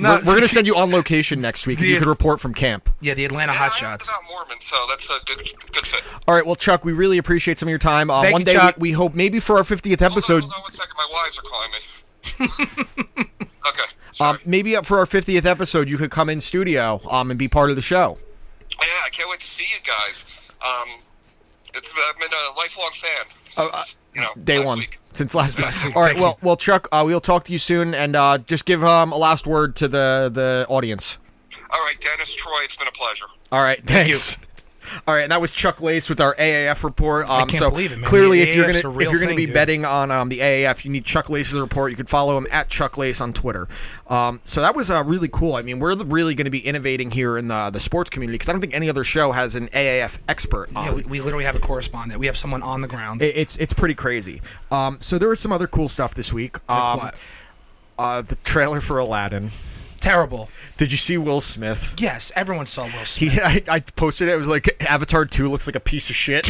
F: No,
E: we're, we're gonna send you on location next week. and
F: The-
E: you can report from camp.
F: Yeah, the Atlanta Hot Shots.
J: Not Mormon, so that's a good good fit.
E: All right, well, Chuck, we really appreciate some of your time. Uh,
J: Thank
E: one
J: you,
E: day,
J: Chuck.
E: We, we hope maybe for our 50th episode,
J: One second, my wives are calling me. okay,
E: um, maybe up for our 50th episode, you could come in studio um, and be part of the show.
J: yeah, I can't wait to see you guys. Um, it's I've been a lifelong fan.
E: Uh, uh, day one since last
J: Last
E: week.
J: week.
E: All right,
J: Thank
E: well, well, Chuck, uh, we'll talk to you soon, and uh, just give um, a last word to the the audience.
J: All right, Dennis Troy, it's been a pleasure.
E: All right, thanks. All right, and that was Chuck Lace with our AAF report. Um,
J: can't
E: so
J: believe it, man.
E: clearly,
J: The
E: if you're
J: AAF
E: gonna
J: 's
E: if
J: a
E: you're
J: real
E: gonna
J: thing,
E: be
J: dude.
E: betting on um, the AAF, you need Chuck Lace's report. You can follow him at Chuck Lace on Twitter. Um, so that was uh, really cool. I mean, we're the- really going to be innovating here in the the sports community because I don't think any other show has an AAF expert. On.
F: Yeah, we, we literally have a correspondent. We have someone on the ground.
E: It- it's it's pretty crazy. Um, so there was some other cool stuff this week. Um, Uh, the trailer for Aladdin.
F: Terrible.
E: Did you see Will Smith?
F: Yes, everyone saw Will Smith.
E: He, I, I posted it. It was like Avatar Two looks like a piece of shit.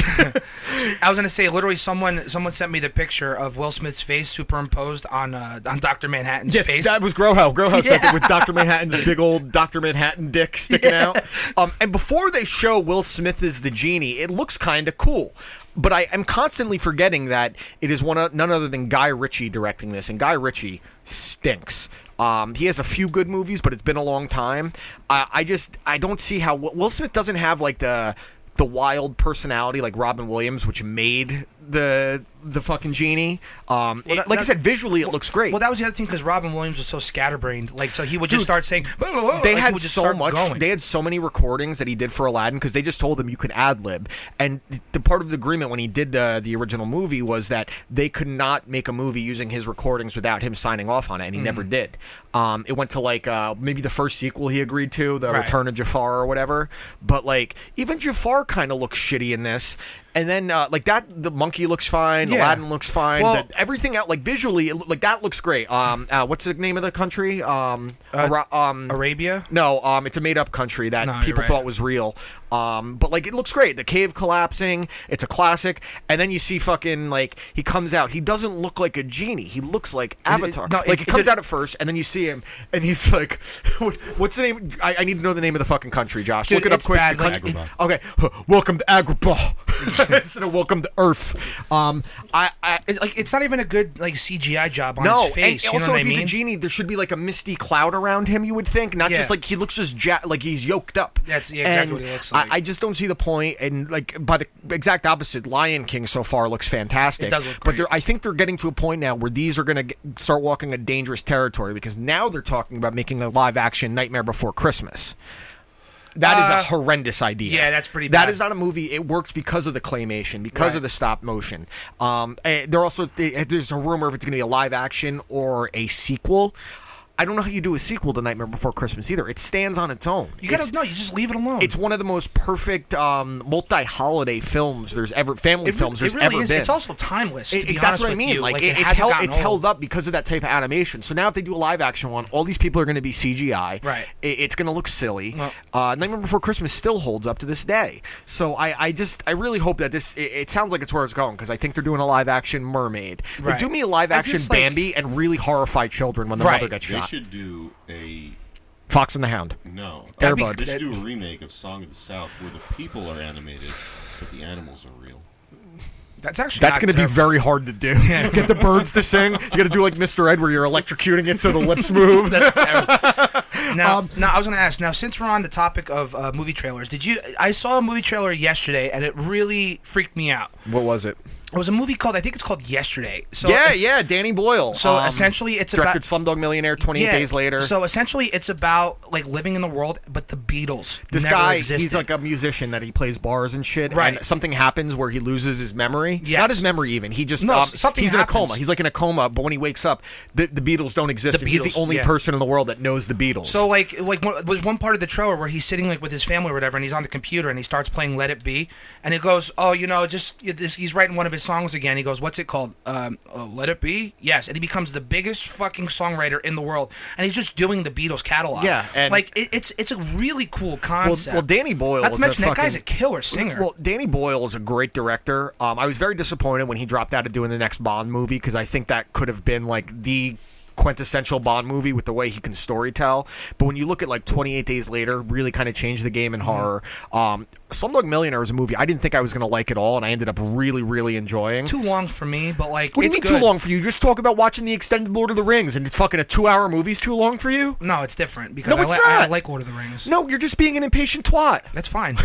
F: I was gonna say literally someone someone sent me the picture of Will Smith's face superimposed on uh, on Doctor Manhattan's
E: yes,
F: face.
E: that was Groho. Groho sent
F: Yeah.
E: it with Doctor Manhattan's big old Doctor Manhattan dick sticking out. Um, and before they show Will Smith as the genie, it looks kind of cool. But I am constantly forgetting that it is one o- none other than Guy Ritchie directing this, and Guy Ritchie stinks. Um, he has a few good movies, but it's been a long time. I, I just I don't see how Will Smith doesn't have like the the wild personality like Robin Williams, which made the the fucking genie. Um, it-
F: that-
E: like I
F: that-
E: said, visually it looks great.
F: Well, that was the other thing because Robin Williams was so scatterbrained. Like, so he would just
E: Dude,
F: start saying, "Blah, blah, blah,"
E: they
F: like, he
E: had
F: would just
E: so
F: start
E: much
F: going.
E: they had so many recordings that he did for aladdin because they just told him you could ad lib and th- the part of the agreement when he did the, the original movie was that they could not make a movie using his recordings without him signing off on it and he
F: Mm.
E: never did um, it went to like uh, maybe the first sequel he agreed to the
M: Right.
E: return of jafar or whatever but like even jafar kind of looks shitty in this and then uh, like that the monkey looks fine
M: Yeah.
E: aladdin looks fine
M: Well-
E: the- everything out like visually it, loo- like that looks great um, uh, what's the name of the country um, Ara- um,
F: Uh, Arabia?
E: No, um, it's a made up country that
F: No, you're
E: people
F: right.
E: thought was real. Um, but like it looks great. The cave collapsing, it's a classic. And then you see fucking like he comes out. He doesn't look like a genie. He looks like Avatar.
F: no,
E: like
F: it-
E: he comes
F: it-
E: out at first, and then you see him, and he's like, what, "What's the name? I, I need to know the name of the fucking country, Josh.
F: Dude,
E: look it up
F: it's
E: quick.
F: bad,
E: The
F: like-
E: country- okay, welcome to Agrabah instead of welcome to Earth. Um, I, I
F: it's like it's not even a good like CGI job on
E: no,
F: his face.
E: and
F: you know
E: also
F: what
E: if
F: I
E: he's
F: mean?
E: a genie, there should be like a misty cloud around him. You would think, not just
F: Yeah.
E: like he looks just ja- like he's yoked up.
F: That's yeah, exactly
E: And
F: what he looks
E: I-
F: like.
E: I, just don't see the point, and like by the exact opposite, Lion King so far looks fantastic.
F: It does look
E: but they're, I think they're getting to a point now where these are going to get, start walking a dangerous territory because now they're talking about making a live action Nightmare Before Christmas. That is
F: Uh,
E: a horrendous idea.
F: yeah, that's pretty
E: That
F: bad.
E: is not a movie. It works because of the claymation, because of
F: Right.
E: the stop motion. Um, and there also eh, there's a rumor if it's going to be a live action or a sequel. I don't know how you do a sequel to Nightmare Before Christmas either. It stands on its own.
F: you gotta
E: It's-
F: no, you just leave it alone.
E: It's one of the most perfect um, multi-holiday films there's ever family
F: It re-
E: films
F: it
E: there's
F: really
E: ever
F: is.
E: been.
F: It's also timeless. To
E: It-
F: be
E: exactly
F: honest
E: what I
F: with
E: mean.
F: you.
E: like,
F: it
E: it- it's
F: hasn't
E: held
F: gotten
E: it's
F: old.
E: held up because of that type of animation. So now if they do a live action one, all these people are going to be CGI. Right. it's going to look silly. uh, Nightmare Before Christmas still holds up to this day. So I, I just I really hope that this. It, it sounds like it's where it's going because I think they're doing a live action Mermaid. Like,
S: Right.
E: do me a live
S: I
E: action
S: just, like-
E: Bambi and really horrify children when the mother gets shot.
S: They should do a
E: Fox and the Hound.
S: no.
E: Airbud.
S: They should do a remake of Song of the South where the people are animated, but the animals are real.
F: That's actually
E: That's
F: not
E: going to be
F: terrible.
E: very hard to do. Get the birds to sing. You got to do like Mr. Ed, where you're electrocuting it so the lips move.
F: That's terrible. Now, now I was going to ask. Now, since we're on the topic of uh, movie trailers, did you? I saw a movie trailer yesterday, and it really freaked me out.
T: What was it?
F: It was a movie called I think it's called Yesterday. So
T: yeah,
F: es-
T: yeah, Danny Boyle.
F: So
E: Um,
F: essentially, it's
T: directed
F: about
T: Slumdog Millionaire. Twenty Eight
F: Yeah,
T: Days Later.
F: So essentially, it's about like living in the world, but the Beatles.
E: This
F: never
E: guy,
F: existed.
E: he's like a musician that he plays bars and shit.
F: Right.
E: And something happens where he loses his memory.
F: Yes.
E: Not his memory even. He just
F: No,
E: um,
F: something
E: He's
F: happens.
E: in a coma. He's like in a coma. But when he wakes up, the, the Beatles don't exist.
F: The
E: and he's
F: Beatles,
E: the only
F: yeah.
E: person in the world that knows the Beatles.
F: So like like one, was one part of the trailer where he's sitting like with his family or whatever, and he's on the computer and he starts playing Let It Be, and he goes, oh you know just you- this, he's writing one of his songs again. He goes, what's it called? Um, uh, Let It Be. Yes, and he becomes the biggest fucking songwriter in the world, and he's just doing the Beatles catalog.
E: Yeah, and-
F: like it, it's it's a really cool
E: Well,
F: concept.
E: well, Danny Boyle.
F: Not to
E: is
F: mention
E: a
F: that guy's a
E: fucking-
F: killer singer.
E: Well, Danny Boyle is a great director. Um, I was very disappointed when he dropped out of doing the next Bond movie because I think that could have been like the quintessential Bond movie with the way he can storytell. But when you look at like 28 Days Later, really kind of changed the game in horror. Um, Slumdog Millionaire was a movie I didn't think I was going to like at all, and I ended up really, really enjoying.
F: too long for me, but like
E: what do you
F: it's
E: mean
F: good.
E: too long for you? Just talk about watching the extended Lord of the Rings, and it's fucking a two-hour movie's too long for you?
F: No, it's different because
E: No,
F: I,
E: it's
F: li- I
E: not.
F: like Lord of the Rings.
E: No, you're just being an impatient twat.
F: That's fine.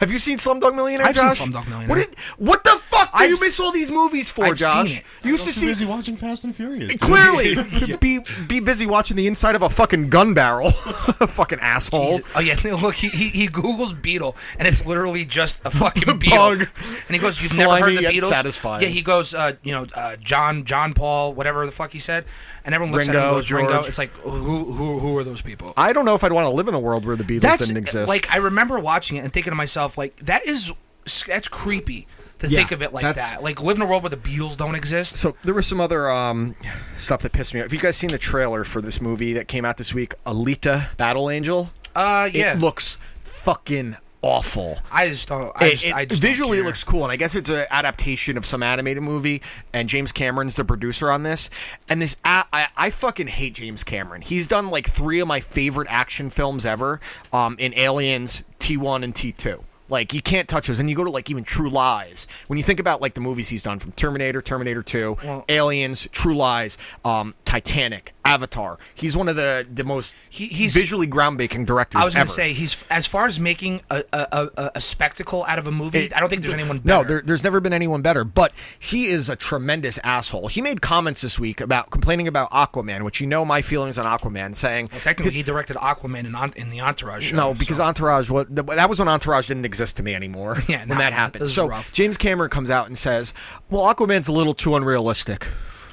E: Have you seen Slumdog Millionaire?
F: I've seen
E: Josh?
F: Slumdog Millionaire.
E: What, did, what the fuck do
F: I've
E: you miss
F: s-
E: all these movies for,
F: I've seen
E: Josh?
F: it.
E: You used to see
U: busy watching Fast and Furious.
E: clearly be be busy watching the inside of a fucking gun barrel, fucking asshole.
F: Oh yeah, look, he, he, he googles beetle, and it's literally just a fucking beetle.
E: Bug.
F: And he goes, "You've never
E: Slimy
F: heard the
E: yet
F: Beatles?"
E: satisfying.
F: Yeah, he goes, uh, you know, uh, John John Paul, whatever the fuck he said, and everyone looks at him
E: Ringo,
F: and goes, "Ringo."
E: George.
F: It's like, who who who are those people?
E: I don't know if I'd want to live in a world where the Beatles
F: That's
E: didn't exist.
F: like I remember watching it and thinking to myself, like that is that's creepy to
E: Yeah,
F: think of it like
E: that's-
F: that. Like live in a world where the Beatles don't exist.
T: So there was some other um, stuff that pissed me off. Have you guys seen the trailer for this movie that came out this week? Alita: Battle Angel.
F: Uh, yeah.
E: It looks fucking awful.
F: I just don't. I
E: It-
F: just,
E: it
F: I just don't
E: visually
F: care.
E: looks cool, and I guess it's an adaptation of some animated movie. And James Cameron's the producer on this. And this, a- I, I fucking hate James Cameron. He's done like three of my favorite action films ever, um, in Aliens, T1 and T2. Like you can't touch those, and you go to like even True Lies. When you think about like the movies he's done from Terminator, Terminator Two,
F: Well-
E: Aliens, True Lies, um, Titanic, Avatar. He's one of the the most
F: he's-
E: visually groundbreaking directors.
F: I was going
E: ever.
F: to say he's as far as making a, a, a, a spectacle out of a movie. I don't think there's anyone. Better.
E: No, there, there's never been anyone better. But he is a tremendous asshole. He made comments this week about complaining about Aquaman, which you know my feelings on Aquaman, saying
F: Well, technically, he directed Aquaman in, on, in the Entourage show.
E: no, because Entourage, what that was when Entourage didn't exist to me anymore.
F: Yeah,
E: when
F: nah,
E: that
F: it
E: happened.
F: was
E: So
F: rough.
E: James Cameron comes out and says, "Well, Aquaman's a little too unrealistic."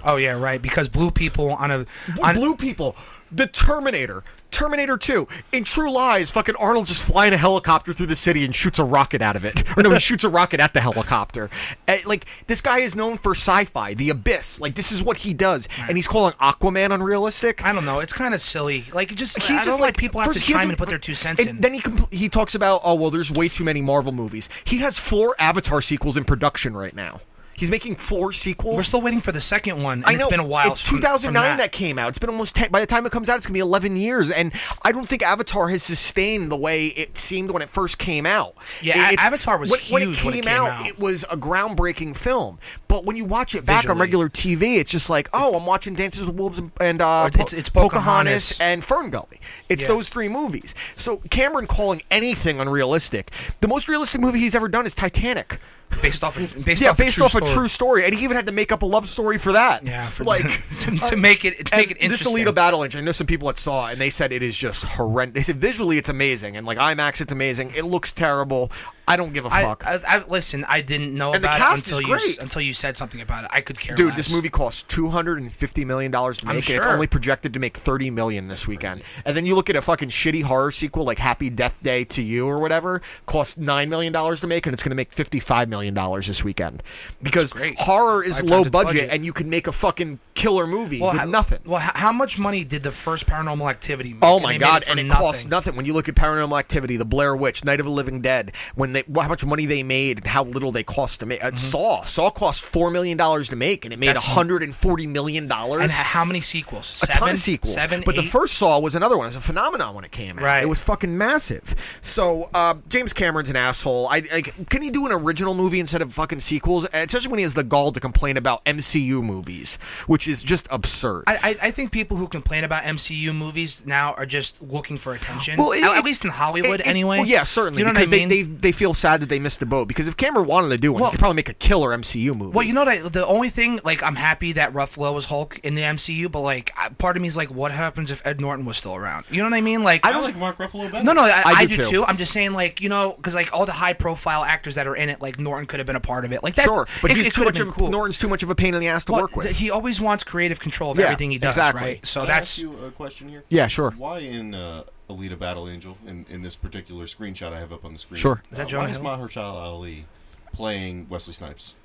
F: oh yeah, right. Because blue people on a on,
E: Blue people, the Terminator, Terminator Two, in True Lies, fucking Arnold just flying a helicopter through the city and shoots a rocket out of it, or no, he shoots a rocket at the helicopter. Eh, like this guy is known for sci-fi, The Abyss. Like this is what he does, and he's calling Aquaman unrealistic.
F: I don't know. It's kind of silly. Like it just
E: He's
F: I
E: just
F: don't like, people have to
E: first, he
F: chime in
E: doesn't-
F: and put their two cents
E: and
F: in.
E: Then he compl- he talks about oh well, there's way too many Marvel movies. He has four Avatar sequels in production right now. He's making four sequels.
F: We're still waiting for the second one. And
E: I know
F: it's been a while.
E: It's
F: from- from
E: 2009 that.
F: that.
E: came out. It's been almost 10. By the time it comes out, it's gonna be 11 years, and I don't think Avatar has sustained the way it seemed when it first came out.
F: Yeah,
E: It-
F: A-
E: it's-
F: Avatar was
E: when, when it
F: huge
E: came,
F: when it came
E: out,
F: out.
E: It was a groundbreaking film, but when you watch it back on
F: Visually.
E: regular TV, it's just like, oh, I'm watching Dances with Wolves and, and uh,
F: it's-
E: Po-
F: it's Pocahontas.
E: and Ferngully. It's
F: Yeah.
E: those three movies. So Cameron calling anything unrealistic. The most realistic movie he's ever done is Titanic.
F: uh, based off of- based
E: yeah,
F: off
E: based
F: a true
E: off
F: story.
E: a true story, and he even had to make up a love story for that.
F: Yeah, for-
E: like uh,
F: to- to make it- to make
E: and
F: it interesting.
E: This Alita Battle Angel, I know some people that saw it, and they said it is just horrendous. They said visually it's amazing, and like IMAX it's amazing. It looks terrible. I don't give a
F: I,
E: fuck,
F: I, I listen. I didn't know
E: And the
F: about
E: cast
F: it until
E: is
F: you s-
E: great.
F: until you said something about it. I could care.
E: dude.
F: less.
E: This movie costs two hundred and fifty million dollars to
F: I'm
E: make, and it's
F: sure.
E: only projected to make thirty million this weekend. And then you look at a fucking shitty horror sequel like Happy Death Day to You or whatever, costs nine million dollars to make, and it's going to make fifty-five million dollars this weekend because
F: great.
E: horror is
F: Five
E: low
F: times its
E: budget,
F: budget.
E: and you can make a fucking killer movie.
F: Well,
E: with
F: how,
E: nothing.
F: Well, how, how much money did the first Paranormal Activity? Make?
E: Oh
F: And
E: my
F: they made
E: god,
F: it for
E: and it
F: nothing.
E: costs nothing. When you look at Paranormal Activity, The Blair Witch, Night of the Living Dead, when they how much money they made and how little they cost to make. Uh, Saw, Saw cost four million dollars to make, and it made
F: Mm-hmm. That's-
E: hundred and forty million dollars.
F: And h- how many sequels?
E: A
F: Seven,
E: ton of sequels.
F: Seven,
E: but the
F: eight?
E: first Saw was another one. It was a phenomenon when it came out.
F: Right.
E: It was fucking massive. So uh, James Cameron's an asshole. I like, can he do an original movie instead of fucking sequels? And Especially when he has the gall to complain about MCU movies, which is just absurd.
F: I, I, I think people who complain about MCU movies now are just looking for attention.
E: Well, it-
F: at, at
E: it-
F: least in Hollywood,
E: It- it-
F: anyway.
E: well, yeah, certainly.
F: You know
E: because
F: what I mean?
E: they, they they feel sad that they missed the boat. Because if Cameron wanted to do one, he could probably make a killer MCU movie.
F: well, you know what? I, the only thing, like, I'm happy that Ruffalo was Hulk in the MCU, but like, I- part of me is like, what happens if Ed Norton was still around? You know what I mean? Like,
I: I don't like Mark Ruffalo better.
F: No, no, I,
E: I
F: I
E: do
F: do,
E: too.
F: too. I'm just saying, like, you know, because like all the high profile actors that are in it, like Norton could have been a part of it. Like, that,
E: sure, but
F: it,
E: he's
F: it
E: too
F: could
E: much
F: have been
E: of
F: cool.
E: Norton's too much of a pain in the ass to work with.
F: th- he always wants creative control of
E: Yeah,
F: everything he does,
E: exactly.
F: right? So
I: Can I
F: that's
I: ask you a question here.
E: Yeah, sure.
I: Why in uh, Alita Battle Angel, in, in this particular screenshot I have up on the screen,
E: Sure.
F: Is that
I: uh,
F: Jonah
I: why is
F: Hill?
I: Mahershala Ali playing Wesley Snipes?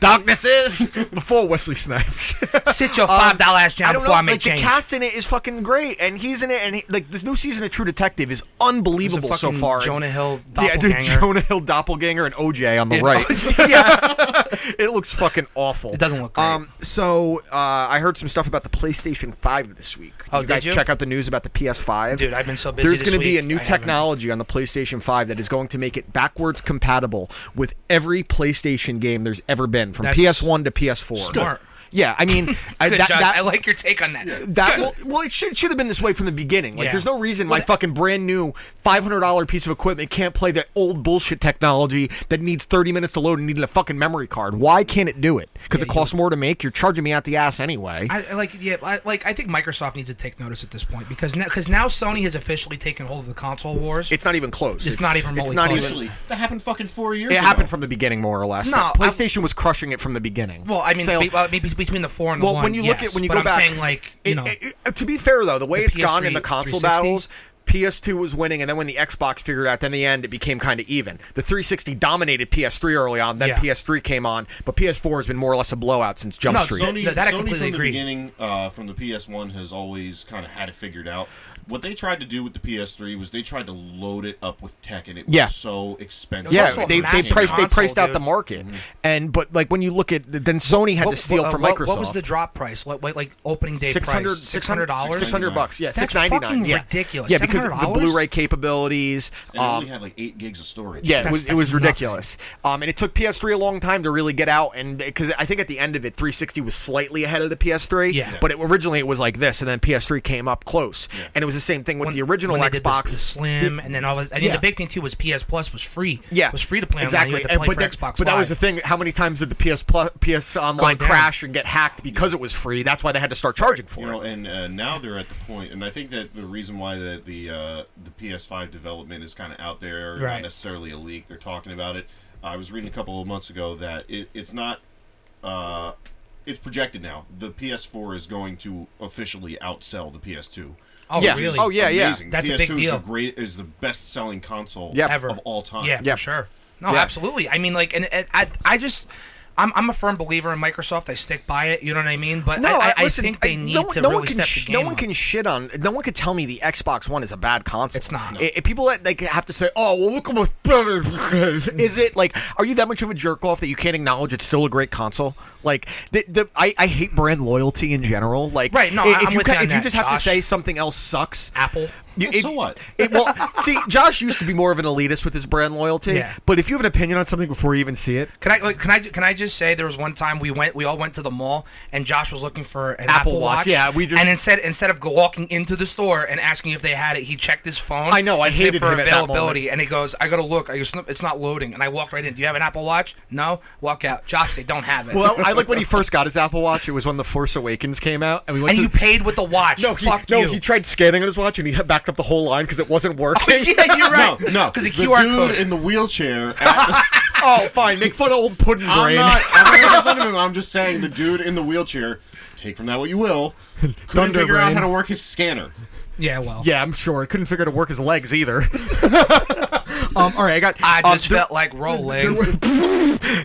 E: Darkness is before Wesley Snipes.
F: sit your five dollar ass down
E: I don't
F: before
E: know.
F: I make
E: like,
F: change.
E: The cast in it is fucking great, and he's in it. And he, like this new season of True Detective is unbelievable
F: There's a
E: so
F: fucking
E: far.
F: Jonah Hill
E: yeah, dude,
F: doppelganger.
E: Jonah Hill doppelganger and OJ on the
F: And
E: right.
F: yeah,
E: it looks fucking awful.
F: it doesn't look great.
E: Um, so uh, I heard some stuff about the PlayStation 5 this week. Did
F: Oh,
E: you guys
F: did you?
E: check out the news about the PS5?
F: Dude, I've been so busy
E: There's
F: this
E: gonna be a
F: week,
E: new
F: I haven't-
E: technology on the PlayStation 5 that is going to make it backwards compatible with every PlayStation game there's ever been, from
F: That's
E: PS1 to PS4.
F: smart.
E: Yeah, I mean, I,
F: Good,
E: that,
F: Josh.
E: that-
F: I like your take on that.
E: that well, well, it should should have been this way from the beginning. Like,
F: Yeah.
E: there's no reason
F: Well,
E: my
F: th-
E: fucking brand new five hundred dollar piece of equipment can't play that old bullshit technology that needs thirty minutes to load and needed a fucking memory card. Why can't it do it? Because it costs more to make. You're charging me out the ass anyway.
F: I I like yeah, I, like I think Microsoft needs to take notice at this point because now, cause now Sony has officially taken hold of the console wars.
E: it's not even close.
F: It's not even
E: It's
F: remotely
E: not
F: close.
E: even.
I: Actually, that happened fucking four years
E: It
I: ago.
E: happened from the beginning, more or less.
F: No,
E: PlayStation was crushing it from the beginning.
F: well, I mean,
E: Sale-
F: be, uh, maybe between the four and the
E: well,
F: one.
E: when you look
F: yes,
E: at when you
F: but
E: go
F: I'm
E: back,
F: saying like you
E: it-
F: know,
E: it- it- to be fair though, the way
F: the
E: it's gone in the
F: PS3
E: console
F: 360?
E: battles, PS2 was winning, and then when the Xbox figured out, then the end it became kind of even. The 360 dominated PS3 early on, then
F: Yeah.
E: PS3 came on, but PS4 has been more or less a blowout since Jump
F: No,
E: Street.
F: so-
I: Sony,
F: Th- that I
I: Sony
F: completely
I: from
F: agree.
I: the beginning, uh, from the PS1, has always kind of had it figured out. What they tried to do with the PS3 was they tried to load it up with tech, and it was
E: Yeah.
I: so expensive.
E: yeah,
F: also a
E: they, they
F: massive
E: priced they priced
F: console,
E: out the
F: dude. Mm-hmm.
E: market, and but like when you look at then Sony had
F: what,
E: to steal
F: what, uh,
E: from
F: what-
E: Microsoft.
F: What was the drop price? What, what like opening day price? Six hundred dollars.
E: Six hundred bucks. Yeah,
F: That's
E: six ninety nine.
F: fucking
E: Yeah,
F: ridiculous.
E: Yeah, because of the
F: $700?
E: Blu-ray capabilities.
I: And it
E: Um,
I: only had like eight gigs of storage.
E: Yeah,
F: That's-
E: it was, it
F: that's
E: was
F: nothing.
E: ridiculous. Um, and it took PS3 a long time to really get out, and because I think at the end of it, 360 was slightly ahead of the PS3.
F: Yeah.
E: But it, originally it was like this, and then PS3 came up close, and it was the same thing with the original
F: when they did the-
E: Xbox.
F: the, Slim, and then all. Of, I mean,
E: Yeah.
F: the big thing too was PS Plus was free.
E: yeah,
F: was free to play
E: exactly.
F: Online. You had to
E: And-
F: play
E: but
F: for
E: that,
F: Xbox
E: but that was the
F: Live.
E: thing. How many times did the PS Plus, PS Online
F: down.
E: crash and get hacked because it was free? That's why they had to start charging for
I: You know,
E: it.
I: and uh, now they're at the point, and I think that the reason why the the, uh, the PS5 development is kind of out there,
F: Right.
I: not necessarily a leak. They're talking about it. I was reading a couple of months ago that it, it's not. Uh, it's projected now. The PS4 is going to officially outsell the PS2.
F: Oh,
E: Yeah.
F: really?
E: Oh, yeah, yeah.
I: Amazing.
F: That's a
I: PS2
F: big deal.
I: Is the, great, is the best-selling console
E: Yep.
F: Ever.
I: of all time.
F: Yeah,
E: Yep.
F: for sure. No,
E: Yeah.
F: absolutely. I mean, like, and, and I, I just, I'm, I'm a firm believer in Microsoft. I stick by it. You know what I mean? But I, I, I
E: listen,
F: think they
E: I-
F: need
E: no, one-
F: to
E: no
F: really
E: one can
F: step
E: sh-
F: the game
E: No one
F: up.
E: can shit on. No one can tell me the Xbox One is a bad console.
F: It's not.
E: I- I- people that like have to say, "Oh, well, look how much better it is." is it." Like, are you that much of a jerk off that you can't acknowledge it's still a great console? Like, the, the I, I hate brand loyalty in general. Like,
F: Right, no,
E: i-
F: I-
E: if
F: I'm
E: you
F: with
E: ca-
F: you on
E: if you
F: that,
E: just have to
F: Josh.
E: say something else sucks,
F: Apple.
E: you,
I: Well, so what?
E: it- well, see, Josh used to be more of an elitist with his brand loyalty.
F: Yeah.
E: But if you have an opinion on something before you even see it,
F: Can I like, can I can I just say there was one time we went we all went to the mall and Josh was looking for an
E: Apple
F: Apple,
E: Watch, yeah, we just-
F: and instead instead of go- walking into the store and asking if they had it he checked his phone
E: I know, I
F: and said
E: hated
F: for
E: him at that
F: availability and he goes I gotta look I go, "Snoop, it's not loading and I walked right in do you have an Apple Watch no walk out Josh they don't have it
E: well, I like when he first got his Apple Watch. It was when the Force Awakens came out, and we went
F: and
E: to
F: you paid with the watch
E: No, Oh, he,
F: fuck
E: no,
F: you
E: he tried scanning on his watch and he backed up the whole line because it wasn't working.
I: Oh,
F: yeah you're right
I: No, no.
F: because the
I: the
F: QR
I: dude
F: code
I: in the wheelchair at-
E: oh, fine. Make fun of old pudding
I: I'm
E: brain.
I: not. I'm not making fun of him. I'm just saying the dude in the wheelchair. Take from that what you will. Couldn't
E: Thunder
I: figure out
E: brain.
I: how to work his scanner.
F: yeah well
E: yeah, I'm sure. Couldn't figure to work his legs either. Um, all right, I got.
F: I
E: um,
F: just
E: there-
F: felt like rolling.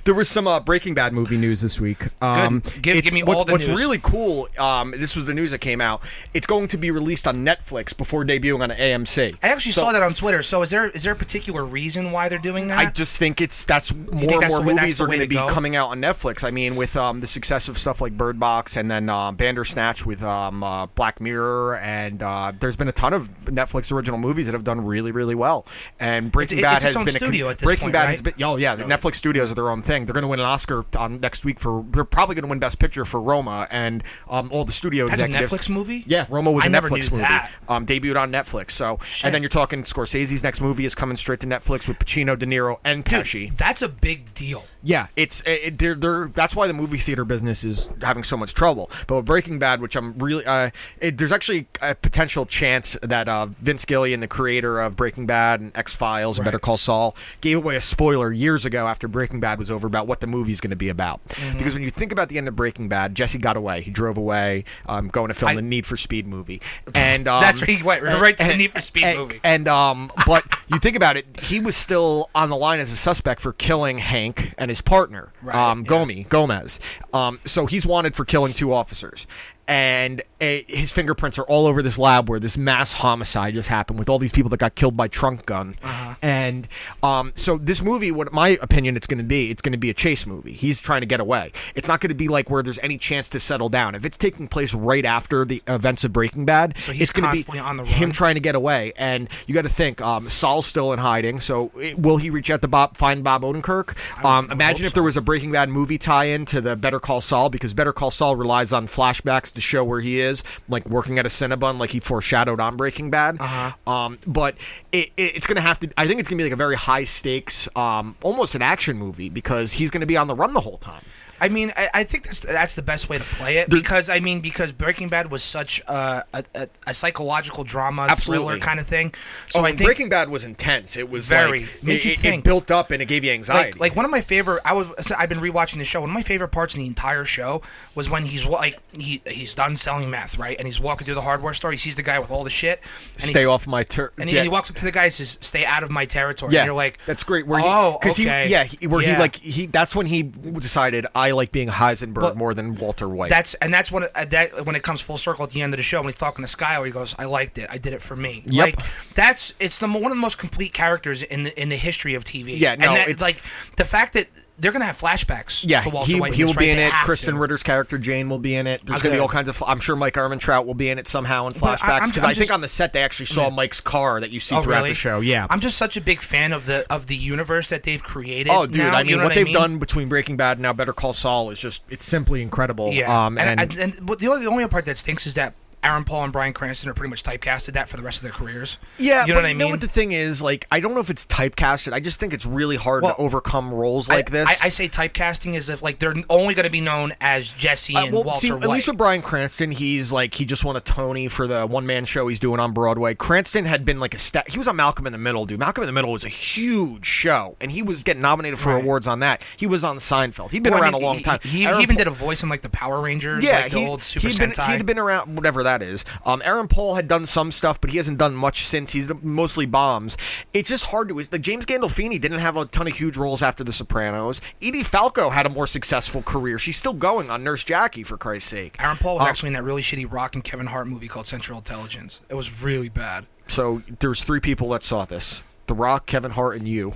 E: there was some uh, Breaking Bad movie news this week. Um,
F: Give-
E: it's-
F: give me
E: what-
F: all the
E: What's
F: news.
E: really cool? Um, this was the news that came out. It's going to be released on Netflix before debuting on AMC.
F: I actually
E: So-
F: saw that on Twitter. So is there is there a particular reason why they're doing that?
E: I just think it's that's more
F: think
E: and
F: that's
E: more
F: the way- that's
E: movies
F: the
E: are
F: way
E: going to
F: to
E: be
F: go?
E: coming out on Netflix. I mean, with um, the success of stuff like Bird Box and then uh, Bandersnatch with um, uh, Black Mirror, and uh, there's been a ton of Netflix original movies that have done really, really well. And Breaking
F: it-
E: Bad
F: it's
E: has
F: its own
E: been a con-
F: studio at this
E: Breaking
F: point,
E: Bad
F: right?
E: has been oh yeah, the Netflix studios are their own thing. They're going to win an Oscar um, next week for they're probably going to win Best Picture for Roma, and um, all the studio
F: That's a
E: executives.
F: Netflix movie?
E: Yeah, Roma was
F: I
E: a
F: never
E: Netflix
F: knew
E: movie.
F: that.
E: Um, debuted on Netflix. So, and then you're talking Scorsese's next movie is coming straight to Netflix with Pacino, De Niro, and Pesci.
F: that's a big deal.
E: Yeah, it's it, it- they're, they're, that's why the movie theater business is having so much trouble. But with Breaking Bad, which I'm really uh, it, there's actually a potential chance that uh, Vince Gillian, the creator of Breaking Bad and X Files and Better Call Saul, gave away a spoiler years ago after Breaking Bad was over about what the movie's going to be about.
F: Mm-hmm.
E: Because when you think about the end of Breaking Bad, Jesse got away. He drove away, um, going to film the Need for Speed movie, and um,
F: Mm-hmm. That's where he went, right to the
E: and-
F: Need for Speed
E: and-
F: movie.
E: and um, but you think about it, he was still on the line as a suspect for killing Hank and his partner, um, Gomi Gomez. Um, so he's wanted for killing two officers, and uh, his fingerprints are all over this lab where this mass homicide just happened with all these people that got killed by trunk gun.
F: Uh-huh.
E: And um, so this movie, what my opinion, it's going to be, it's going to be a chase movie. He's trying to get away. It's not going to be like where there's any chance to settle down. If it's taking place right after the events of Breaking Bad,
F: So he's
E: it's gonna
F: constantly
E: be
F: on the
E: him
F: run.
E: trying to get away. And you got to think, um, Saul's still in hiding. So it, will he reach out to Bob, find Bob Odenkirk? Um, imagine if there was a Breaking Bad movie tie-in to the Better Call Saul, because Better Call Saul relies on flashbacks to show where he is, like working at a Cinnabon, like he foreshadowed on Breaking Bad.
F: Uh-huh.
E: Um, but it, it, it's going to have to. I think it's going to be like a very high stakes, um, almost an action movie, because he's going to be on the run the whole time.
F: I mean, I, I think that's that's the best way to play it because I mean because Breaking Bad was such a a, a, a psychological drama
E: Absolutely.
F: thriller kind of thing. So
E: Oh,
F: I
E: and
F: think
E: Breaking Bad was intense. It was
F: Very.
E: like-
F: Made
E: it,
F: you
E: it- it
F: think.
E: built up and it gave you anxiety.
F: Like, like one of my favorite, I was so I've been rewatching the show. One of my favorite parts in the entire show was when he's wa- like he he's done selling meth, right? And he's walking through the hardware store. He sees the guy with all the shit. And
E: stay
F: he's-
E: off my turf.
F: And he, and he walks up to the guy and says, "Stay out of my territory."
E: Yeah,
F: and you're like,
E: that's great. Where
F: oh,
E: he, 'cause
F: okay.
E: he, yeah, he, where
F: Yeah.
E: he like he. That's when he decided I like being Heisenberg
F: But-
E: more than Walter White.
F: That's and that's when uh, that when it comes full circle at the end of the show when he's talking to Skyler, he goes, "I liked it. I did it for me."
E: Yep.
F: Like that's it's the mo- one of the most complete characters in the in the history of TV.
E: Yeah, no,
F: and that,
E: it's-
F: like the fact that they're gonna have flashbacks.
E: yeah.
F: to Walter
E: He,
F: White
E: he will
F: this,
E: be
F: right?
E: in
F: They
E: it.
F: have
E: Kristen
F: to.
E: Ritter's character Jane will be in it. There's
F: Okay.
E: going to be all kinds of. I'm sure Mike Armentrout will be in it somehow in
F: But I- I'm-
E: flashbacks because
F: I'm
E: I, think
F: just-
E: on the set they actually saw Mike's car that you see
F: Oh,
E: throughout
F: really?
E: the show. Yeah.
F: I'm just such a big fan of the of the universe that they've created.
E: Oh, dude!
F: now,
E: I
F: you
E: mean,
F: know
E: what, they've
F: I mean?
E: done between Breaking Bad and now Better Call Saul is just—it's simply incredible.
F: Yeah,
E: Um,
F: and, and, and, but the only the only part that stinks is that Aaron Paul and Brian Cranston are pretty much typecasted that for the rest of their careers.
E: Yeah,
F: you know
E: but
F: what I
E: you
F: mean.
E: know what the thing is? Like, I don't know if it's typecasted. I just think it's really hard
F: Well,
E: to overcome roles
F: I-
E: like this.
F: I, I say typecasting as if like they're only going to be known as Jesse
E: Uh,
F: and
E: well,
F: Walter
E: see,
F: White.
E: at least with Brian Cranston, he's like he just won a Tony for the one man show he's doing on Broadway. Cranston had been like a stat. He was on Malcolm in the Middle, dude. Malcolm in the Middle was a huge show, and he was getting nominated for awards on that. He was on Seinfeld. He'd been
F: Well, I
E: around
F: mean,
E: a long
F: he-
E: time.
F: He, he
E: Aaron
F: even
E: Paul-
F: did a voice in like the Power Rangers,
E: yeah,
F: like the
E: he,
F: old Super
E: he'd been
F: Sentai.
E: he'd been around whatever that is. Um, Aaron Paul had done some stuff, but he hasn't done much since. He's done mostly bombs. It's just hard to like James Gandolfini didn't have a ton of huge roles after The Sopranos. Edie Falco had a more successful career. She's still going on Nurse Jackie for Christ's sake.
F: Aaron Paul was
E: Um,
F: actually in that really shitty Rock and Kevin Hart movie called Central Intelligence. It was really bad.
E: So there's three people that saw this: The Rock, Kevin Hart, and you.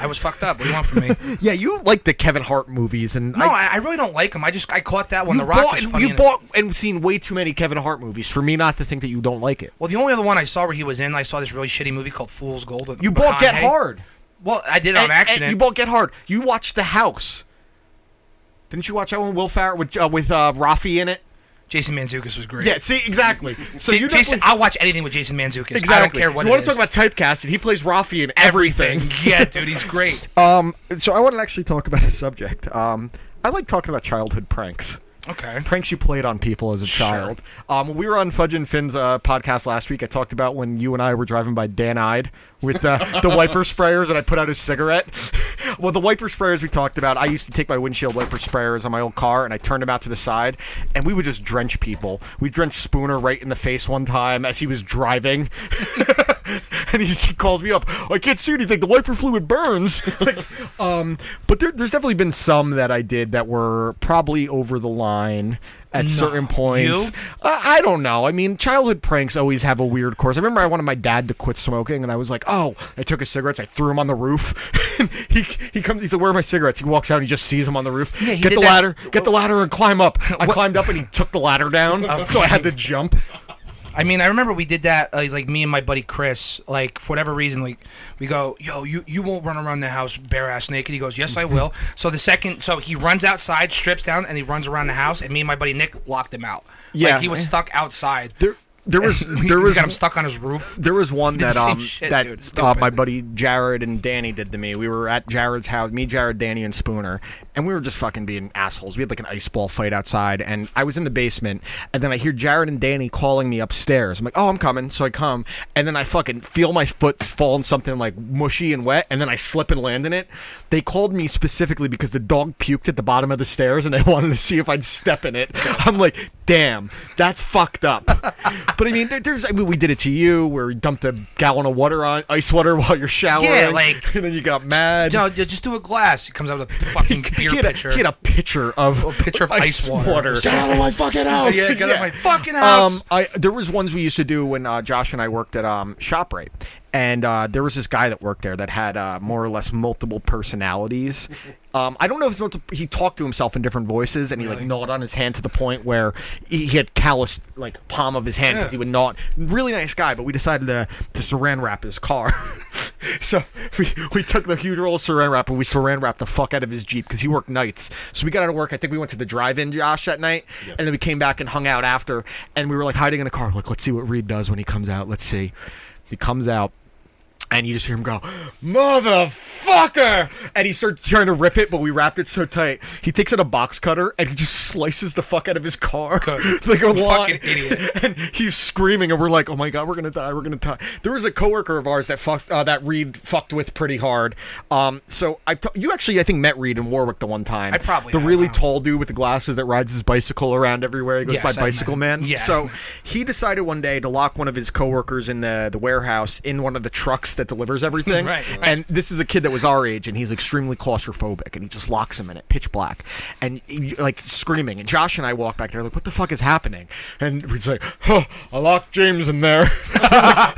F: I was fucked up. What do you want from me?
E: yeah, you like the Kevin Hart movies, and
F: No, I, I really don't like him. I just I caught that one. The Rock
E: bought,
F: was funny.
E: you
F: in it.
E: bought and seen way too many Kevin Hart movies for me not to think that you don't like it.
F: Well, the only other one I saw where he was in, I saw this really shitty movie called Fool's Gold. with
E: You bought Get
F: McConaughey.
E: Hard.
F: Well, I did it on
E: And- and
F: accident.
E: you bought Get Hard. You watched The House. Didn't you watch that one? Will Farrell with uh, with uh, Rafi in it.
F: Jason Manzukis was great.
E: Yeah. See, exactly. So
F: Ja-
E: you
F: Jason,
E: definitely-
F: I'll watch anything with Jason Manzukis. I don't
E: exactly.
F: care what
E: you
F: it
E: want
F: is.
E: to talk about typecasting? He plays Rafi in everything.
F: yeah, dude, he's great.
E: Um, so I want to actually talk about a subject. Um, I like talking about childhood pranks.
F: Okay.
E: Pranks you played on people as a child. Um, when we were on Fudge and Finn's uh, podcast last week, I talked about when you and I were driving by Dan Ide with uh, the wiper sprayers, and I put out his cigarette. well, the wiper sprayers we talked about, I used to take my windshield wiper sprayers on my old car, and I turned them out to the side, and we would just drench people. We drenched Spooner right in the face one time as he was driving. and he's, he calls me up. I can't see anything. The wiper fluid burns. like, um, but there, there's definitely been some that I did that were probably over the line at
F: No.
E: certain points.
F: You?
E: Uh, I don't know. I mean, childhood pranks always have a weird course. I remember I wanted my dad to quit smoking, and I was like, "Oh!" I took his cigarettes, I threw him on the roof. And he he comes, he said, "Where are my cigarettes?" He walks out, and he just sees him on the roof.
F: Yeah, he
E: get
F: did
E: the
F: that-
E: ladder, get the ladder, and climb up. I climbed up, and he took the ladder down, so I had to jump.
F: I mean, I remember we did that. Uh, he's like me and my buddy Chris. Like for whatever reason, like we go, yo, you you won't run around the house bare ass naked. He goes, yes, I will. so the second, so he runs outside, strips down, and he runs around the house. And me and my buddy Nick locked him out.
E: Yeah.
F: like, he was stuck outside.
E: There, there was- there
F: we
E: was-
F: got him stuck on his roof.
E: There was one
F: Did the
E: that
F: same
E: um
F: shit,
E: that
F: dude.
E: uh,
F: Stupid.
E: my buddy Jared and Danny did to me. We were at Jared's house, me, Jared, Danny, and Spooner, and we were just fucking being assholes. We had like an ice ball fight outside, and I was in the basement, and then I hear Jared and Danny calling me upstairs. I'm like, oh, I'm coming, so I come, and then I fucking feel my foot fall in something like mushy and wet, and then I slip and land in it. They called me specifically because the dog puked at the bottom of the stairs, and they wanted to see if I'd step in it. I'm like, damn, that's fucked up. but I mean, there, there's, I mean, we did it to you where you dumped a gallon of water on ice water while you're showering.
F: Yeah, like-
E: and then you got mad.
F: No, ju- just do a glass. He comes out with a fucking beer
E: he, had a,
F: pitcher.
E: he had a pitcher of
F: a pitcher of ice water.
E: Get out of my fucking house!
F: Yeah, get out of my fucking house.
E: Um, I there was ones we used to do when uh, Josh and I worked at um, Shoprite, and uh, there was this guy that worked there that had uh, more or less multiple personalities. Um, I don't know if it's multiple, he talked to himself in different voices, and he like gnawed on his hand to the point where he, he had calloused like palm of his hand because
F: Yeah.
E: he would gnaw. it. Really nice guy, but we decided to to saran wrap his car. so we, we took the huge roll of saran wrap and we saran wrapped the fuck out of his jeep because he worked nights. So we got out of work. I think we went to the drive-in, Josh, that night, and then we came back and hung out after. And we were like hiding in the car, like let's see what Reed does when he comes out. Let's see. He comes out. And you just hear him go, motherfucker! And he starts trying to rip it, but we wrapped it so tight. He takes out a box cutter and he just slices the fuck out of his car. like a
F: You
E: lot.
F: fucking idiot.
E: And he's screaming, and we're like, oh my God, we're going to die. We're going to die. There was a coworker of ours that fucked, uh, that Reed fucked with pretty hard. Um, so I, t- you actually, I think, met Reed in Warwick the one time.
F: I probably
E: The
F: have,
E: really tall dude with the glasses that rides his bicycle around everywhere. He goes
F: Yes,
E: by
F: I met
E: Bicycle
F: him.
E: Man.
F: Yeah, I
E: So he decided one day to lock one of his coworkers in the, the warehouse in one of the trucks that delivers everything.
F: Right, right.
E: And this is a kid that was our age, and he's extremely claustrophobic, and he just locks him in it, pitch black, and he- like screaming. And Josh and I walk back there, like, what the fuck is happening? And we'd say, huh, I locked James in there.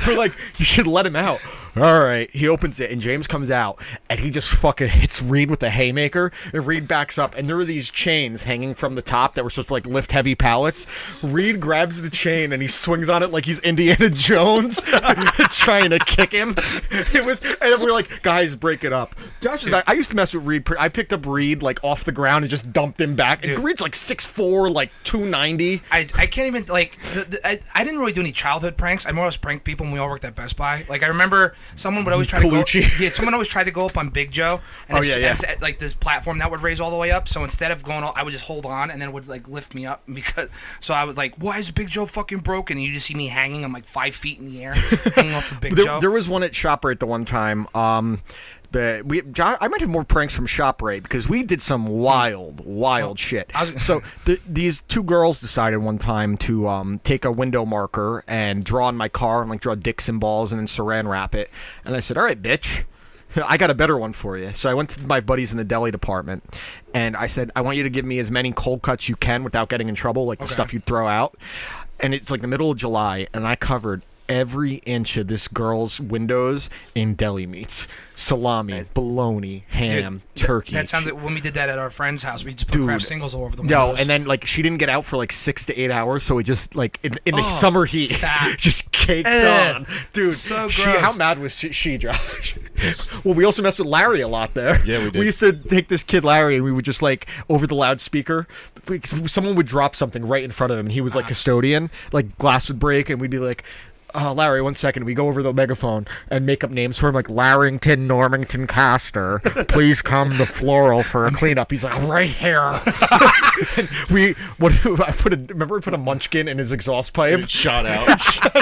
E: We're like, you should let him out. All right. He opens it, and James comes out, and he just fucking hits Reed with a haymaker. And Reed backs up, and there were these chains hanging from the top that were supposed to like lift heavy pallets. Reed grabs the chain and he swings on it like he's Indiana Jones, trying to kick him. It was, and we're like, guys, break it up. Josh is like, I used to mess with Reed. pre- I picked up Reed like off the ground and just dumped him back. And Reed's like six four, like two ninety.
F: I, I can't even like the, the, I, I didn't really do any childhood pranks. I more or less pranked people when we all worked at Best Buy. Like I remember someone would always try to
E: Colucci.
F: go, yeah, someone always tried to go up on Big Joe. And
E: Oh,
F: it's-
E: yeah, yeah.
F: and it's at, like this platform that would raise all the way up. So instead of going, all, I would just hold on and then it would like lift me up because. So I was like, why is Big Joe fucking broken? And you just see me hanging. I'm like five feet in the air, hanging off of Big
E: there,
F: Joe.
E: there was one at Shoprite the one time. Um, the we Jo- I might have more pranks from Shoprite because we did some wild,
F: Oh,
E: wild shit. so th- these two girls decided one time to um, take a window marker and draw on my car and like draw dicks and balls and then Saran wrap it. And I said, "All right, bitch." I got a better one for you. So I went to my buddies in the deli department and I said, I want you to give me as many cold cuts you can without getting in trouble, like the stuff you throw out. And it's like the middle of July, and I covered every inch of this girl's windows in deli meats salami, bologna, ham,
F: Dude,
E: turkey.
F: That, that sounds like when we did that at our friend's house. We just put
E: Dude.
F: crap singles all over the
E: no,
F: windows.
E: and then like she didn't get out for like six to eight hours, so it just like in, in the
F: Oh,
E: summer heat
F: sad. Eh.
E: just caked
F: Ugh,
E: on, dude.
F: so
E: she,
F: gross.
E: how mad was she, she Josh? well, we also messed with Larry a lot there. Yeah, we did. We used to take this kid Larry, and we would just like over the loudspeaker, we- someone would drop something right in front of him, and he
F: Uh-huh.
E: was like custodian, like glass would break, and we'd be like. Uh, Larry, one second. We go over the megaphone and make up names for him, like Larrington Normington Castor. Please come to Floral for a cleanup. He's like, "I'm right here. We what I put a remember I put a munchkin in his exhaust pipe. it shot out.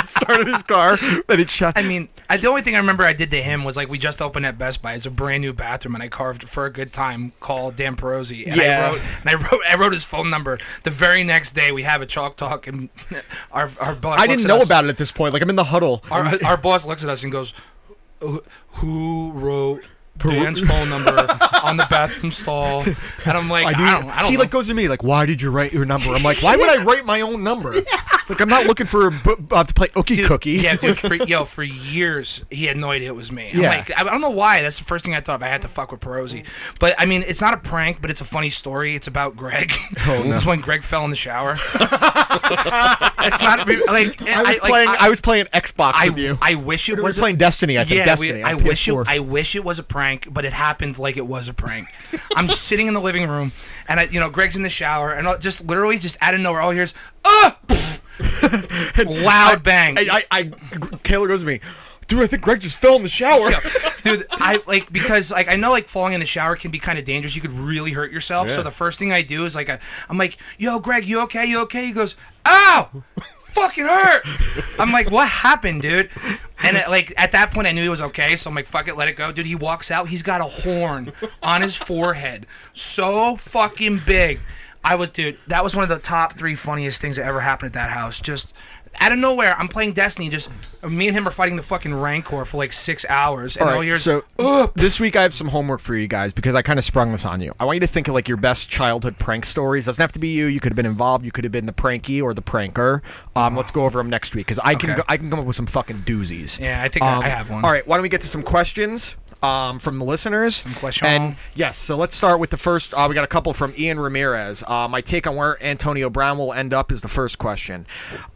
E: started his car, and it shot.
F: I mean, I, the only thing I remember I did to him was like we just opened at Best Buy. It's a brand new bathroom, and I carved for a good time call Dan Perosi. And
E: Yeah.
F: I wrote, and I wrote, I wrote his phone number. The very next day, we have a chalk talk, and our our boss
E: I
F: looks
E: didn't
F: at
E: know
F: us-
E: about it at this point. Like
M: I'm in the huddle.
F: Our, our boss looks at us and goes, "Who- "Who wrote Dan's phone number on the bathroom stall?" And I'm like, "I,
M: knew-
F: don't, I don't
M: he
F: know."
M: like goes to me like, "Why did you write your number?" I'm like, "Why would I write my own number?" Like I'm not looking for a bu- uh, to play Ookie Cookie.
F: yeah, dude, for, yo, for years he had no idea it was me. I'm
M: Yeah.
F: like, I I don't know why. That's the first thing I thought of. I had to fuck with Perosi. But I mean, it's not a prank, but it's a funny story. It's about Greg.
M: Oh, no.
F: it's when Greg fell in the shower. it's not
M: I was
F: like like,
M: playing. I, was playing Xbox
F: I,
M: with you.
F: I wish it
M: We were
F: was a-
M: playing Destiny, I think.
F: Yeah,
M: Destiny
F: We,
M: on
F: I wish it.
M: PS4.
F: I wish it was a prank, but it happened like it was a prank. I'm just sitting in the living room, and I, you know, Greg's in the shower, and I'll- just literally, just out of nowhere, all I hear is ah, loud bang.
M: I, I, I, Taylor goes to me, dude. I think Greg just fell in the shower.
F: dude i like because like i know like falling in the shower can be kind of dangerous you could really hurt yourself so
M: Yeah.
F: the first thing i do is like I, i'm like yo greg you okay you okay he goes ow fucking hurt i'm like what happened dude and it, like at that point i knew he was okay so i'm like fuck it let it go dude he walks out he's got a horn on his forehead so fucking big I was, dude. That was one of the top three funniest things that ever happened at that house. Just out of nowhere, I'm playing Destiny. Just me and him are fighting the fucking Rancor for like six hours. And
M: All
F: all
M: right,
F: you're
M: so this week I have some homework for you guys because I kind of sprung this on you. I want you to think of like your best childhood prank stories. Doesn't have to be you. You could have been involved. You could have been the pranky or the pranker. Um, let's go over them next week because I can
F: Uh-huh.
M: go,
F: Okay.
M: I can come up with some fucking doozies.
F: Yeah, I think I- I have one.
M: um, All right, why don't we get to some questions? Um, from the listeners, some
F: questions.
M: And yes, so let's start with the first. Uh, we got a couple from Ian Ramirez. Uh, my take on where Antonio Brown will end up is the first question.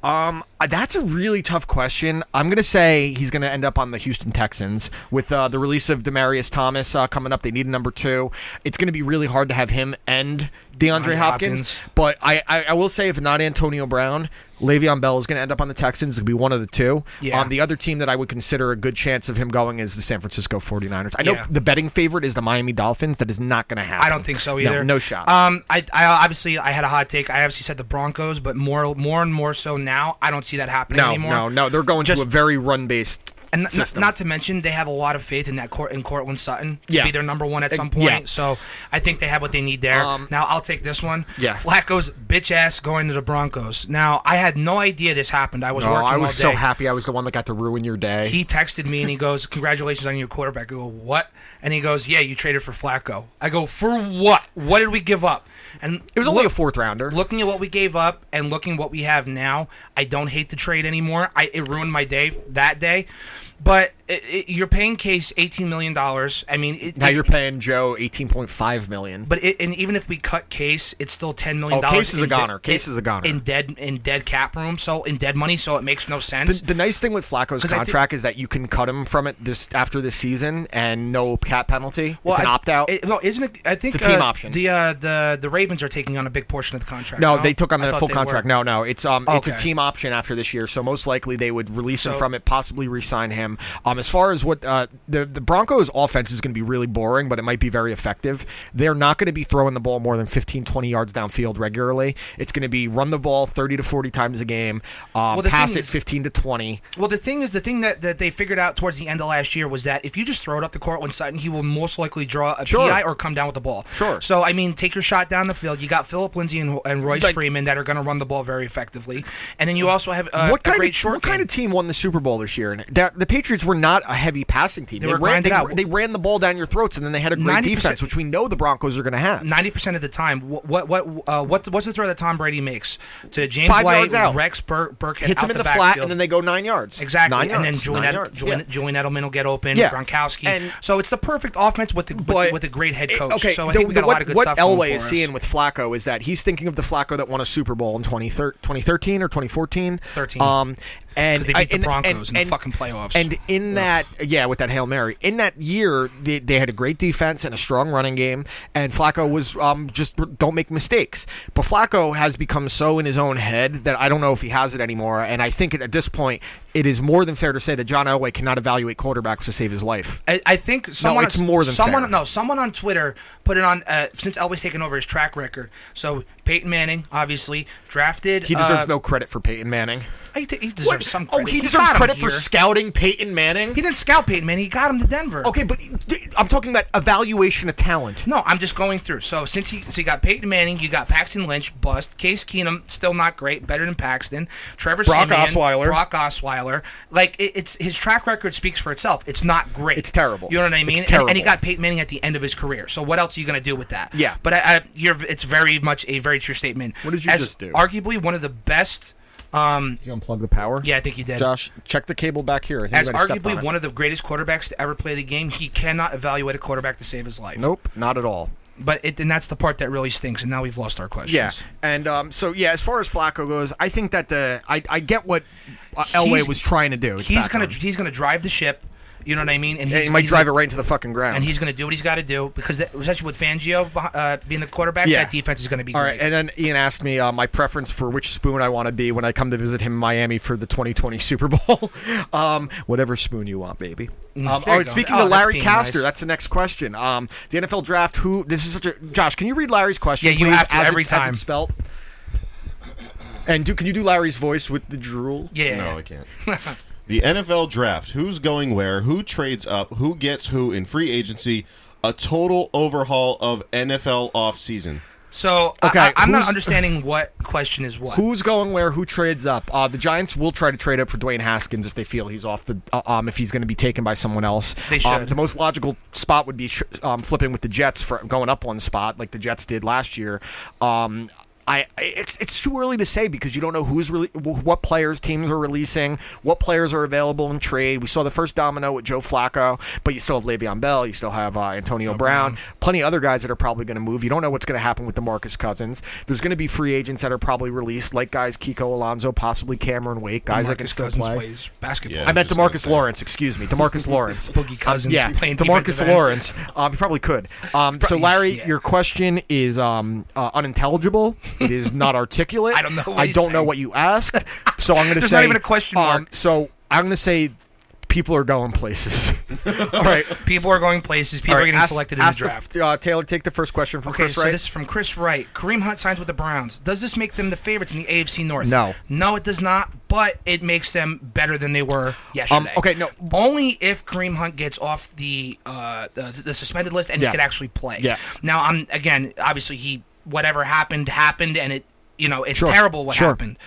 M: Um, uh, that's a really tough question. I'm gonna say he's gonna end up on the Houston Texans with uh, the release of Demarius Thomas uh, coming up. They need a number two. It's gonna be really hard to have him and DeAndre
F: DeAndre
M: Hopkins.
F: Hopkins.
M: But I, I, I will say, if not Antonio Brown, Le'Veon Bell is going to end up on the Texans. It could be one of the two.
F: Yeah.
M: Um, the other team that I would consider a good chance of him going is the San Francisco 49ers. I know
F: Yeah.
M: the betting favorite is the Miami Dolphins. That is not going to happen.
F: I don't think so
M: No,
F: either.
M: No, shot.
F: Um, I, I obviously I had a hot take. I obviously said the Broncos, but more, more and more so now, I don't see that happening
M: no,
F: anymore.
M: no, no. They're going
F: Just-
M: to a very run based
F: And n-
M: system.
F: not to mention, they have a lot of faith in that court in Cortland Sutton to
M: Yeah.
F: be their number one at
M: Uh,
F: some
M: yeah. Um,
F: point. So I think they have what they need there. now I'll take this one.
M: Yeah.
F: Flacco's bitch ass going to the Broncos. Now I had no idea this happened. I was
M: No,
F: working
M: Oh, I
F: all
M: was so
F: day.
M: happy I was the one that got to ruin your day.
F: He texted me and he goes, "Congratulations on your quarterback." I go, "What?" And he goes, "Yeah, you traded for Flacco." I go, "For what? What did we give up?" And
M: it was only a fourth rounder.
F: Looking at what we gave up and looking what we have now, I don't hate the trade anymore. I it ruined my day that day, but it, it, you're paying Case eighteen million dollars. I mean, it,
M: now
F: it-
M: you're paying Joe eighteen point five million.
F: But it, and even if we cut Case, it's still ten million
M: Oh,
F: dollars.
M: Case is a
F: in de-
M: goner. Case is a goner.
F: in dead in dead cap room. So in dead money. So it makes no sense.
M: The, the nice thing with Flacco's
F: 'Cause I thi-
M: contract is that you can cut him from it this after this season and no cap penalty. it's an
F: I-
M: opt out.
F: it- no, isn't it? I think
M: It's a team
F: uh,
M: option.
F: The uh, the the Ravens are taking on a big portion of the contract.
M: No, they took on
F: I
M: the
F: thought
M: full
F: they
M: contract.
F: were.
M: No, no, it's um, it's a
F: Okay.
M: team option after this year, so most likely they would release him
F: So-
M: from it, possibly re-sign him. Um, as far as what uh, the the Broncos' offense is going to be really boring, but it might be very effective. They're not going to be throwing the ball more than 15, 20 yards downfield regularly. It's going to be run the ball thirty to forty times a game, um,
F: Well, the
M: pass
F: thing
M: it
F: is-
M: fifteen to twenty.
F: Well, the thing is, the thing that, that they figured out towards the end of last year was that if you just throw it up the court when Sutton, he will most likely draw a
M: Sure.
F: PI or come down with the ball.
M: Sure.
F: So, I mean, take your shot down the field. You got Philip Lindsay and, and Royce
M: Like-
F: Freeman that are going to run the ball very effectively. And then you also have uh,
M: what
F: a
M: kind
F: great
M: of
F: short
M: what kind of team won the Super Bowl this year? And that, the Patriots were not a heavy passing team.
F: They were
M: ran
F: grinding
M: they,
F: out.
M: they ran the ball down your throats, and then they had a great
F: 90%
M: defense, which we know the Broncos are going to have.
F: Ninety percent of the time, wh- what what uh, what what's the throw that Tom Brady makes to James
M: Five
F: White,
M: yards out.
F: Rex Bur- Burkhead
M: hits
F: out
M: him in
F: the
M: the, flat,
F: backfield.
M: and then they go nine yards.
F: Exactly,
M: Nine
F: and then
M: yards,
F: Julian,
M: nine
F: Ed-
M: yards,
F: Julian,
M: yeah.
F: Julian Edelman will get open.
M: Yeah.
F: Gronkowski.
M: And-
F: so it's the perfect offense with the, with,
M: But-
F: with a great head
M: It-
F: coach.
M: okay,
F: so I
M: the-
F: think we
M: the-
F: got
M: what,
F: a lot of good
M: what
F: stuff. going
M: Elway
F: for
M: is
F: us.
M: seeing with Flacco is that he's thinking of the Flacco that won a Super Bowl in 2013, 2013 or 2014.
F: 13.
M: Um, and
F: 'Cause they
M: I-
F: beat the
M: and-
F: Broncos
M: and-
F: in the
M: and-
F: fucking playoffs.
M: And in that, yeah, with that Hail Mary, in that year, they, they had a great defense and a strong running game, and Flacco was um, just don't make mistakes. But Flacco has become so in his own head that I don't know if he has it anymore. And I think at this point, it is more than fair to say that John Elway cannot evaluate quarterbacks to save his life.
F: I, I think someone
M: it's more than
F: someone
M: fair.
F: no someone on Twitter put it on uh, since Elway's taken over his track record. So Peyton Manning obviously drafted.
M: He deserves
F: uh,
M: no credit for Peyton Manning.
F: He, t- he deserves
M: What?
F: some.
M: Oh,
F: Credit.
M: he deserves
F: got him
M: credit for
F: here.
M: scouting Peyton Manning.
F: He didn't scout Peyton Manning. He got him to Denver.
M: Okay, but I'm talking about evaluation of talent.
F: No, I'm just going through. So since he, so you got Peyton Manning, you got Paxton Lynch, bust. Case Keenum, still not great, better than Paxton. Trevor
M: Brock
F: Siemian,
M: Osweiler.
F: Brock Osweiler. Tyler. Like it, it's his track record speaks for itself. It's not great.
E: It's terrible.
F: You know what I
E: It's
F: mean? And- And, he
E: terrible.
F: got Peyton Manning at the end of his career. So what else are you going to do with that?
E: Yeah.
F: But I, I, you're, it's very much a very true statement. What
E: did you just do?
F: Arguably one of the best. Um,
E: Did you unplug the power?
F: Yeah, I think you did.
E: Josh, check the cable back here. I think
F: as
E: you might have stepped
F: arguably
E: on it.
F: one of the greatest quarterbacks to ever play the game, he cannot evaluate a quarterback to save his life.
E: Nope, not at all.
F: But it, and that's the part that really stinks. And now we've lost our questions.
E: Yeah, and um, so yeah, as far as Flacco goes, I think that the I, I get what uh, Elway
F: He's-
E: was trying to do. It's
F: he's
E: back
F: gonna
E: on.
F: he's gonna drive the ship. You know what I mean? And
E: Yeah,
F: he's,
E: he might
F: he's
E: drive it
F: gonna-
E: right into the fucking ground.
F: And he's going to do what he's got to do because that, especially with Fangio beh- uh, being the quarterback,
E: Yeah.
F: that defense is going to be
E: All
F: great.
E: right, and then Ian asked me uh, my preference for which spoon I want to be when I come to visit him in Miami for the 2020 Super Bowl. um, whatever spoon you want, baby.
M: Mm,
E: Um,
M: there
E: all
M: you
E: right,
M: go.
E: speaking
M: Oh,
E: to
M: that's
E: Larry
M: being
E: Castor,
M: nice.
E: that's the next question. Um, the NFL draft. Who? This is such a Josh. Can you read Larry's question?
F: Yeah, you
E: please,
F: have to
E: as
F: every
E: it's, as
F: time.
E: it's spelt. And do can you do Larry's voice with the drool?
J: No, I can't. the NFL draft. Who's going where? Who trades up? Who gets who in free agency? A total overhaul of NFL offseason.
F: So I-
E: Okay,
F: I, I'm not
E: who's-
F: understanding what question is what.
E: Who's going where? Who trades up? Uh, the Giants will try to trade up for Dwayne Haskins if they feel he's off the uh, um if he's going to be taken by someone else.
F: They
E: Um,
F: should.
E: the most logical spot would be sh- um, flipping with the Jets for going up one spot like the Jets did last year. Um, I, I- it's it's too early to say because you don't know who's really wh- what players teams are releasing, what players are available in trade. We saw the first domino with Joe Flacco, but you still have Le'Veon Bell, you still have uh, Antonio Brown, plenty of other guys that are probably going to move. You don't know what's going to happen with the Marcus Cousins. There's going to be free agents that are probably released, like guys Kiko Alonso, possibly Cameron Wake, guys that can
F: DeMarcus
E: still
F: Cousins
E: play.
F: plays basketball.
E: I meant Demarcus Lawrence. Excuse me, Demarcus Lawrence.
F: Boogie
E: Um,
F: Cousins
E: yeah,
F: playing defensive
E: Demarcus
F: end.
E: Lawrence. Um, he probably could. Um, so,
F: Probably-
E: Larry,
F: yeah.
E: your question is um, uh, unintelligible. It is not articulate. I don't know.
F: what
E: I
F: he's
E: don't know
F: saying.
E: what you asked. So I'm going to
F: There's
E: say
F: not even a question
E: um,
F: mark.
E: so I'm going to say people are going places. All right.
F: People are going places. People
E: All right,
F: are getting
E: ask-
F: selected in
E: ask
F: the draft.
E: uh, Taylor, take the first question from
F: Okay,
E: Chris
F: so
E: Wright.
F: this is from Chris Wright. Kareem Hunt signs with the Browns. Does this make them the favorites in the AFC North?
E: No.
F: No, it does not, but it makes them better than they were yesterday.
E: Um, okay, no.
F: Only if Kareem Hunt gets off the uh, the, the suspended list and
E: Yeah.
F: he could actually play.
E: Yeah.
F: Now, I'm again, obviously, he whatever happened happened, and it you know it's
E: Sure,
F: terrible what
E: sure.
F: happened.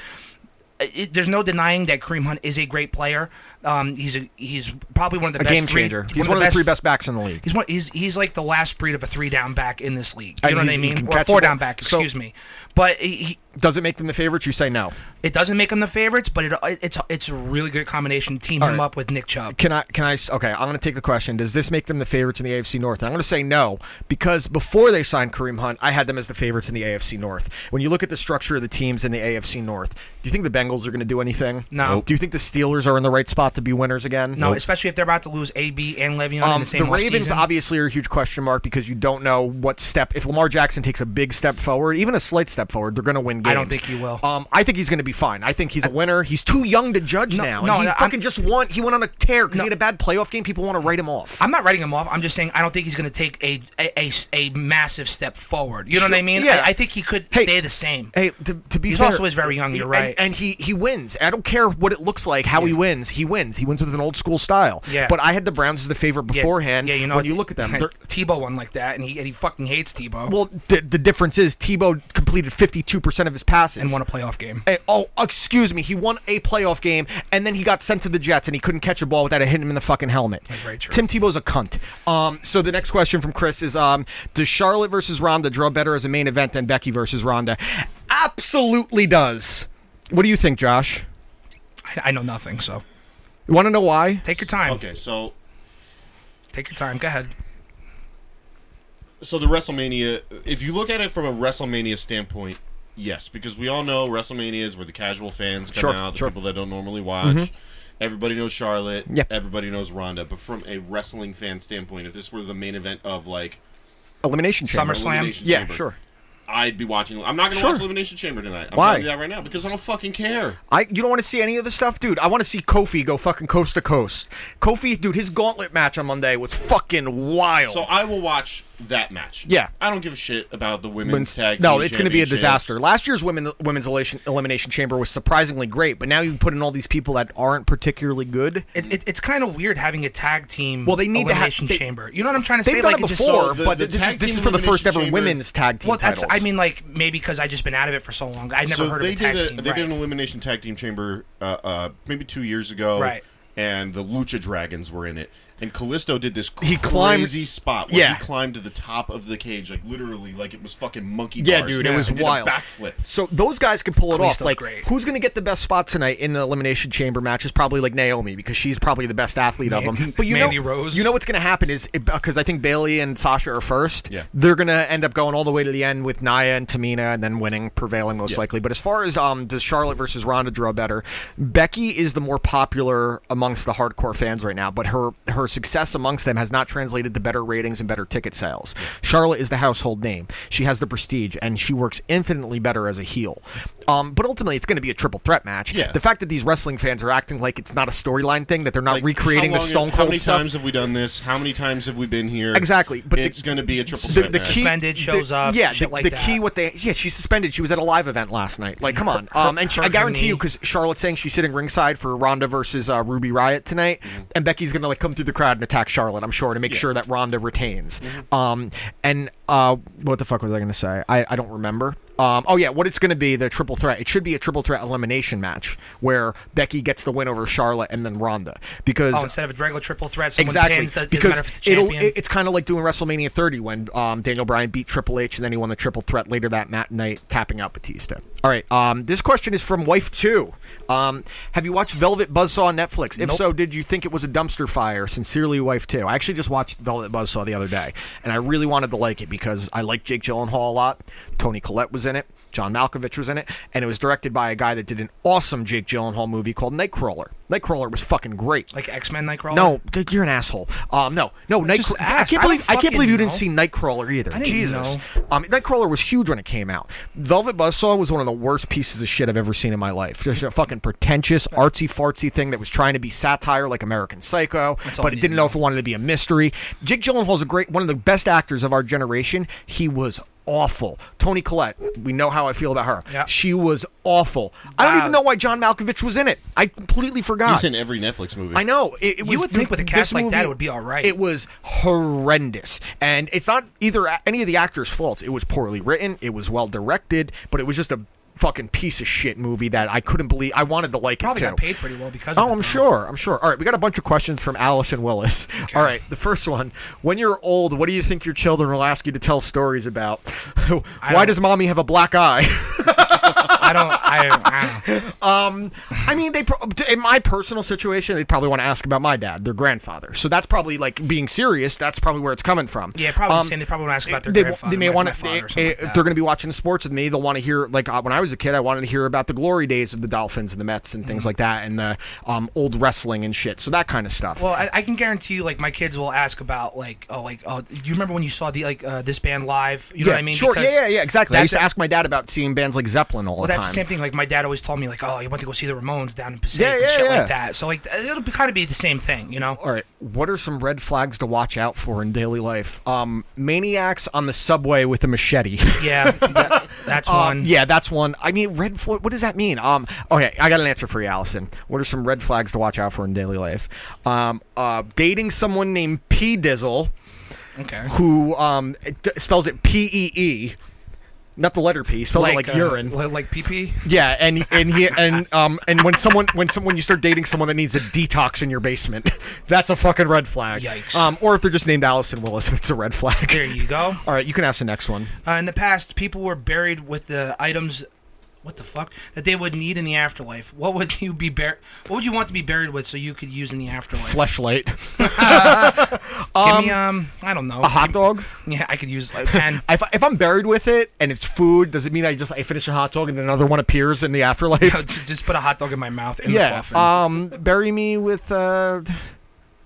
F: It, there's no denying that Kareem Hunt is a great player. Um, he's a, he's probably one of the
E: a
F: best
E: game
F: three-
E: changer. He's one of the three best backs in the league.
F: He's one. He's he's like the last breed of a three down back in this league. You
E: And
F: know what
E: he's-
F: I
E: he
F: mean?
E: can
F: Or
E: catch
F: four
E: the ball.
F: down back.
E: So-
F: Excuse me. But he, he-
E: Does it make them the favorites? You say no.
F: it doesn't make him the favorites, but it it's it's a really good combination. Team
E: All
F: him
E: right.
F: up with Nick Chubb.
E: Can I? Can I? s- Okay, I'm going to take the question. Does this make them the favorites in the AFC North? And I'm going to say no because before they signed Kareem Hunt, I had them as the favorites in the AFC North. When you look at the structure of the teams in the AFC North, do you think the Bengals are going to do anything?
F: No. Nope.
E: Do you think the Steelers are in the right spot to be winners again?
F: No, especially if they're about to lose AB and Le'Veon in
E: Um,
F: the
E: the
F: same
E: Ravens
F: offseason.
E: obviously are a huge question mark because you don't know what step. If Lamar Jackson takes a big step forward, even a slight step forward, they're going to win games.
F: I don't think he will.
E: Um, I think he's going to be fine. I think he's a winner. He's too young to judge
F: No,
E: now.
F: no,
E: he
F: no, I'm-
E: fucking just won. He went on a tear because he had a bad playoff game. People want to write him off.
F: I'm not writing him off. I'm just saying I don't think he's going to take a a, a a massive step forward. You know what I
E: Sure,
F: mean?
E: yeah.
F: I, I think he could stay the same.
E: Hey, to, to be
F: He's
E: fair,
F: also is very young, you're
E: and-
F: right.
E: And, he he wins. I don't care what it looks like, how he wins. He wins. He wins with an old school style.
F: Yeah.
E: But I had the Browns as the favorite
F: Yeah,
E: beforehand.
F: Yeah, you know
E: when you look at them, they're-
F: Tebow won like that, and he and he fucking hates Tebow.
E: well, the, the difference is Tebow completed 52 percent of his passes
F: and won a playoff game.
E: Hey, oh, excuse me. He won a playoff game, and then he got sent to the Jets, and he couldn't catch a ball without it hitting him in the fucking helmet. That's
F: very true.
E: Tim Tebow's a cunt. Um, so the next question from Chris is: um, Does Charlotte versus Ronda draw better as a main event than Becky versus Ronda? Absolutely does. What do you think, Josh?
F: I, I know nothing, so
E: You want to know why?
F: take your time.
J: Okay, so
F: Take your time. Go ahead.
J: so the WrestleMania, if you look at it from a WrestleMania standpoint, yes, because we all know WrestleMania is where the casual fans come
E: Sure,
J: out, the
E: sure.
J: people that don't normally watch.
E: Mhm.
J: Everybody knows Charlotte.
E: Yep.
J: Everybody knows Ronda. But from a wrestling fan standpoint, if this were the main event of like
E: Elimination Chamber.
J: SummerSlam? Elimination
E: Yeah,
J: Chamber.
E: sure.
J: I'd be watching. I'm not gonna
E: Sure.
J: watch Elimination Chamber tonight. I'm
E: Why?
J: telling you that right now because I don't fucking care.
E: I you don't want to see any of the stuff, dude. I want to see Kofi go fucking coast to coast. Kofi, dude, his gauntlet match on Monday was fucking wild.
J: So I will watch
M: that match.
E: Yeah.
M: I don't give a shit about the women's
E: Women's-
M: tag.
E: no,
M: team
E: it's going to be a
M: championship.
E: disaster. Last year's women women's elimination, elimination chamber was surprisingly great, but now you put in all these people that aren't particularly good.
F: It, it, it's kind of weird having a tag team.
E: Well, they need to have-
F: elimination
E: they-
F: chamber. You know what I'm trying to
E: they've
F: say?
E: done
F: like
E: it
F: just-
E: before, So the- but the this is- tag this team is for the first ever elimination chamber- women's tag team
F: Well, that's.
E: titles.
F: I mean, like maybe because I just been out of it for so long, I never
M: So
F: heard of
M: they
F: a tag
M: did a,
F: team.
M: They
F: right.
M: did an elimination tag team chamber uh, uh, maybe two years ago,
F: Right.
M: And the Lucha Dragons were in it, and Callisto did this
E: He
M: he
E: climbed-
M: crazy spot where
E: Yeah.
M: he climbed to the top of the cage, like literally, like it was fucking monkey
E: Yeah,
M: bars.
E: dude, it
M: and
E: was
M: did a
E: wild.
M: backflip.
E: So those guys can pull it
M: Kalisto's
E: off. Like,
M: great.
E: who's going to get the best spot tonight in the elimination chamber match is probably like Naomi because she's probably the best athlete of
M: Man-
E: them. But you
M: Mandy
E: know,
M: Rose.
E: you know what's going to happen is because I think Bailey and Sasha are first.
M: Yeah.
E: they're going to end up going all the way to the end with Naya and Tamina and then winning, prevailing most likely. But as far as um, does Charlotte versus Ronda draw better? Becky is the more popular amongst the hardcore fans right now, but her her success amongst them has not translated to better ratings and better ticket sales. Charlotte is the household name. She has the prestige, and she works infinitely better as a heel. Um, but ultimately, it's going to be a triple threat match.
M: Yeah.
E: The fact that these wrestling fans are acting like it's not a storyline thing, that they're not recreating
M: How
E: the
M: long-
E: Stone Cold
M: How many
E: stuff.
M: times have we done this? How many times have we been here?
E: Exactly, but the-
M: it's going to be a triple
E: the,
M: threat
E: the
M: match.
E: key, the- Yeah, the, the key what they yeah she's suspended. She was at a live event last night. Like, come on.
F: her-
E: Um, and she, I
F: her
E: guarantee
F: knee.
E: you because Charlotte's saying she's sitting ringside for Ronda versus uh, Ruby Riot tonight,
M: Mm-hmm.
E: and Becky's gonna like come through the crowd and attack Charlotte. I'm sure to make sure that Ronda retains.
M: Mm-hmm.
E: Um, and uh, what the fuck was I gonna say? I, I don't remember. Um, oh yeah, what it's gonna be the triple threat. It should be a triple threat elimination match where Becky gets the win over Charlotte and then Ronda because
F: Oh, instead of a regular triple threat, someone
E: exactly
F: pins. Doesn't
E: because
F: matter if it's a
E: it'll-
F: champion.
E: it- it's kind of like doing WrestleMania 30 when um, Daniel Bryan beat Triple H and then he won the triple threat later that mat- night, tapping out Batista. All right, um, this question is from Wife Two. Um, have you watched Velvet Buzzsaw on Netflix? If
F: Nope.
E: so, did you think it was a dumpster fire? Sincerely, Wife Two. I actually just watched Velvet Buzzsaw the other day, and I really wanted to like it because I like Jake Gyllenhaal a lot. Tony Collette was in it. John Malkovich was in it, and it was directed by a guy that did an awesome Jake Gyllenhaal movie called Nightcrawler. Nightcrawler was fucking great.
F: like X Men Nightcrawler.
E: No, dude, you're an asshole. Um, no, no,
F: Just
E: Nightcrawler. I
F: ask. I
E: can't believe
F: don't
E: I, can't believe you
F: fucking
E: didn't
F: know.
E: see Nightcrawler either.
F: I didn't
E: Jesus, um, Nightcrawler was huge when it came out. Velvet Buzzsaw was one of the worst pieces of shit I've ever seen in my life. Just a fucking pretentious, artsy fartsy thing that was trying to be satire like American Psycho,
F: all
E: but
F: you
E: it didn't know if it wanted to be a mystery. Jake Gyllenhaal's a great, one of the best actors of our generation. He was. Awful. Tony Collette, we know how I feel about her.
F: Yeah.
E: She was awful. I don't
F: Wow.
E: even know why John Malkovich was in it. I completely forgot.
M: He's in every Netflix movie.
E: I know. It, it
F: You
E: was,
F: would think with a
E: this
F: cast like that,
E: movie-
F: it would be all right.
E: It was horrendous, and it's not e- either a- any of the actors' faults. It was poorly written. It was well directed, but it was just a fucking piece of shit movie that I couldn't believe. I wanted to like
F: probably
E: it too.
F: got paid pretty well because.
E: Oh,
F: of it,
E: I'm
F: though.
E: sure. I'm sure. All right, we got a bunch of questions from Allison Willis. All right, the first one: When you're old, what do you think your children will ask you to tell stories about? Why
F: don't-
E: does mommy have a black eye?
F: I don't. I, I don't.
E: Um, I mean, they pro- in my personal situation, they probably want to ask about my dad, their grandfather. So that's probably like being serious. That's probably where it's coming from.
F: Yeah, probably the
E: Um,
F: same. They probably want to ask about their
E: they,
F: grandfather.
E: they may
F: my
E: want to.
F: grandfather
E: They,
F: or something like
E: if
F: that.
E: they're going to be watching sports with me. They'll want to hear like uh, when I was a kid, I wanted to hear about the glory days of the Dolphins and the Mets and
F: Mm-hmm.
E: things like that, and the um, old wrestling and shit. So that kind of stuff.
F: Well, I, I can guarantee you, like my kids will ask about, like, oh, like, oh, do you remember when you saw the like uh, this band live? You know
E: yeah,
F: what I mean?
E: Sure.
F: Because
E: yeah, yeah, yeah. Exactly. I
F: that's
E: used to
F: a-
E: ask my dad about seeing bands like Zeppelin all
F: Well,
E: the
F: that's the
E: time.
F: same thing. Like my dad always told me, like, oh, you went to go see the Ramones down in Pacific
E: Yeah,
F: and
E: yeah,
F: shit
E: yeah.
F: like that. So like, it'll be, kind of be the same thing, you know?
E: All right. What are some red flags to watch out for in daily life? Um, maniacs on the subway with a machete.
F: Yeah, that- that's
E: Um,
F: one.
E: Yeah, that's one. I mean, red. fl- What does that mean? Um, okay, I got an answer for you, Allison. What are some red flags to watch out for in daily life? Um, uh, dating someone named P Dizzle,
F: Okay.
E: who um it d- spells it P E E, not the letter P. Spells it like
F: uh,
E: urine.
F: li- like PP.
E: Yeah, and and he and um and when someone when someone you start dating someone that needs a detox in your basement, that's a fucking red flag.
F: Yikes.
E: Um, or if they're just named Allison Willis, it's a red flag.
F: There you go.
E: All right, you can ask the next one.
F: Uh, in the past, people were buried with the items. What the fuck? That they would need in the afterlife. What would you be buried? What would you want to be buried with so you could use in the afterlife?
E: Fleshlight.
F: Give me um, I don't know.
E: a hot dog.
F: Yeah, I could use like ten.
E: If, if I'm buried with it and it's food, does it mean I just I finish a hot dog and then another one appears in the afterlife?
F: just put a hot dog in my mouth in the
E: yeah.
F: coffin.
E: Um, bury me with uh,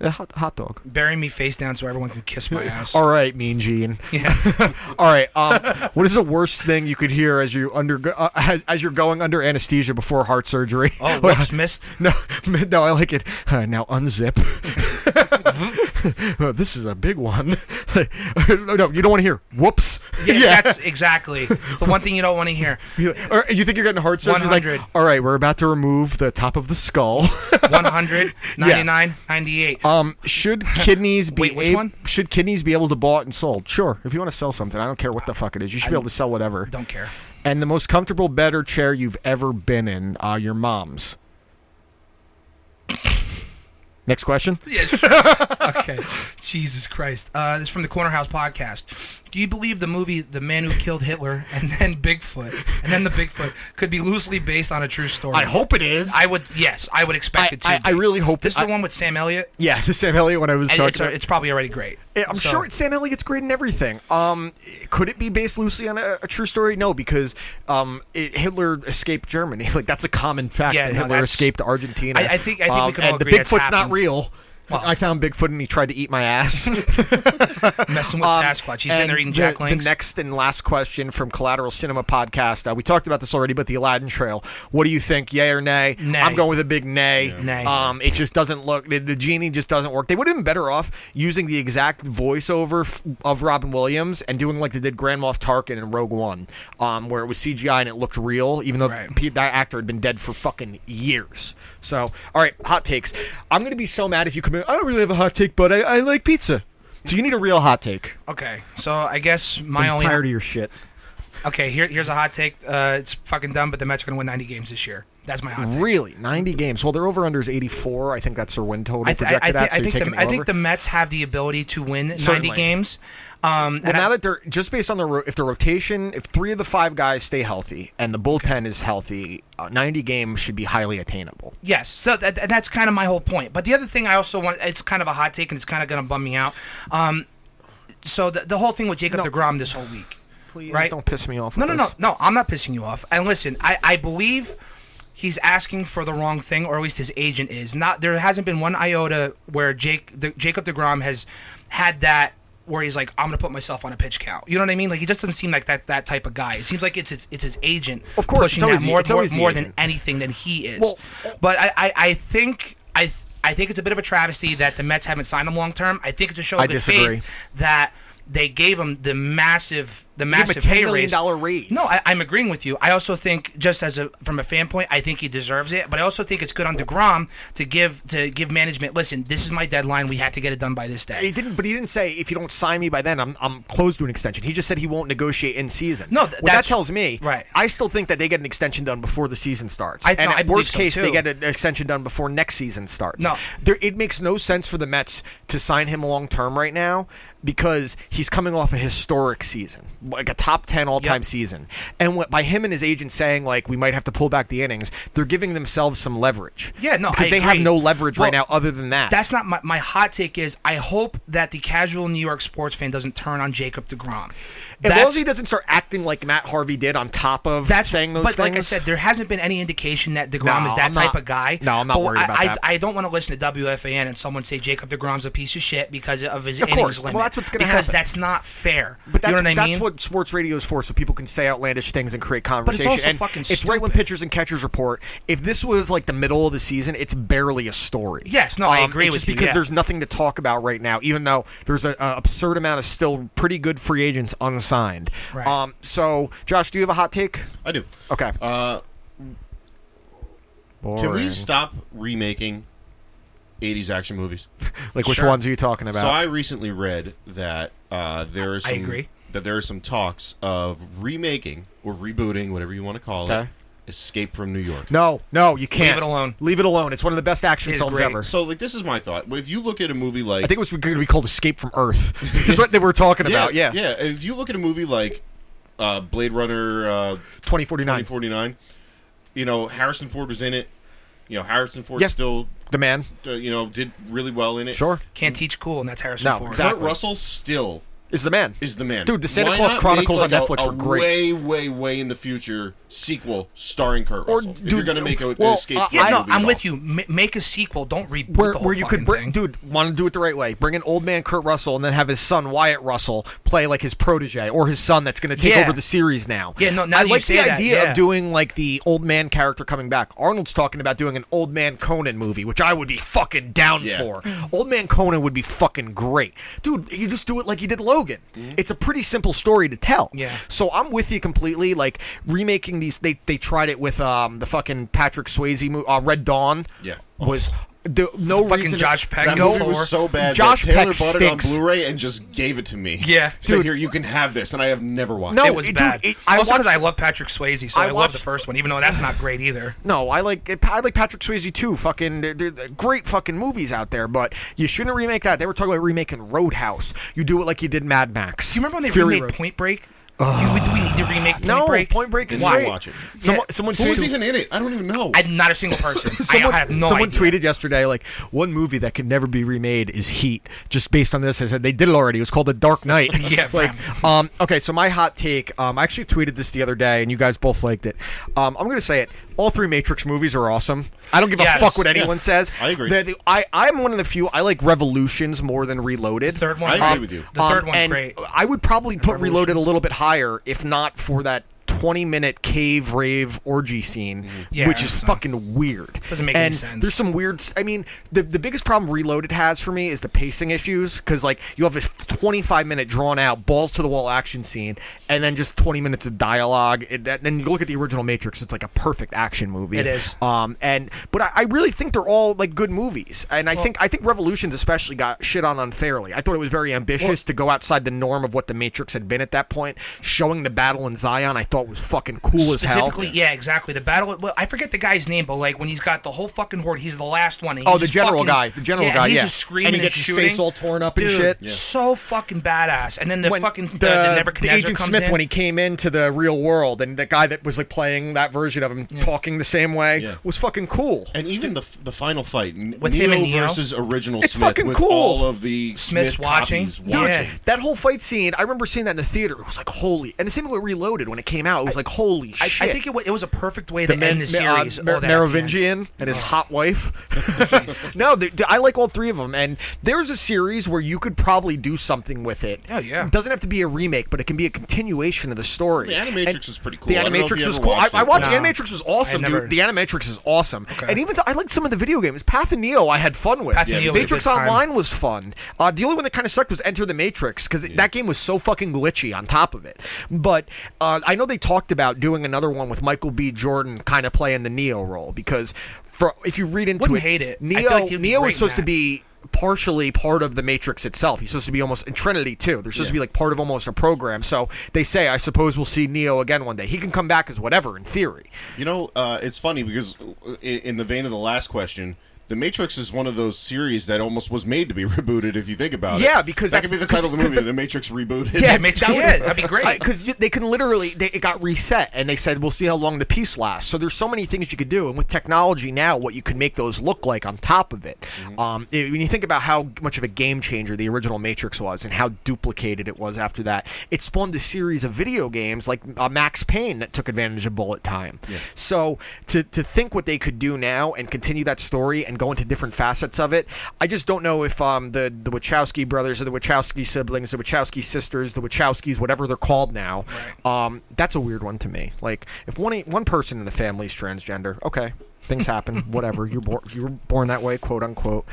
E: a hot, hot dog.
F: Bury me face down so everyone can kiss my ass.
E: All right, Mean Gene.
F: Yeah.
E: All right. Um, what is the worst thing you could hear as you undergo uh, as, as you're going under anesthesia before heart surgery?
F: Oh, whoops, missed.
E: No, no, I like it. Uh, now unzip. Uh, this is a big one.
M: no, no, you don't want to hear. Whoops.
F: Yeah, that's exactly it's the one thing you don't want to hear.
M: Or you think you're getting a heart surgery? It's like,
F: 100.
M: All right, we're about to remove the top of the skull.
F: 100, 99, 98.
M: um, should kidneys be
F: Wait, which
M: ab-
F: one?
M: should kidneys be able to bought and sold? Sure, if you want to sell something, I don't care what the fuck it is. You should be able to sell whatever.
F: Don't care.
M: And the most comfortable, better chair you've ever been in, uh, your mom's. Next question.
F: Yeah, sure. okay. Jesus Christ. Uh, this is from the Corner House podcast. Do you believe the movie The Man Who Killed Hitler and then Bigfoot and then the Bigfoot could be loosely based on a true story?
M: I hope it is.
F: I would. Yes, I would expect it to.
M: I- I
F: be.
M: really hope
F: This
M: it-
F: is the one with Sam Elliott.
M: Yeah, the Sam Elliott one I was
F: And
M: talking
F: it's,
M: about.
F: it's probably already great.
M: Yeah, I'm
F: So-
M: sure Sam Elliott's great in everything. Um, could it be based loosely on a, a true story? No, because um, it, Hitler escaped Germany. Like that's a common fact
F: Yeah,
M: that
F: no,
M: Hitler
F: that's-
M: escaped Argentina.
F: I- I think- I think we
M: um,
F: can all
M: and the
F: agree that's
M: Bigfoot's not
F: happened.
M: real. I found Bigfoot and he tried to eat my ass.
F: Messing with Sasquatch. He's in
M: Um, And
F: there eating
M: the-
F: Jack
M: the,
F: Links.
M: next and last question from Collateral Cinema Podcast. Uh, we talked about this already, but the Aladdin Trail. What do you think? Yay or nay?
F: Nay.
M: I'm going with a big nay.
F: Nay.
M: Um, it just doesn't look. The, the genie just doesn't work. They would have been better off using the exact voiceover f- of Robin Williams and doing like they did Grand Moff Tarkin in Rogue One, um, where it was CGI and it looked real, even though pe- that actor had been dead for fucking years. So, all right, hot takes. I'm gonna be so mad if you come in. I don't really have a hot take, but I, I like pizza. So you need a real hot take.
F: Okay, so I guess my
M: I'm
F: only
M: tired of your shit.
F: Okay, here, here's a hot take. Uh, it's fucking dumb, but the Mets are going to win 90 games this year. That's my hot take.
M: Really, 90 games. Well, their over under is 84. I think that's their win total
F: I, th- I,
M: projected
F: I,
M: at.
F: thi-
M: So
F: I
M: you're
F: think
M: taking
F: the,
M: the
F: I
M: over.
F: think the Mets have the ability to win
M: Certainly.
F: 90 games. Um,
M: Well,
F: and I-
M: now that they're just based on their ro- if the rotation, if three of the five guys stay healthy and the bullpen is healthy, uh, 90 games should be highly attainable.
F: Yes, so that, and that's kind of my whole point. But the other thing I also want—it's kind of a hot take, and it's kind of going to bum me out. Um, so the, the whole thing with Jacob Degrom this whole week,
M: Please
F: right?
M: don't piss me off.
F: No, no,
M: with
F: no,
M: this.
F: no. I'm not pissing you off. And listen, I, I believe he's asking for the wrong thing, or at least his agent is. Not there hasn't been one iota where Jake the, Jacob Degrom has had that. Where he's like, I'm gonna put myself on a pitch cow. You know what I mean? Like he just doesn't seem like that that type of guy. It seems like it's his it's his agent,
M: Of course, it's
F: pushing
M: always
F: that
M: the-
F: more
M: it's
F: more,
M: always the
F: more
M: agent.
F: than anything than he is.
M: Well- uh,
F: but I, I, I think I th- I think it's a bit of a travesty that the Mets haven't signed him long term. I think it's a show
M: I
F: of good
M: disagree.
F: faith that they gave him the massive the
M: Give him a
F: massive
M: $10
F: pay
M: million
F: raise.
M: dollar raise.
F: No, I, I'm agreeing with you. I also think just as a from a fan point, I think he deserves it. But I also think it's good on Degrom to give to give management. Listen, this is my deadline. We have to get it done by this day.
M: He didn't, but he didn't say if you don't sign me by then, I'm I'm closed to an extension. He just said he won't negotiate in season.
F: No, th-
M: what that
F: that's-
M: tells me,
F: right.
M: I still think that they get an extension done before the season starts.
F: I-
M: and
F: no, I
M: at
F: believe
M: worst
F: so,
M: case,
F: too.
M: they get an extension done before next season starts.
F: No.
M: there, it makes no sense for the Mets to sign him long term right now because he's coming off a historic season, like a top ten all time season. And what, by him and his agent saying like we might have to pull back the innings, they're giving themselves some leverage.
F: Yeah, no,
M: because
F: I
M: they have
F: agree.
M: no leverage right now
F: Well,
M: other than that.
F: That's not my, my hot take. Is I hope that the casual New York sports fan doesn't turn on Jacob Degrom.
M: As long as
F: That's-
M: he doesn't start acting like Matt Harvey did on top of saying those
F: but
M: things.
F: like I said, there hasn't been any indication that Degrom
M: No,
F: is that
M: I'm
F: type
M: not-
F: of guy.
M: no, I'm not
F: But
M: worried
F: I,
M: about
F: I,
M: that.
F: I don't want to listen to WFAN and someone say Jacob Degrom's a piece of shit because of his
M: Of
F: innings
M: course. Well,
F: limit.
M: that's what's gonna
F: because
M: happen.
F: that's not fair.
M: but that's,
F: you know what I
M: that's
F: mean?
M: what sports radio is for, so people can say outlandish things and create
F: it's
M: conversation.
F: also
M: and
F: fucking
M: it's right when pitchers and catchers report. If this was like the middle of the season, it's barely a story.
F: Yes, no, I
M: Um,
F: agree
M: it's
F: with
M: just
F: you,
M: because
F: yeah.
M: there's nothing to talk about right now, even though there's an absurd amount of still pretty good free agents unsigned.
I: Right.
M: Um, so, Josh, do you have a hot take?
I: I do.
M: Okay.
I: Uh, Can we
M: Boring.
I: stop remaking 80s action movies?
M: Like, which Sure. ones are you talking about?
I: So I recently read that uh, there is
F: I
I: some,
F: agree.
I: that there are some talks of remaking or rebooting, whatever you want to call
M: Okay.
I: it, Escape from New York.
M: No, no, you can't.
I: it
F: alone.
M: Leave it alone. It's one of the best action films ever.
I: So like this is my thought. If you look at a movie like
M: I think it was going to be called Escape from Earth. is what they were talking about. Yeah.
I: Yeah. If you look at a movie like uh, Blade Runner uh,
M: 2049.
I: 2049, you know, Harrison Ford was in it. You know, Harrison Ford
M: Yeah.
I: still,
M: The man.
I: uh, you know, did really well in it.
M: Sure.
F: Can't teach cool, and that's Harrison
M: No,
F: Ford.
I: Kurt Russell still
M: is the man.
I: Is the man.
M: Dude, the Santa
I: Why
M: Claus
I: not
M: Chronicles
I: make,
M: on
I: like, a-
M: Netflix
I: a
M: were great.
I: Way, way, way in the future sequel starring Kurt Russell. if you're going to make a, an escape
M: uh,
I: from
F: yeah,
I: that
F: no,
I: movie
F: I'm
I: at
F: with you. M- make a sequel. Don't reboot
M: where,
F: the whole
M: where you could bring,
F: fucking
M: dude, want to do it the right way. Bring an old man Kurt Russell and then have his son Wyatt Russell play like his protege or his son that's going to take
F: Yeah.
M: over the series now.
F: Yeah, no, now
M: I
F: that you
M: like
F: say
M: the
F: that,
M: idea
F: yeah.
M: of doing like the old man character coming back. Arnold's talking about doing an old man Conan movie, which I would be fucking down
R: Yeah.
M: for. Old man Conan would be fucking great, dude. You just do it like you did Logan.
I: Hmm?
M: It's a pretty simple story to tell.
R: Yeah.
M: So I'm with you completely. Like remaking these, they they tried it with um the fucking Patrick Swayze movie, uh, Red Dawn.
I: Yeah.
M: Was
F: Oh.
M: the, no
I: all.
M: reason
I: That
M: no,
I: movie was so bad.
M: Josh
I: that Taylor
M: Peck
I: bought it on
M: stinks.
I: Blu-ray and just gave it to me.
M: Yeah.
I: so
M: Dude.
I: here you can have this, and I have never watched.
M: No,
I: it.
F: It was bad.
M: I
F: also because
M: watched-
F: I love Patrick Swayze, so
M: I
F: I, love the
M: watched-
F: first one, even though that's not great either.
M: No, I like I like Patrick Swayze too. Fucking they're, they're great fucking movies out there, but you shouldn't remake that. They were talking about remaking Roadhouse. You do it like you did Mad Max. Do you
F: remember when they
M: Fury
F: remade
M: Road.
F: Point Break? Dude, we, do we need to remake Point
M: No,
F: Break?
M: Point Break is Why? great. Watch it. Someone- someone
I: Who was
M: tweeted-
I: even in it? I don't even know.
F: I, not a single person.
M: Someone,
F: I have no
M: someone
F: idea.
M: tweeted yesterday like one movie that could never be remade is Heat. Just based on this, I said they did it already. It was called The Dark Knight.
F: Yeah,
M: like um, okay. So my hot take. Um, I actually tweeted this the other day, and you guys both liked it. Um, I'm gonna say it. All three Matrix movies are awesome. I don't give
F: Yes.
M: a fuck what
F: Yeah.
M: anyone says.
F: I agree.
M: They're the- I I'm one of the few. I like Revolutions more than Reloaded.
F: third one- I agree with you. The
E: Um,
F: third one's
M: Um, and
F: great.
M: I would probably put Reloaded a little bit higher if not for that. 20 minute cave rave orgy scene,
F: Yeah,
M: which is
F: so-
M: fucking weird.
F: Doesn't make
M: and
F: any sense.
M: There's some weird. s- I mean, the the biggest problem Reloaded has for me is the pacing issues because like you have this 25 minute drawn out balls to the wall action scene, and then just 20 minutes of dialogue. It, that, then you look at the original Matrix; it's like a perfect action movie.
F: It is.
M: Um, and but I, I really think they're all like good movies, and I
F: Well-
M: think I think Revolutions especially got shit on unfairly. I thought it was very ambitious
F: Well-
M: to go outside the norm of what the Matrix had been at that point. Showing the battle in Zion, I thought was fucking cool as hell.
F: Specifically, yeah, exactly. The battle. Well, I forget the guy's name, but like when he's got the whole fucking horde, he's the last one. and
M: Oh,
F: he's
M: the
F: just
M: general
F: fucking-
M: guy. The general
F: yeah,
M: guy,
F: He's
M: yeah.
F: just screaming
M: And he gets his
F: shooting.
M: face all torn up and
F: Dude,
M: shit. Yeah.
F: So fucking badass. And then the fucking the,
M: the,
F: the
M: the
F: Nebuchadnezzar
M: agent
F: comes
M: Smith
F: in.
M: when he came into the real world and the guy that was like playing that version of him talking the same way was fucking cool.
I: And even the the final fight
M: With
I: Neo
M: him and Neo? uh,
I: versus original
M: It's
I: Smith
M: fucking
I: with
M: cool.
I: all of the Smith copies watching.
M: Dude, that whole fight scene, I remember seeing that in the theater. It was like, holy. And the same thing with Reloaded when it came out. It was like, holy
F: I,
M: shit.
F: I think it, wa- it was a perfect way
M: the
F: to
M: man-
F: end the
M: ma- uh,
F: series. all
M: Mer-
F: that Oh. at the end.
M: Merovingian and his hot wife. no, they, I like all three of them. And there's a series where you could probably do something with it. Oh yeah, it doesn't have to be a remake, but it can be a continuation of the story.
I: The Animatrix
M: And
I: is pretty cool.
M: The
I: I don't know if
M: Animatrix
I: you
M: was
I: ever
M: cool. I,
I: watched
M: I
I: it,
M: watched
I: but-
M: Animatrix was awesome,
I: I never-
M: dude. The Animatrix is awesome, and even th- I liked some of the video games. Path and Neo, I had fun with.
F: Path and Yeah, Neo was a
M: Matrix
F: good time.
M: Online was fun. Uh, the only one that kind of sucked was Enter the Matrix because that game was so fucking glitchy. On top of it, but uh, I know they talked about doing another one with Michael B. Jordan kind of playing the Neo role because for, if you read into
F: Wouldn't
M: it,
F: hate it. I
M: Neo
F: feel like he'd be
M: Neo
F: great
M: is
F: in
M: supposed to
F: that.
M: be partially part of the Matrix itself. He's supposed to be almost in Trinity too. They're supposed to be like part of almost a program. So they say, I suppose we'll see Neo again one day. He can come back as whatever in theory.
I: You know, uh, it's funny because uh, i- in the vein of the last question, The Matrix is one of those series that almost was made to be rebooted. If you think about it,
M: Yeah, because
I: that could be
M: that's-
I: the title of the
M: 'cause- 'cause
I: movie, The,
M: the-
I: Matrix rebooted.
M: Yeah,
I: that would-
M: Because they can literally, they, it got reset, and they said, "We'll see how long the piece lasts." So there's so many things you could do, and with technology now, what you could make those look like on top of it. Um, it- when you think about how much of a game changer the original Matrix was, and how duplicated it was after that, it spawned a series of video games like uh, Max Payne that took advantage of bullet time. So to to think what they could do now and continue that story and go into different facets of it, I just don't know if um, the the Wachowski brothers or the Wachowski siblings, the Wachowski sisters, the Wachowskis, whatever they're called now, um, that's a weird one to me. Like if one one person in the family is transgender, okay, things happen, whatever. You're born you were born that way, quote unquote.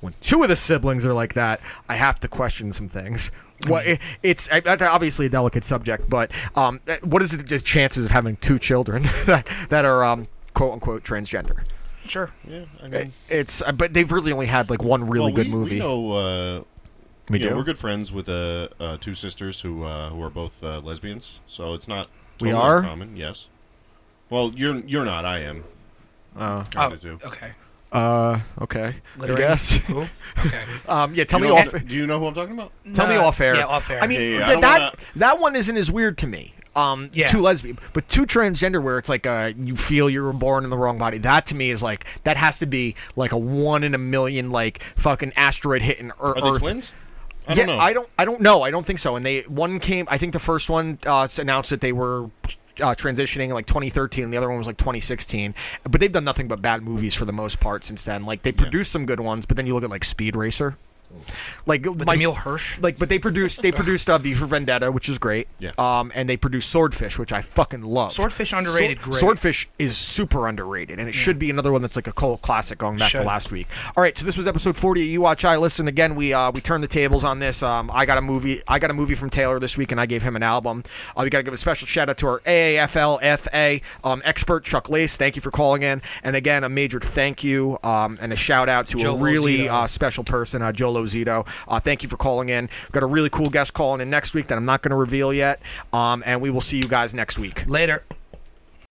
M: When two of the siblings are like that, I have to question some things.
I: Mm.
M: Well, it, it's I- that's obviously a delicate subject, but um, uh, what is the- the chances of having two children that that are um, quote unquote transgender?
F: Sure.
I: Yeah, I
M: Uh,
I: mean,
M: It's uh, but they've really only had like one really
I: well,
M: good
I: we,
M: movie.
I: We know, uh,
M: We
I: you know,
M: do?
I: we're good friends with uh, uh, two sisters who uh, who are both uh, lesbians, so it's not
M: We
I: totally
M: are?
I: uncommon. Yes. Well, you're you're not. I am.
M: Uh,
I: Kinda do.
F: okay.
M: Uh, okay.
I: Littering?
M: I guess.
I: Cool.
F: Okay.
M: um, yeah, tell
I: You
M: me
I: know-
M: off.
I: Do you know who I'm talking about?
M: Tell me
F: Nah,
M: off air.
F: yeah, off air.
M: I mean,
F: Yeah, yeah,
I: yeah. I
M: th-
I: don't
M: that
I: wanna-
M: that one isn't as weird to me. Um,
F: Yeah.
M: two lesbian, but two transgender, where it's like uh, you feel you were born in the wrong body. That to me is like that has to be like a one in a million, like fucking asteroid hitting Ear- Earth.
I: Are they twins? I
J: I
E: yeah,
J: don't know.
E: I don't. I don't know. I don't think so. And they one came. I think the first one uh, s- announced that they were uh, transitioning in like 2013, and the other one was like 2016. But they've done nothing but bad movies for the most part since then. Like they produced some good ones, but then you look at like Speed Racer. Like my,
F: Emil Hirsch,
E: like, but they produced they produced uh, V for Vendetta, which is great. Yeah. Um, and they produced Swordfish, which I fucking love.
F: Swordfish underrated, great.
E: Swordfish is super underrated, and it should be another one that's like a cult classic. Going back
F: Should.
E: to last week. All right, so this was episode forty. Of you watch, I listen. Again, we uh, we turned the tables on this. Um, I got a movie. I got a movie from Taylor this week, and I gave him an album. Uh, we got to give a special shout out to our AAFLFA um, expert Chuck Lace. Thank you for calling in, and again a major thank you um, and a shout out to
M: Joe
E: a really
M: Lozito.
E: uh, special person, uh, Joe Lozito. Uh, thank you for calling in. We've got a really cool guest calling in next week that I'm not going to reveal yet. Um, and we will see you guys next week.
F: Later.